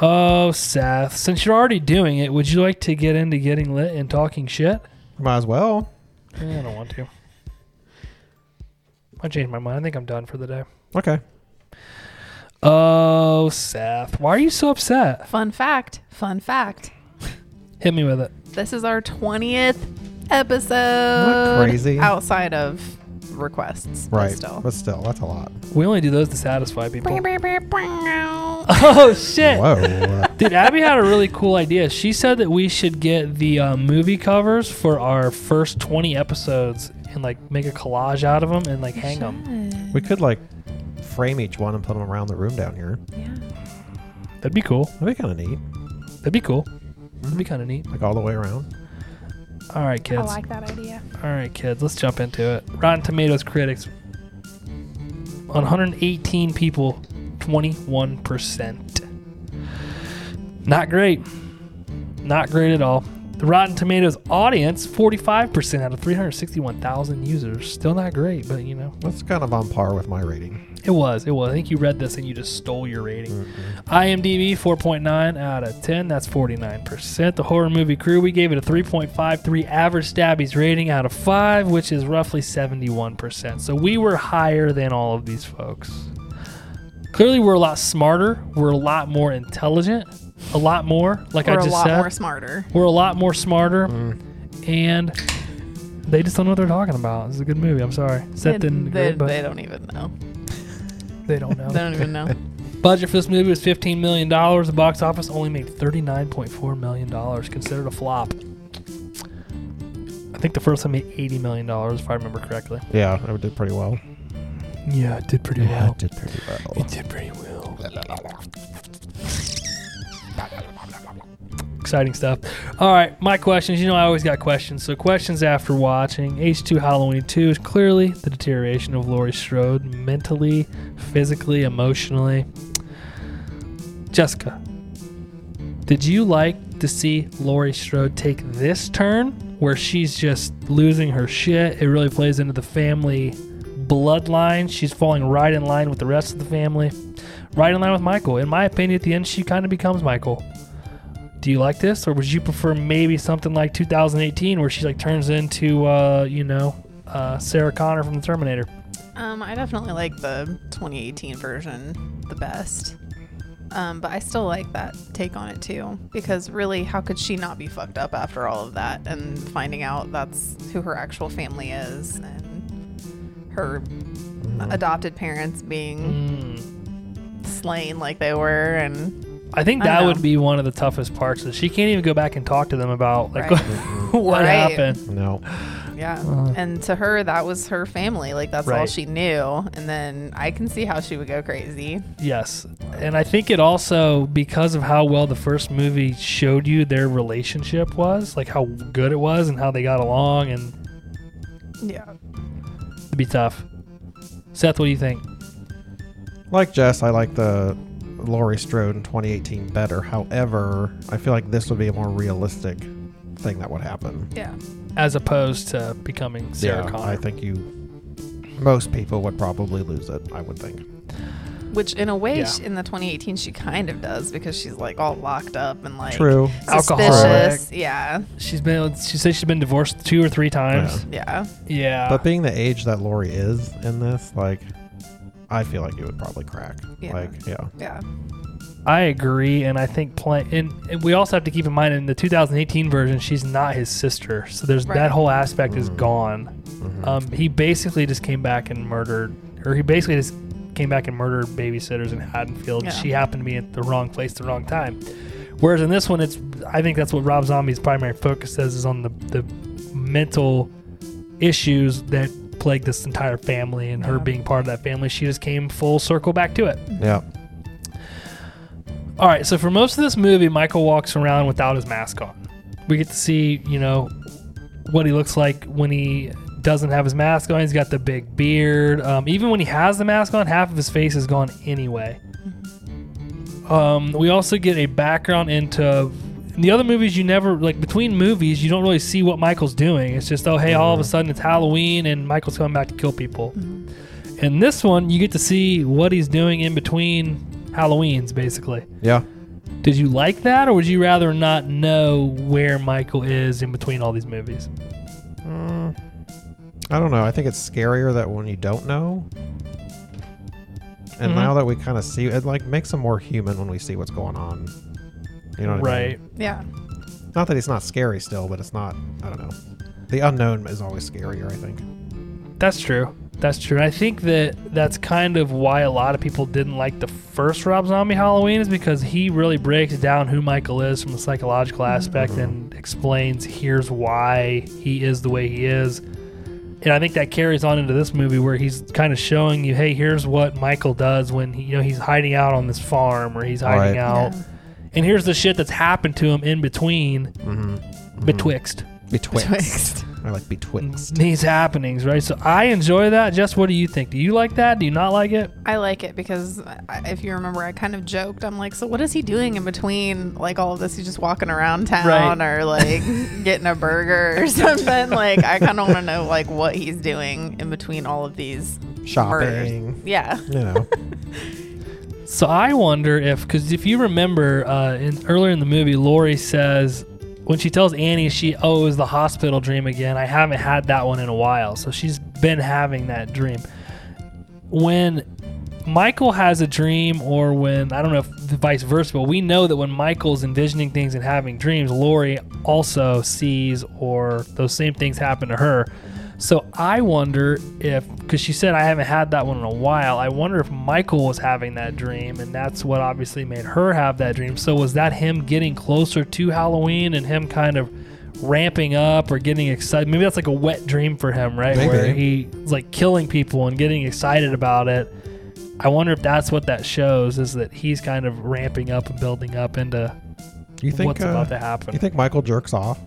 Oh, Seth, since you're already doing it, would you like to get into getting lit and talking shit?
Might as well.
Eh, I don't want to. I changed my mind. I think I'm done for the day.
Okay.
Oh, Seth, why are you so upset?
Fun fact. Fun fact.
Hit me with it.
This is our 20th episode.
crazy?
Outside of requests. but
Right.
Still.
But still, that's a lot.
We only do those to satisfy people.
That's
Oh shit.
Whoa.
Dude, Abby had a really cool idea. She said that we should get the uh, movie covers for our first 20 episodes and like make a collage out of them and like hang them.
we could like frame each one and put them around the room down here.
That'd be cool.
That'd be kind of neat.
That'd be cool. That'd be kind of neat.
Like all the way around.
All right, kids.
I like that idea.
All right, kids. Let's jump into it. Rotten Tomatoes critics on 118 people, 21%. Not great. Not great at all. The Rotten Tomatoes audience, 45% out of 361,000 users. Still not great, but you know.
That's kind of on par with my rating.
It was. It was. I think you read this and you just stole your rating. IMDb 4.9 out of 10. That's 49%. The horror movie crew, we gave it a 3.53 average stabbies rating out of 5, which is roughly 71%. So we were higher than all of these folks. Clearly, we're a lot smarter. We're a lot more intelligent. A lot more, like
We're
I
a
just
lot
said.
more smarter.
We're a lot more smarter. And they just don't know what they're talking about. This is a good movie. I'm sorry. Seth
they,
didn't agree,
they,
but
they don't even know.
they don't know.
They don't even know.
Budget for this movie was $15 million. The box office only made $39.4 million, considered a flop. I think the first one made $80 million, if I remember correctly.
Yeah, I did pretty well.
Yeah, it did pretty
I did pretty well.
did pretty well. Exciting stuff. All right, my questions. You know, I always got questions. So, questions after watching H2 Halloween 2 is clearly the deterioration of Laurie Strode mentally, physically, emotionally. Jessica, did you like to see Laurie Strode take this turn where she's just losing her shit? It really plays into the family bloodline. She's falling right in line with the rest of the family, right in line with Michael. In my opinion, at the end, she kind of becomes Michael. Do you like this, or would you prefer maybe something like 2018 where she like turns into, uh, you know, uh, Sarah Connor from the Terminator?
Um, I definitely like the 2018 version the best. Um, but I still like that take on it too, because really, how could she not be fucked up after all of that and finding out that's who her actual family is and her adopted parents being slain like they were and
I think
I
that
know.
would be one of the toughest parts. Is she can't even go back and talk to them about like
Right.
what
Right.
happened.
No.
yeah and to her that was her family like that's all
Uh, Right.
she knew and then i can see how she would go crazy
Yes. And I think it also, because of how well the first movie showed you their relationship was, like how good it was and how they got along, and
yeah
it'd be tough. Seth, what do you think?
Like Jess, I like the Laurie Strode in 2018 better. However, I feel like this would be a more realistic thing that would happen.
Yeah.
as opposed to becoming Sarah
yeah,
Connor.
I think you. Most people would probably lose it. I would think.
Which, in a way,
Yeah.
she, in the 2018, she kind of does because she's like all locked up and like
True.
Alcoholic.
suspicious. Yeah.
She's been. She says she's been divorced two or three times.
Yeah.
Yeah.
But being the age that Lori is in this, like, I feel like it would probably crack.
Yeah.
Like, yeah.
Yeah.
I agree, and I think play, and, and we also have to keep in mind in the 2018 version, she's not his sister, so there's
Right.
that whole aspect is
Mhm.
gone.
Mhm.
Um, he basically just came back and murdered, or he basically just came back and murdered babysitters in Haddonfield.
Yeah.
She happened to be at the wrong place, at the wrong time. Whereas in this one, it's I think that's what Rob Zombie's primary focus is is on the the mental issues that plague this entire family and her
Yeah.
being part of that family. She just came full circle back to it.
yeah.
All right, so for most of this movie, Michael walks around without his mask on. We get to see, you know, what he looks like when he doesn't have his mask on. He's got the big beard. Um, even when he has the mask on, half of his face is gone anyway. Um, we also get a background into in the other movies. You never like between movies, you don't really see what Michael's doing. It's just oh hey, all of a sudden it's Halloween and Michael's coming back to kill people. In this one, you get to see what he's doing in between Halloweens, basically.
Yeah.
Did you like that, or would you rather not know where Michael is in between all these movies?
Mm, I don't know. I think it's scarier that when you don't know. And
Mhm.
now that we kind of see it, like makes him more human when we see what's going on. You know what I
Right.
mean?
Yeah.
Right. Not that he's not scary still, but it's not. I don't know. The unknown is always scarier. I think.
That's true. That's true. And I think that that's kind of why a lot of people didn't like the first Rob Zombie Halloween is because he really breaks down who Michael is from a psychological aspect and explains here's why he is the way he is. And I think that carries on into this movie where he's kind of showing you, hey, here's what Michael does when he, you know he's hiding out on this farm or he's hiding
Right.
out,
Yeah.
and here's the shit that's happened to him in between,
Mm-hmm.
betwixt
Betwixt. I like betwixt.
these happenings, right? So I enjoy that. Just what do you think? Do you like that? Do you not like it?
I like it because I, if you remember, I kind of joked. I'm like, so what is he doing in between like all of this? He's just walking around town or like getting a burger or something. like I kind of want to know like what he's doing in between all of these
Mm.
murders.
Shopping.
Yeah.
You know.
So I wonder if, because if you remember uh, in, earlier in the movie, Lori says when she tells Annie she oh it was the hospital dream again. I haven't had that one in a while, so she's been having that dream. When Michael has a dream, or when I don't know if vice versa, but we know that when Michael's envisioning things and having dreams, Lori also sees or those same things happen to her. So I wonder if, because she said I haven't had that one in a while, I wonder if Michael was having that dream, and that's what obviously made her have that dream. So was that him getting closer to Halloween and him kind of ramping up or getting excited? Maybe that's like a wet dream for him, right? Where
Maybe.
he's like killing people and getting excited about it. I wonder if that's what that shows is that he's kind of ramping up and building up into
You think
what's
uh,
about to happen.
You think Michael jerks off?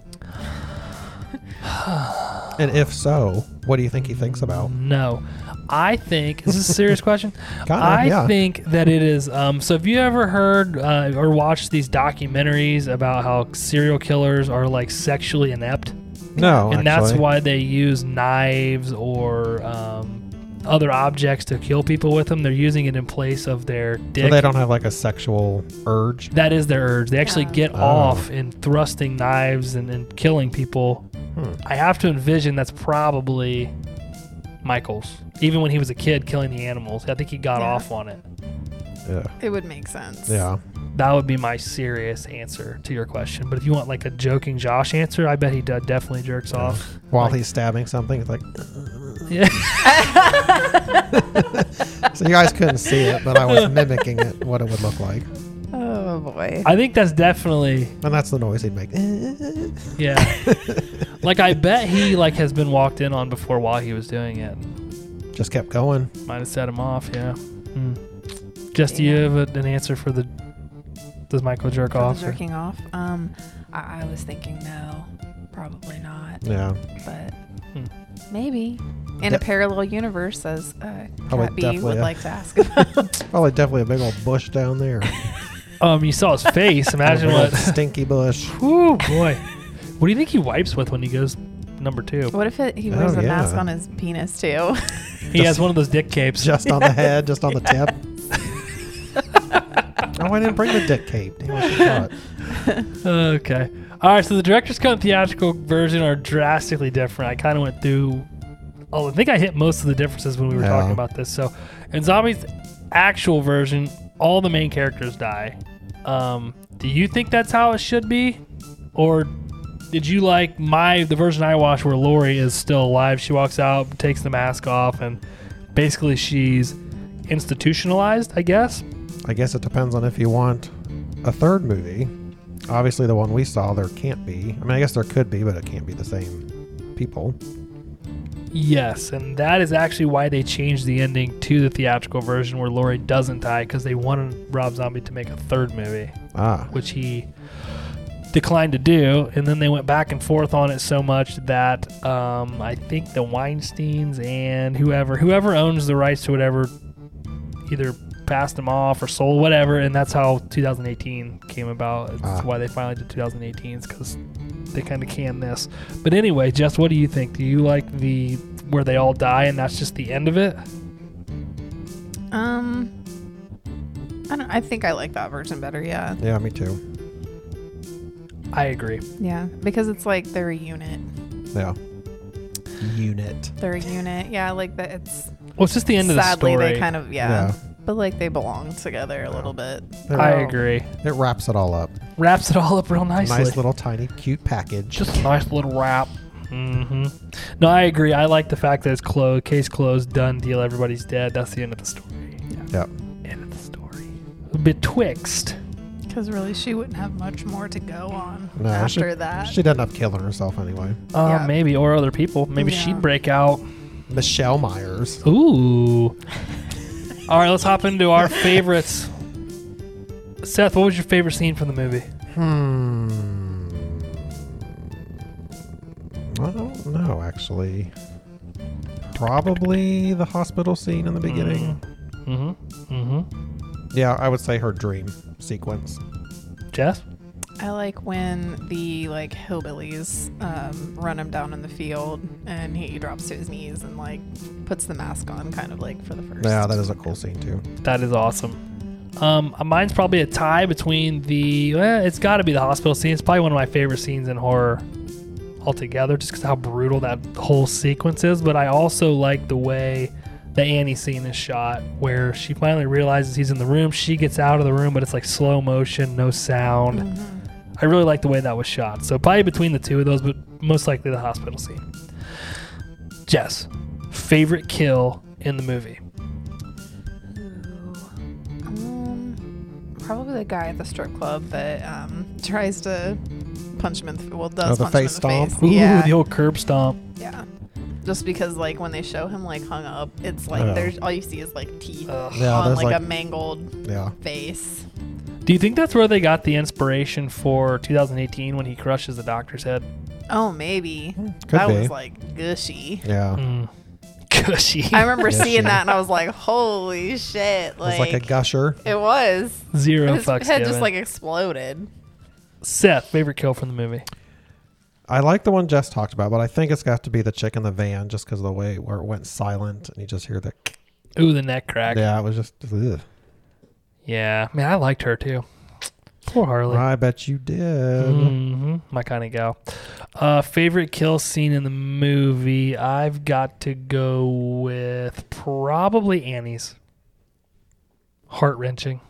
and if so, what do you think he thinks about?
No, I think is this a serious question.
Kinda,
I
yeah.
think that it is. Um, so, have you ever heard uh, or watched these documentaries about how serial killers are like sexually inept,
No,
Mm-hmm. and that's
Oh, actually.
why they use knives or um, other objects to kill people with them? They're using it in place of their dick.
So they don't have like a sexual urge.
that is their urge. They actually
Yeah.
get
Oh.
off in thrusting knives and, and killing people.
Hmm.
I have to envision that's probably Michael's. Even when he was a kid killing the animals, I think he got
Yeah.
off on it.
Yeah.
It would make sense.
Yeah.
That would be my serious answer to your question. But if you want like a joking Josh answer, I bet he d- definitely jerks off.
While
Like-
he's stabbing something, it's like
Yeah.
so you guys couldn't see it, but I was mimicking it what it would look like.
Oh boy.
I think that's definitely
And that's the noise he'd make.
yeah. like I bet he like has been walked in on before while he was doing it.
Just kept going.
Might have set him off. Yeah. Hmm. Just do you have a, an answer for the does Michael jerk
For the
off? or-
jerking off. Um, I, I was thinking no, probably not,
Yeah.
but
Hmm.
Maybe. In
Yeah.
a parallel universe, says uh,
Oh, wait,
Cat B
definitely,
would
yeah.
like to ask about.
Probably definitely a big old bush down there.
Um, you saw his face.
A
Imagine
big old
what.
stinky bush.
Ooh boy, what do you think he wipes with when he goes number two?
what if it, he
Oh,
wears a
yeah.
mask on his penis too?
He has one of those dick capes.
Just on the head, just on the tip. oh, I didn't bring the dick cape. Damn, I forgot.
Okay. All right. So the director's cut and theatrical version are drastically different. I kind of went through. Oh, I think I hit most of the differences when we were
Yeah.
talking about this. So, in Zombie's actual version, all the main characters die. Um, do you think that's how it should be, or did you like my the version I watched where Lori is still alive? She walks out, takes the mask off, and basically she's institutionalized. I guess.
I guess it depends on if you want a third movie. Obviously, the one we saw, there can't be. I mean, I guess there could be, but it can't be the same people.
Yes, and that is actually why they changed the ending to the theatrical version where Laurie doesn't die because they wanted Rob Zombie to make a third movie,
Ah,
which he declined to do. And then they went back and forth on it so much that um, I think the Weinsteins and whoever whoever owns the rights to whatever either passed them off or sold whatever, and that's how 2018 came about. That's
Ah.
why they finally did 2018s because they kind of canned this. But anyway, Jess, what do you think? Do you like the where they all die and that's just the end of it?
um, I don't. I think I like that version better. Yeah,
yeah, me too.
I agree.
yeah, because it's like they're a unit.
Yeah. Unit.
They're a unit. Yeah, like that. It's
Well, it's just the end of the
sadly
story.
they kind of yeah,
Yeah.
but like they belong together a little bit.
They're-
I agree.
It wraps it all up.
Wraps it all up real nicely.
Nice little tiny cute package.
just a nice little wrap. hmm No, I agree. I like the fact that it's closed, case closed, done deal. Everybody's dead. That's the end of the story.
Yep.
End of the story. Betwixt.
Because really, she wouldn't have much more to go on
No,
after
she,
that.
She ended up killing herself anyway.
Uh,
Yeah.
Maybe, or other people. Maybe
Yeah.
she'd break out.
Michelle Myers.
Ooh. All right, let's hop into our favorites. Seth, what was your favorite scene from the movie?
Hmm. I don't know, actually. Probably the hospital scene in the beginning.
Mm-hmm. Mm-hmm.
Yeah, I would say her dream sequence.
Jess?
I like when the like hillbillies um, run him down in the field, and he drops to his knees and like puts the mask on, kind of like for the first.
Yeah, that is a cool scene too.
That is awesome. Um, mine's probably a tie between the. eh, it's got to be the hospital scene. It's probably one of my favorite scenes in horror altogether, just because how brutal that whole sequence is. But I also like the way the Annie scene is shot, where she finally realizes he's in the room. She gets out of the room, but it's like slow motion, no sound. I really like the way that was shot. So probably between the two of those, but most likely the hospital scene. Jess, favorite kill in the movie?
Um, probably the guy at the strip club that um, tries to punch him in the well does
Oh, the
punch him
face
in the
stomp?
face.
Ooh,
yeah,
the old curb stomp.
yeah. Just because like when they show him like hung up, it's like
Yeah.
there's all you see is like teeth
Ugh.
Oh. Yeah,
on
there's
like,
like-
a mangled
Yeah.
face.
Do you think that's where they got the inspiration for 2018 when he crushes the doctor's head?
Oh, maybe
Hmm, Could
that
be.
was like gushy.
yeah.
Mm. Gushy.
I remember
Yeah,
seeing
sure.
that and I was like, holy shit.
It was
Like,
like a gusher.
it was.
Zero
His
fucks
head
given.
just like exploded.
Seth, favorite kill from the movie.
I like the one Jess talked about, but I think it's got to be the chick in the van just because of the way where it went silent and you just hear the.
Ooh, the neck crack. Yeah.
Yeah, it was just. ugh.
man, I liked her too. Poor Harley.
I bet you did.
hmm My kind of gal. Uh, favorite kill scene in the movie. I've got to go with probably Annie's. Heart wrenching.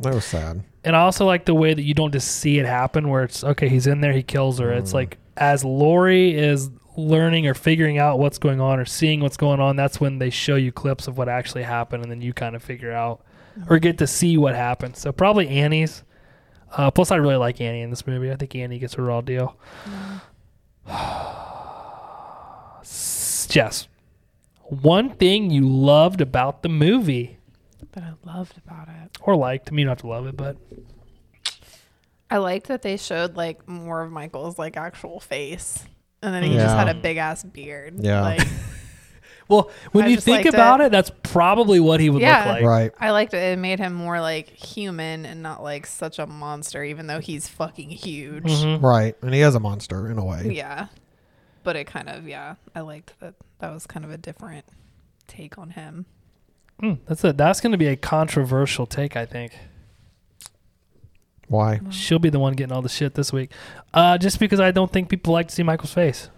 That was sad.
and I also like the way that you don't just see it happen where it's okay, he's in there, he kills her. It's like as Lori is learning or figuring out what's going on or seeing what's going on, that's when they show you clips of what actually happened and then you kind of figure out or get to see what happened. So probably Annie's. Uh, plus I really like Annie in this movie. I think Annie gets a raw deal. S- Jess. One thing you loved about the movie
But I loved about it.
or liked. I mean you don't have to love it, but
I liked that they showed like more of Michael's like actual face and then he just
Yeah.
had a big ass beard.
Yeah.
Like,
Well, when
I
you
just
think
liked
about
it.
it. that's probably what he would
Yeah.
look like.
Right.
I liked it. It made him more like human and not like such a monster, even though he's fucking huge.
Mm-hmm. Right. And he is a monster in a way.
Yeah. But it kind of, yeah, I liked that. That was kind of a different take on him.
Mm, that's it. That's going to be a controversial take, I think.
Why?
Oh.
She'll be the one getting all the shit this week, uh, just because I don't think people like to see Michael's face.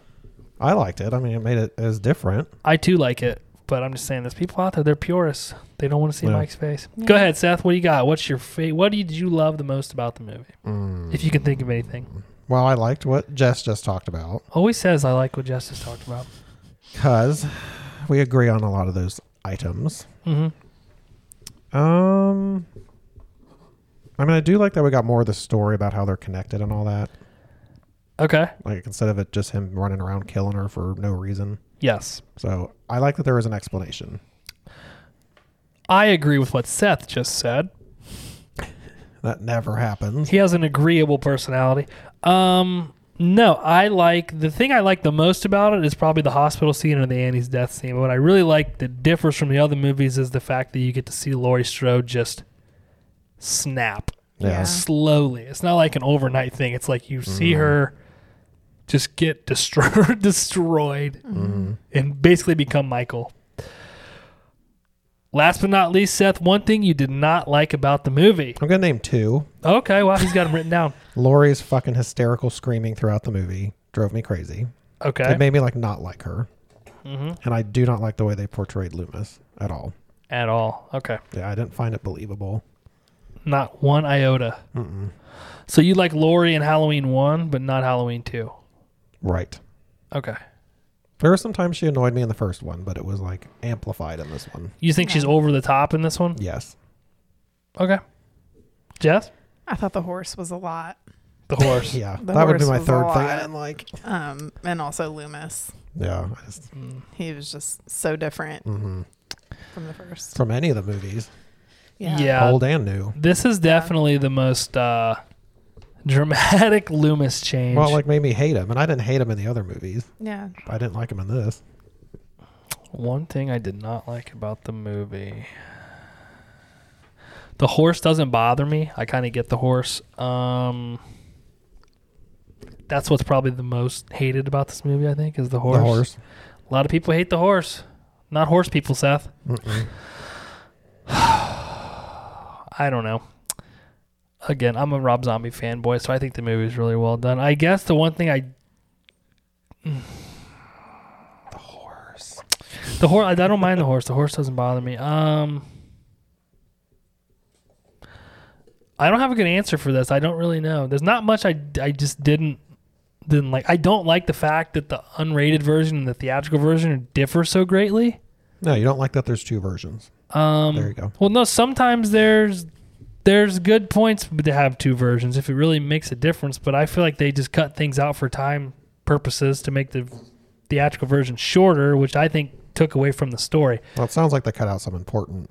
I liked it. I mean, it made it as different.
I too like it, but I'm just saying, there's people out there. They're purists. They don't want to see
Yeah.
Mike's face.
Yeah.
Go ahead, Seth. What do you got? What's your fa- What did you love the most about the movie,
Mm.
if you can think of anything?
Well, I liked what Jess just talked about
Always says I like what Justice talked about.
because we agree on a lot of those items.
hmm
Um, I mean, I do like that we got more of the story about how they're connected and all that.
Okay.
Like instead of it just him running around killing her for no reason.
Yes,
So I like that there was an explanation.
I agree with what Seth just said.
That never happens.
He has an agreeable personality. Um, no, I like the thing I like the most about it is probably the hospital scene and the Annie's death scene. But what I really like that differs from the other movies is the fact that you get to see Laurie Strode just snap
Yeah.
Yes.
slowly. It's not like an overnight thing. It's like you see her just get destroyed, destroyed, and basically become Michael. Last but not least, Seth, one thing you did not like about the movie.
I'm gonna name two.
Okay, well, he's got them written down.
Lori's fucking hysterical screaming throughout the movie drove me crazy.
Okay.
It made me like not like her,
hmm
and I do not like the way they portrayed Loomis at all.
At all. Okay.
Yeah, I didn't find it believable.
Not one iota.
Mm-mm.
So you like Laurie in Halloween 1, but not Halloween 2.
Right.
Okay.
There were some times she annoyed me in the first one, but it was like amplified in this one.
You think she's
No.
over the top in this one?
Yes.
Okay. Jess?
I thought the horse was a lot.
The horse.
Yeah.
The
that would be
horse
my
was a
third thing.
lot.
I didn't like.
Um, and also Loomis.
Yeah. I just-
Mm.
He was just so different
mhm.
from the first.
From any of the movies,
Yeah.
old and new.
This is definitely the most uh, dramatic Loomis change.
Well, it, like made me hate him, and I didn't hate him in the other movies.
Yeah.
but I didn't like him in this.
One thing I did not like about the movie. The horse doesn't bother me. I kind of get the horse. Um, that's what's probably the most hated about this movie, I think, is the horse.
The horse.
A lot of people hate the horse. Not horse people, Seth.
Mm-mm.
I don't know. Again, I'm a Rob Zombie fanboy, so I think the movie is really well done. I guess the one thing I
The horse.
The horse. I don't mind the horse. The horse doesn't bother me. Um, I don't have a good answer for this. I don't really know. There's not much I, I just didn't didn't like. I don't like the fact that the unrated version and the theatrical version differ so greatly.
No, you don't like that. There's two versions.
Um,
There you go.
Well, no. Sometimes there's there's good points to have two versions if it really makes a difference. But I feel like they just cut things out for time purposes to make the theatrical version shorter, which I think took away from the story.
Well, it sounds like they cut out some important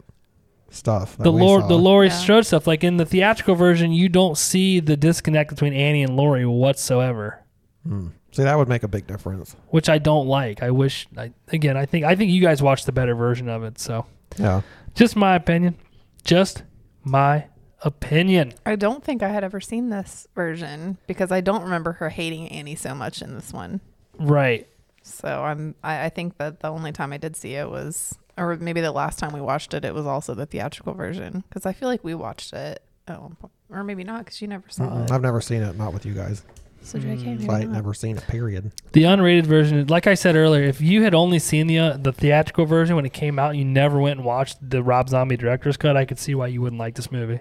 stuff. that
the
we
Lord,
saw.
the Laurie
Yeah.
Strode stuff. Like in the theatrical version, you don't see the disconnect between Annie and Laurie whatsoever,
Mm. See, that would make a big difference.
which I don't like. I wish, I, again, I think I think you guys watched the better version of it. So,
Yeah.
just my opinion, just my opinion.
I don't think I had ever seen this version because I don't remember her hating Annie so much in this one.
Right.
So I'm I, I think that the only time I did see it was or maybe the last time we watched it it was also the theatrical version because I feel like we watched it at one point or maybe not because you never saw
Mm-mm.
it.
I've never seen it. Not with you guys.
so JK,
Mm,
maybe
So I ain't
not.
never seen it. Period.
The unrated version, like I said earlier, if you had only seen the uh, the theatrical version when it came out, and you never went and watched the Rob Zombie director's cut, I could see why you wouldn't like this movie.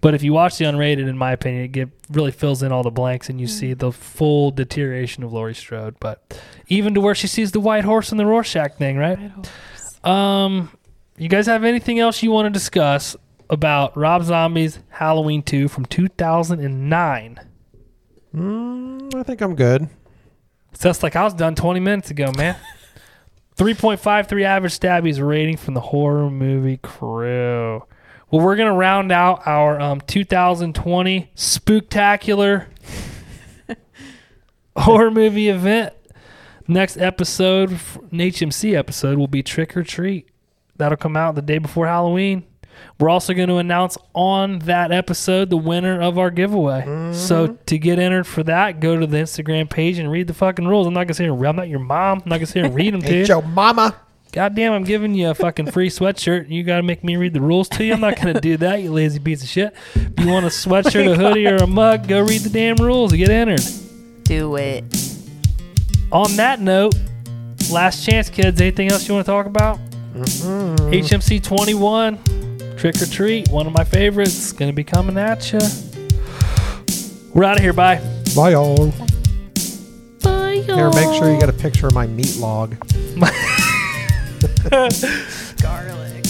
But if you watch the unrated, in my opinion, it get, really fills in all the blanks, and you see the full deterioration of Laurie Strode. But even to where she sees the white horse and the Rorschach thing, right?
Red Horse.
Um, you guys have anything else you want to discuss about Rob Zombie's Halloween 2 from 2009?
Mm, I think I'm good.
So that's like I was done 20 minutes ago, man. 3.53 average stabbies rating from the horror movie crew. Well, we're gonna round out our um, 2020 spooktacular horror movie event Next episode, f- an HMC episode, will be Trick or Treat. That'll come out the day before Halloween. We're also going to announce on that episode the winner of our giveaway. So to get entered for that, go to the Instagram page and read the fucking rules. I'm not gonna sit here. and re- I'm not your mom. I'm not gonna sit here and read them to you.
Ain't your mama.
God damn, I'm giving you a fucking free sweatshirt. You got to make me read the rules to you. I'm not going to do that, you lazy piece of shit. If you want a sweatshirt, a hoodie, or a mug, go read the damn rules and get entered.
Do it.
On that note, last chance, kids. Anything else you want to talk about? HMC 21, Trick or Treat, one of my favorites. Going to be coming at you. We're out of here. Bye.
Bye, y'all.
Bye, y'all.
Here, make sure you get a picture of my meat log.
garlic.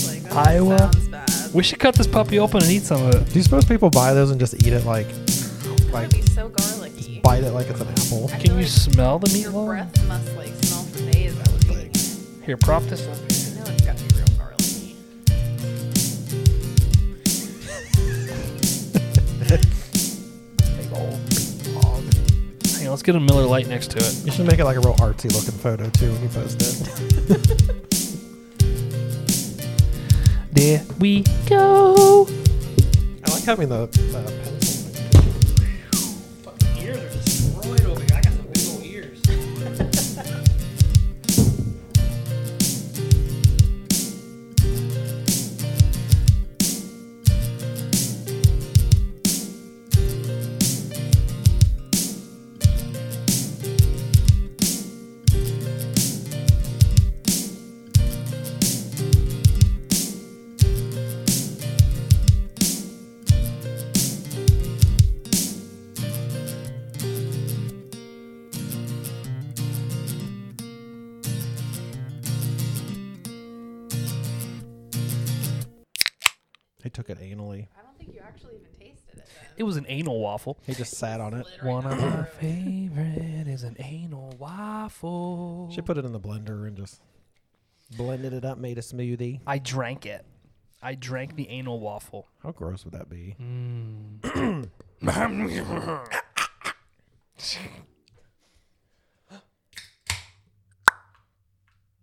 Like, that
Iowa.
sounds bad.
We should cut this puppy open and eat some of it.
Do you suppose people buy those and just eat it like,
That
like
would be so garlicky.
bite it like it's an apple?
I feel
Can you
like
smell the
Your
meatloaf?
breath must like smell for days. I was eating it.
Here, prop this up.
I know it's got to be real garlicky.
Big old meat log.
Hang on, let's get a Miller Light next to it.
You should make it like a real artsy looking photo too when you post it.
There we go.
I like having the uh, pencil.
ears are destroyed over here. I got some big old ears.
He took it anally.
I don't think you actually even tasted it.
It was an anal waffle.
He just sat on it.
One of my favorite is an anal waffle.
She put it in the blender and just blended it up, made a smoothie.
I drank it. I drank the anal waffle.
How gross would that be?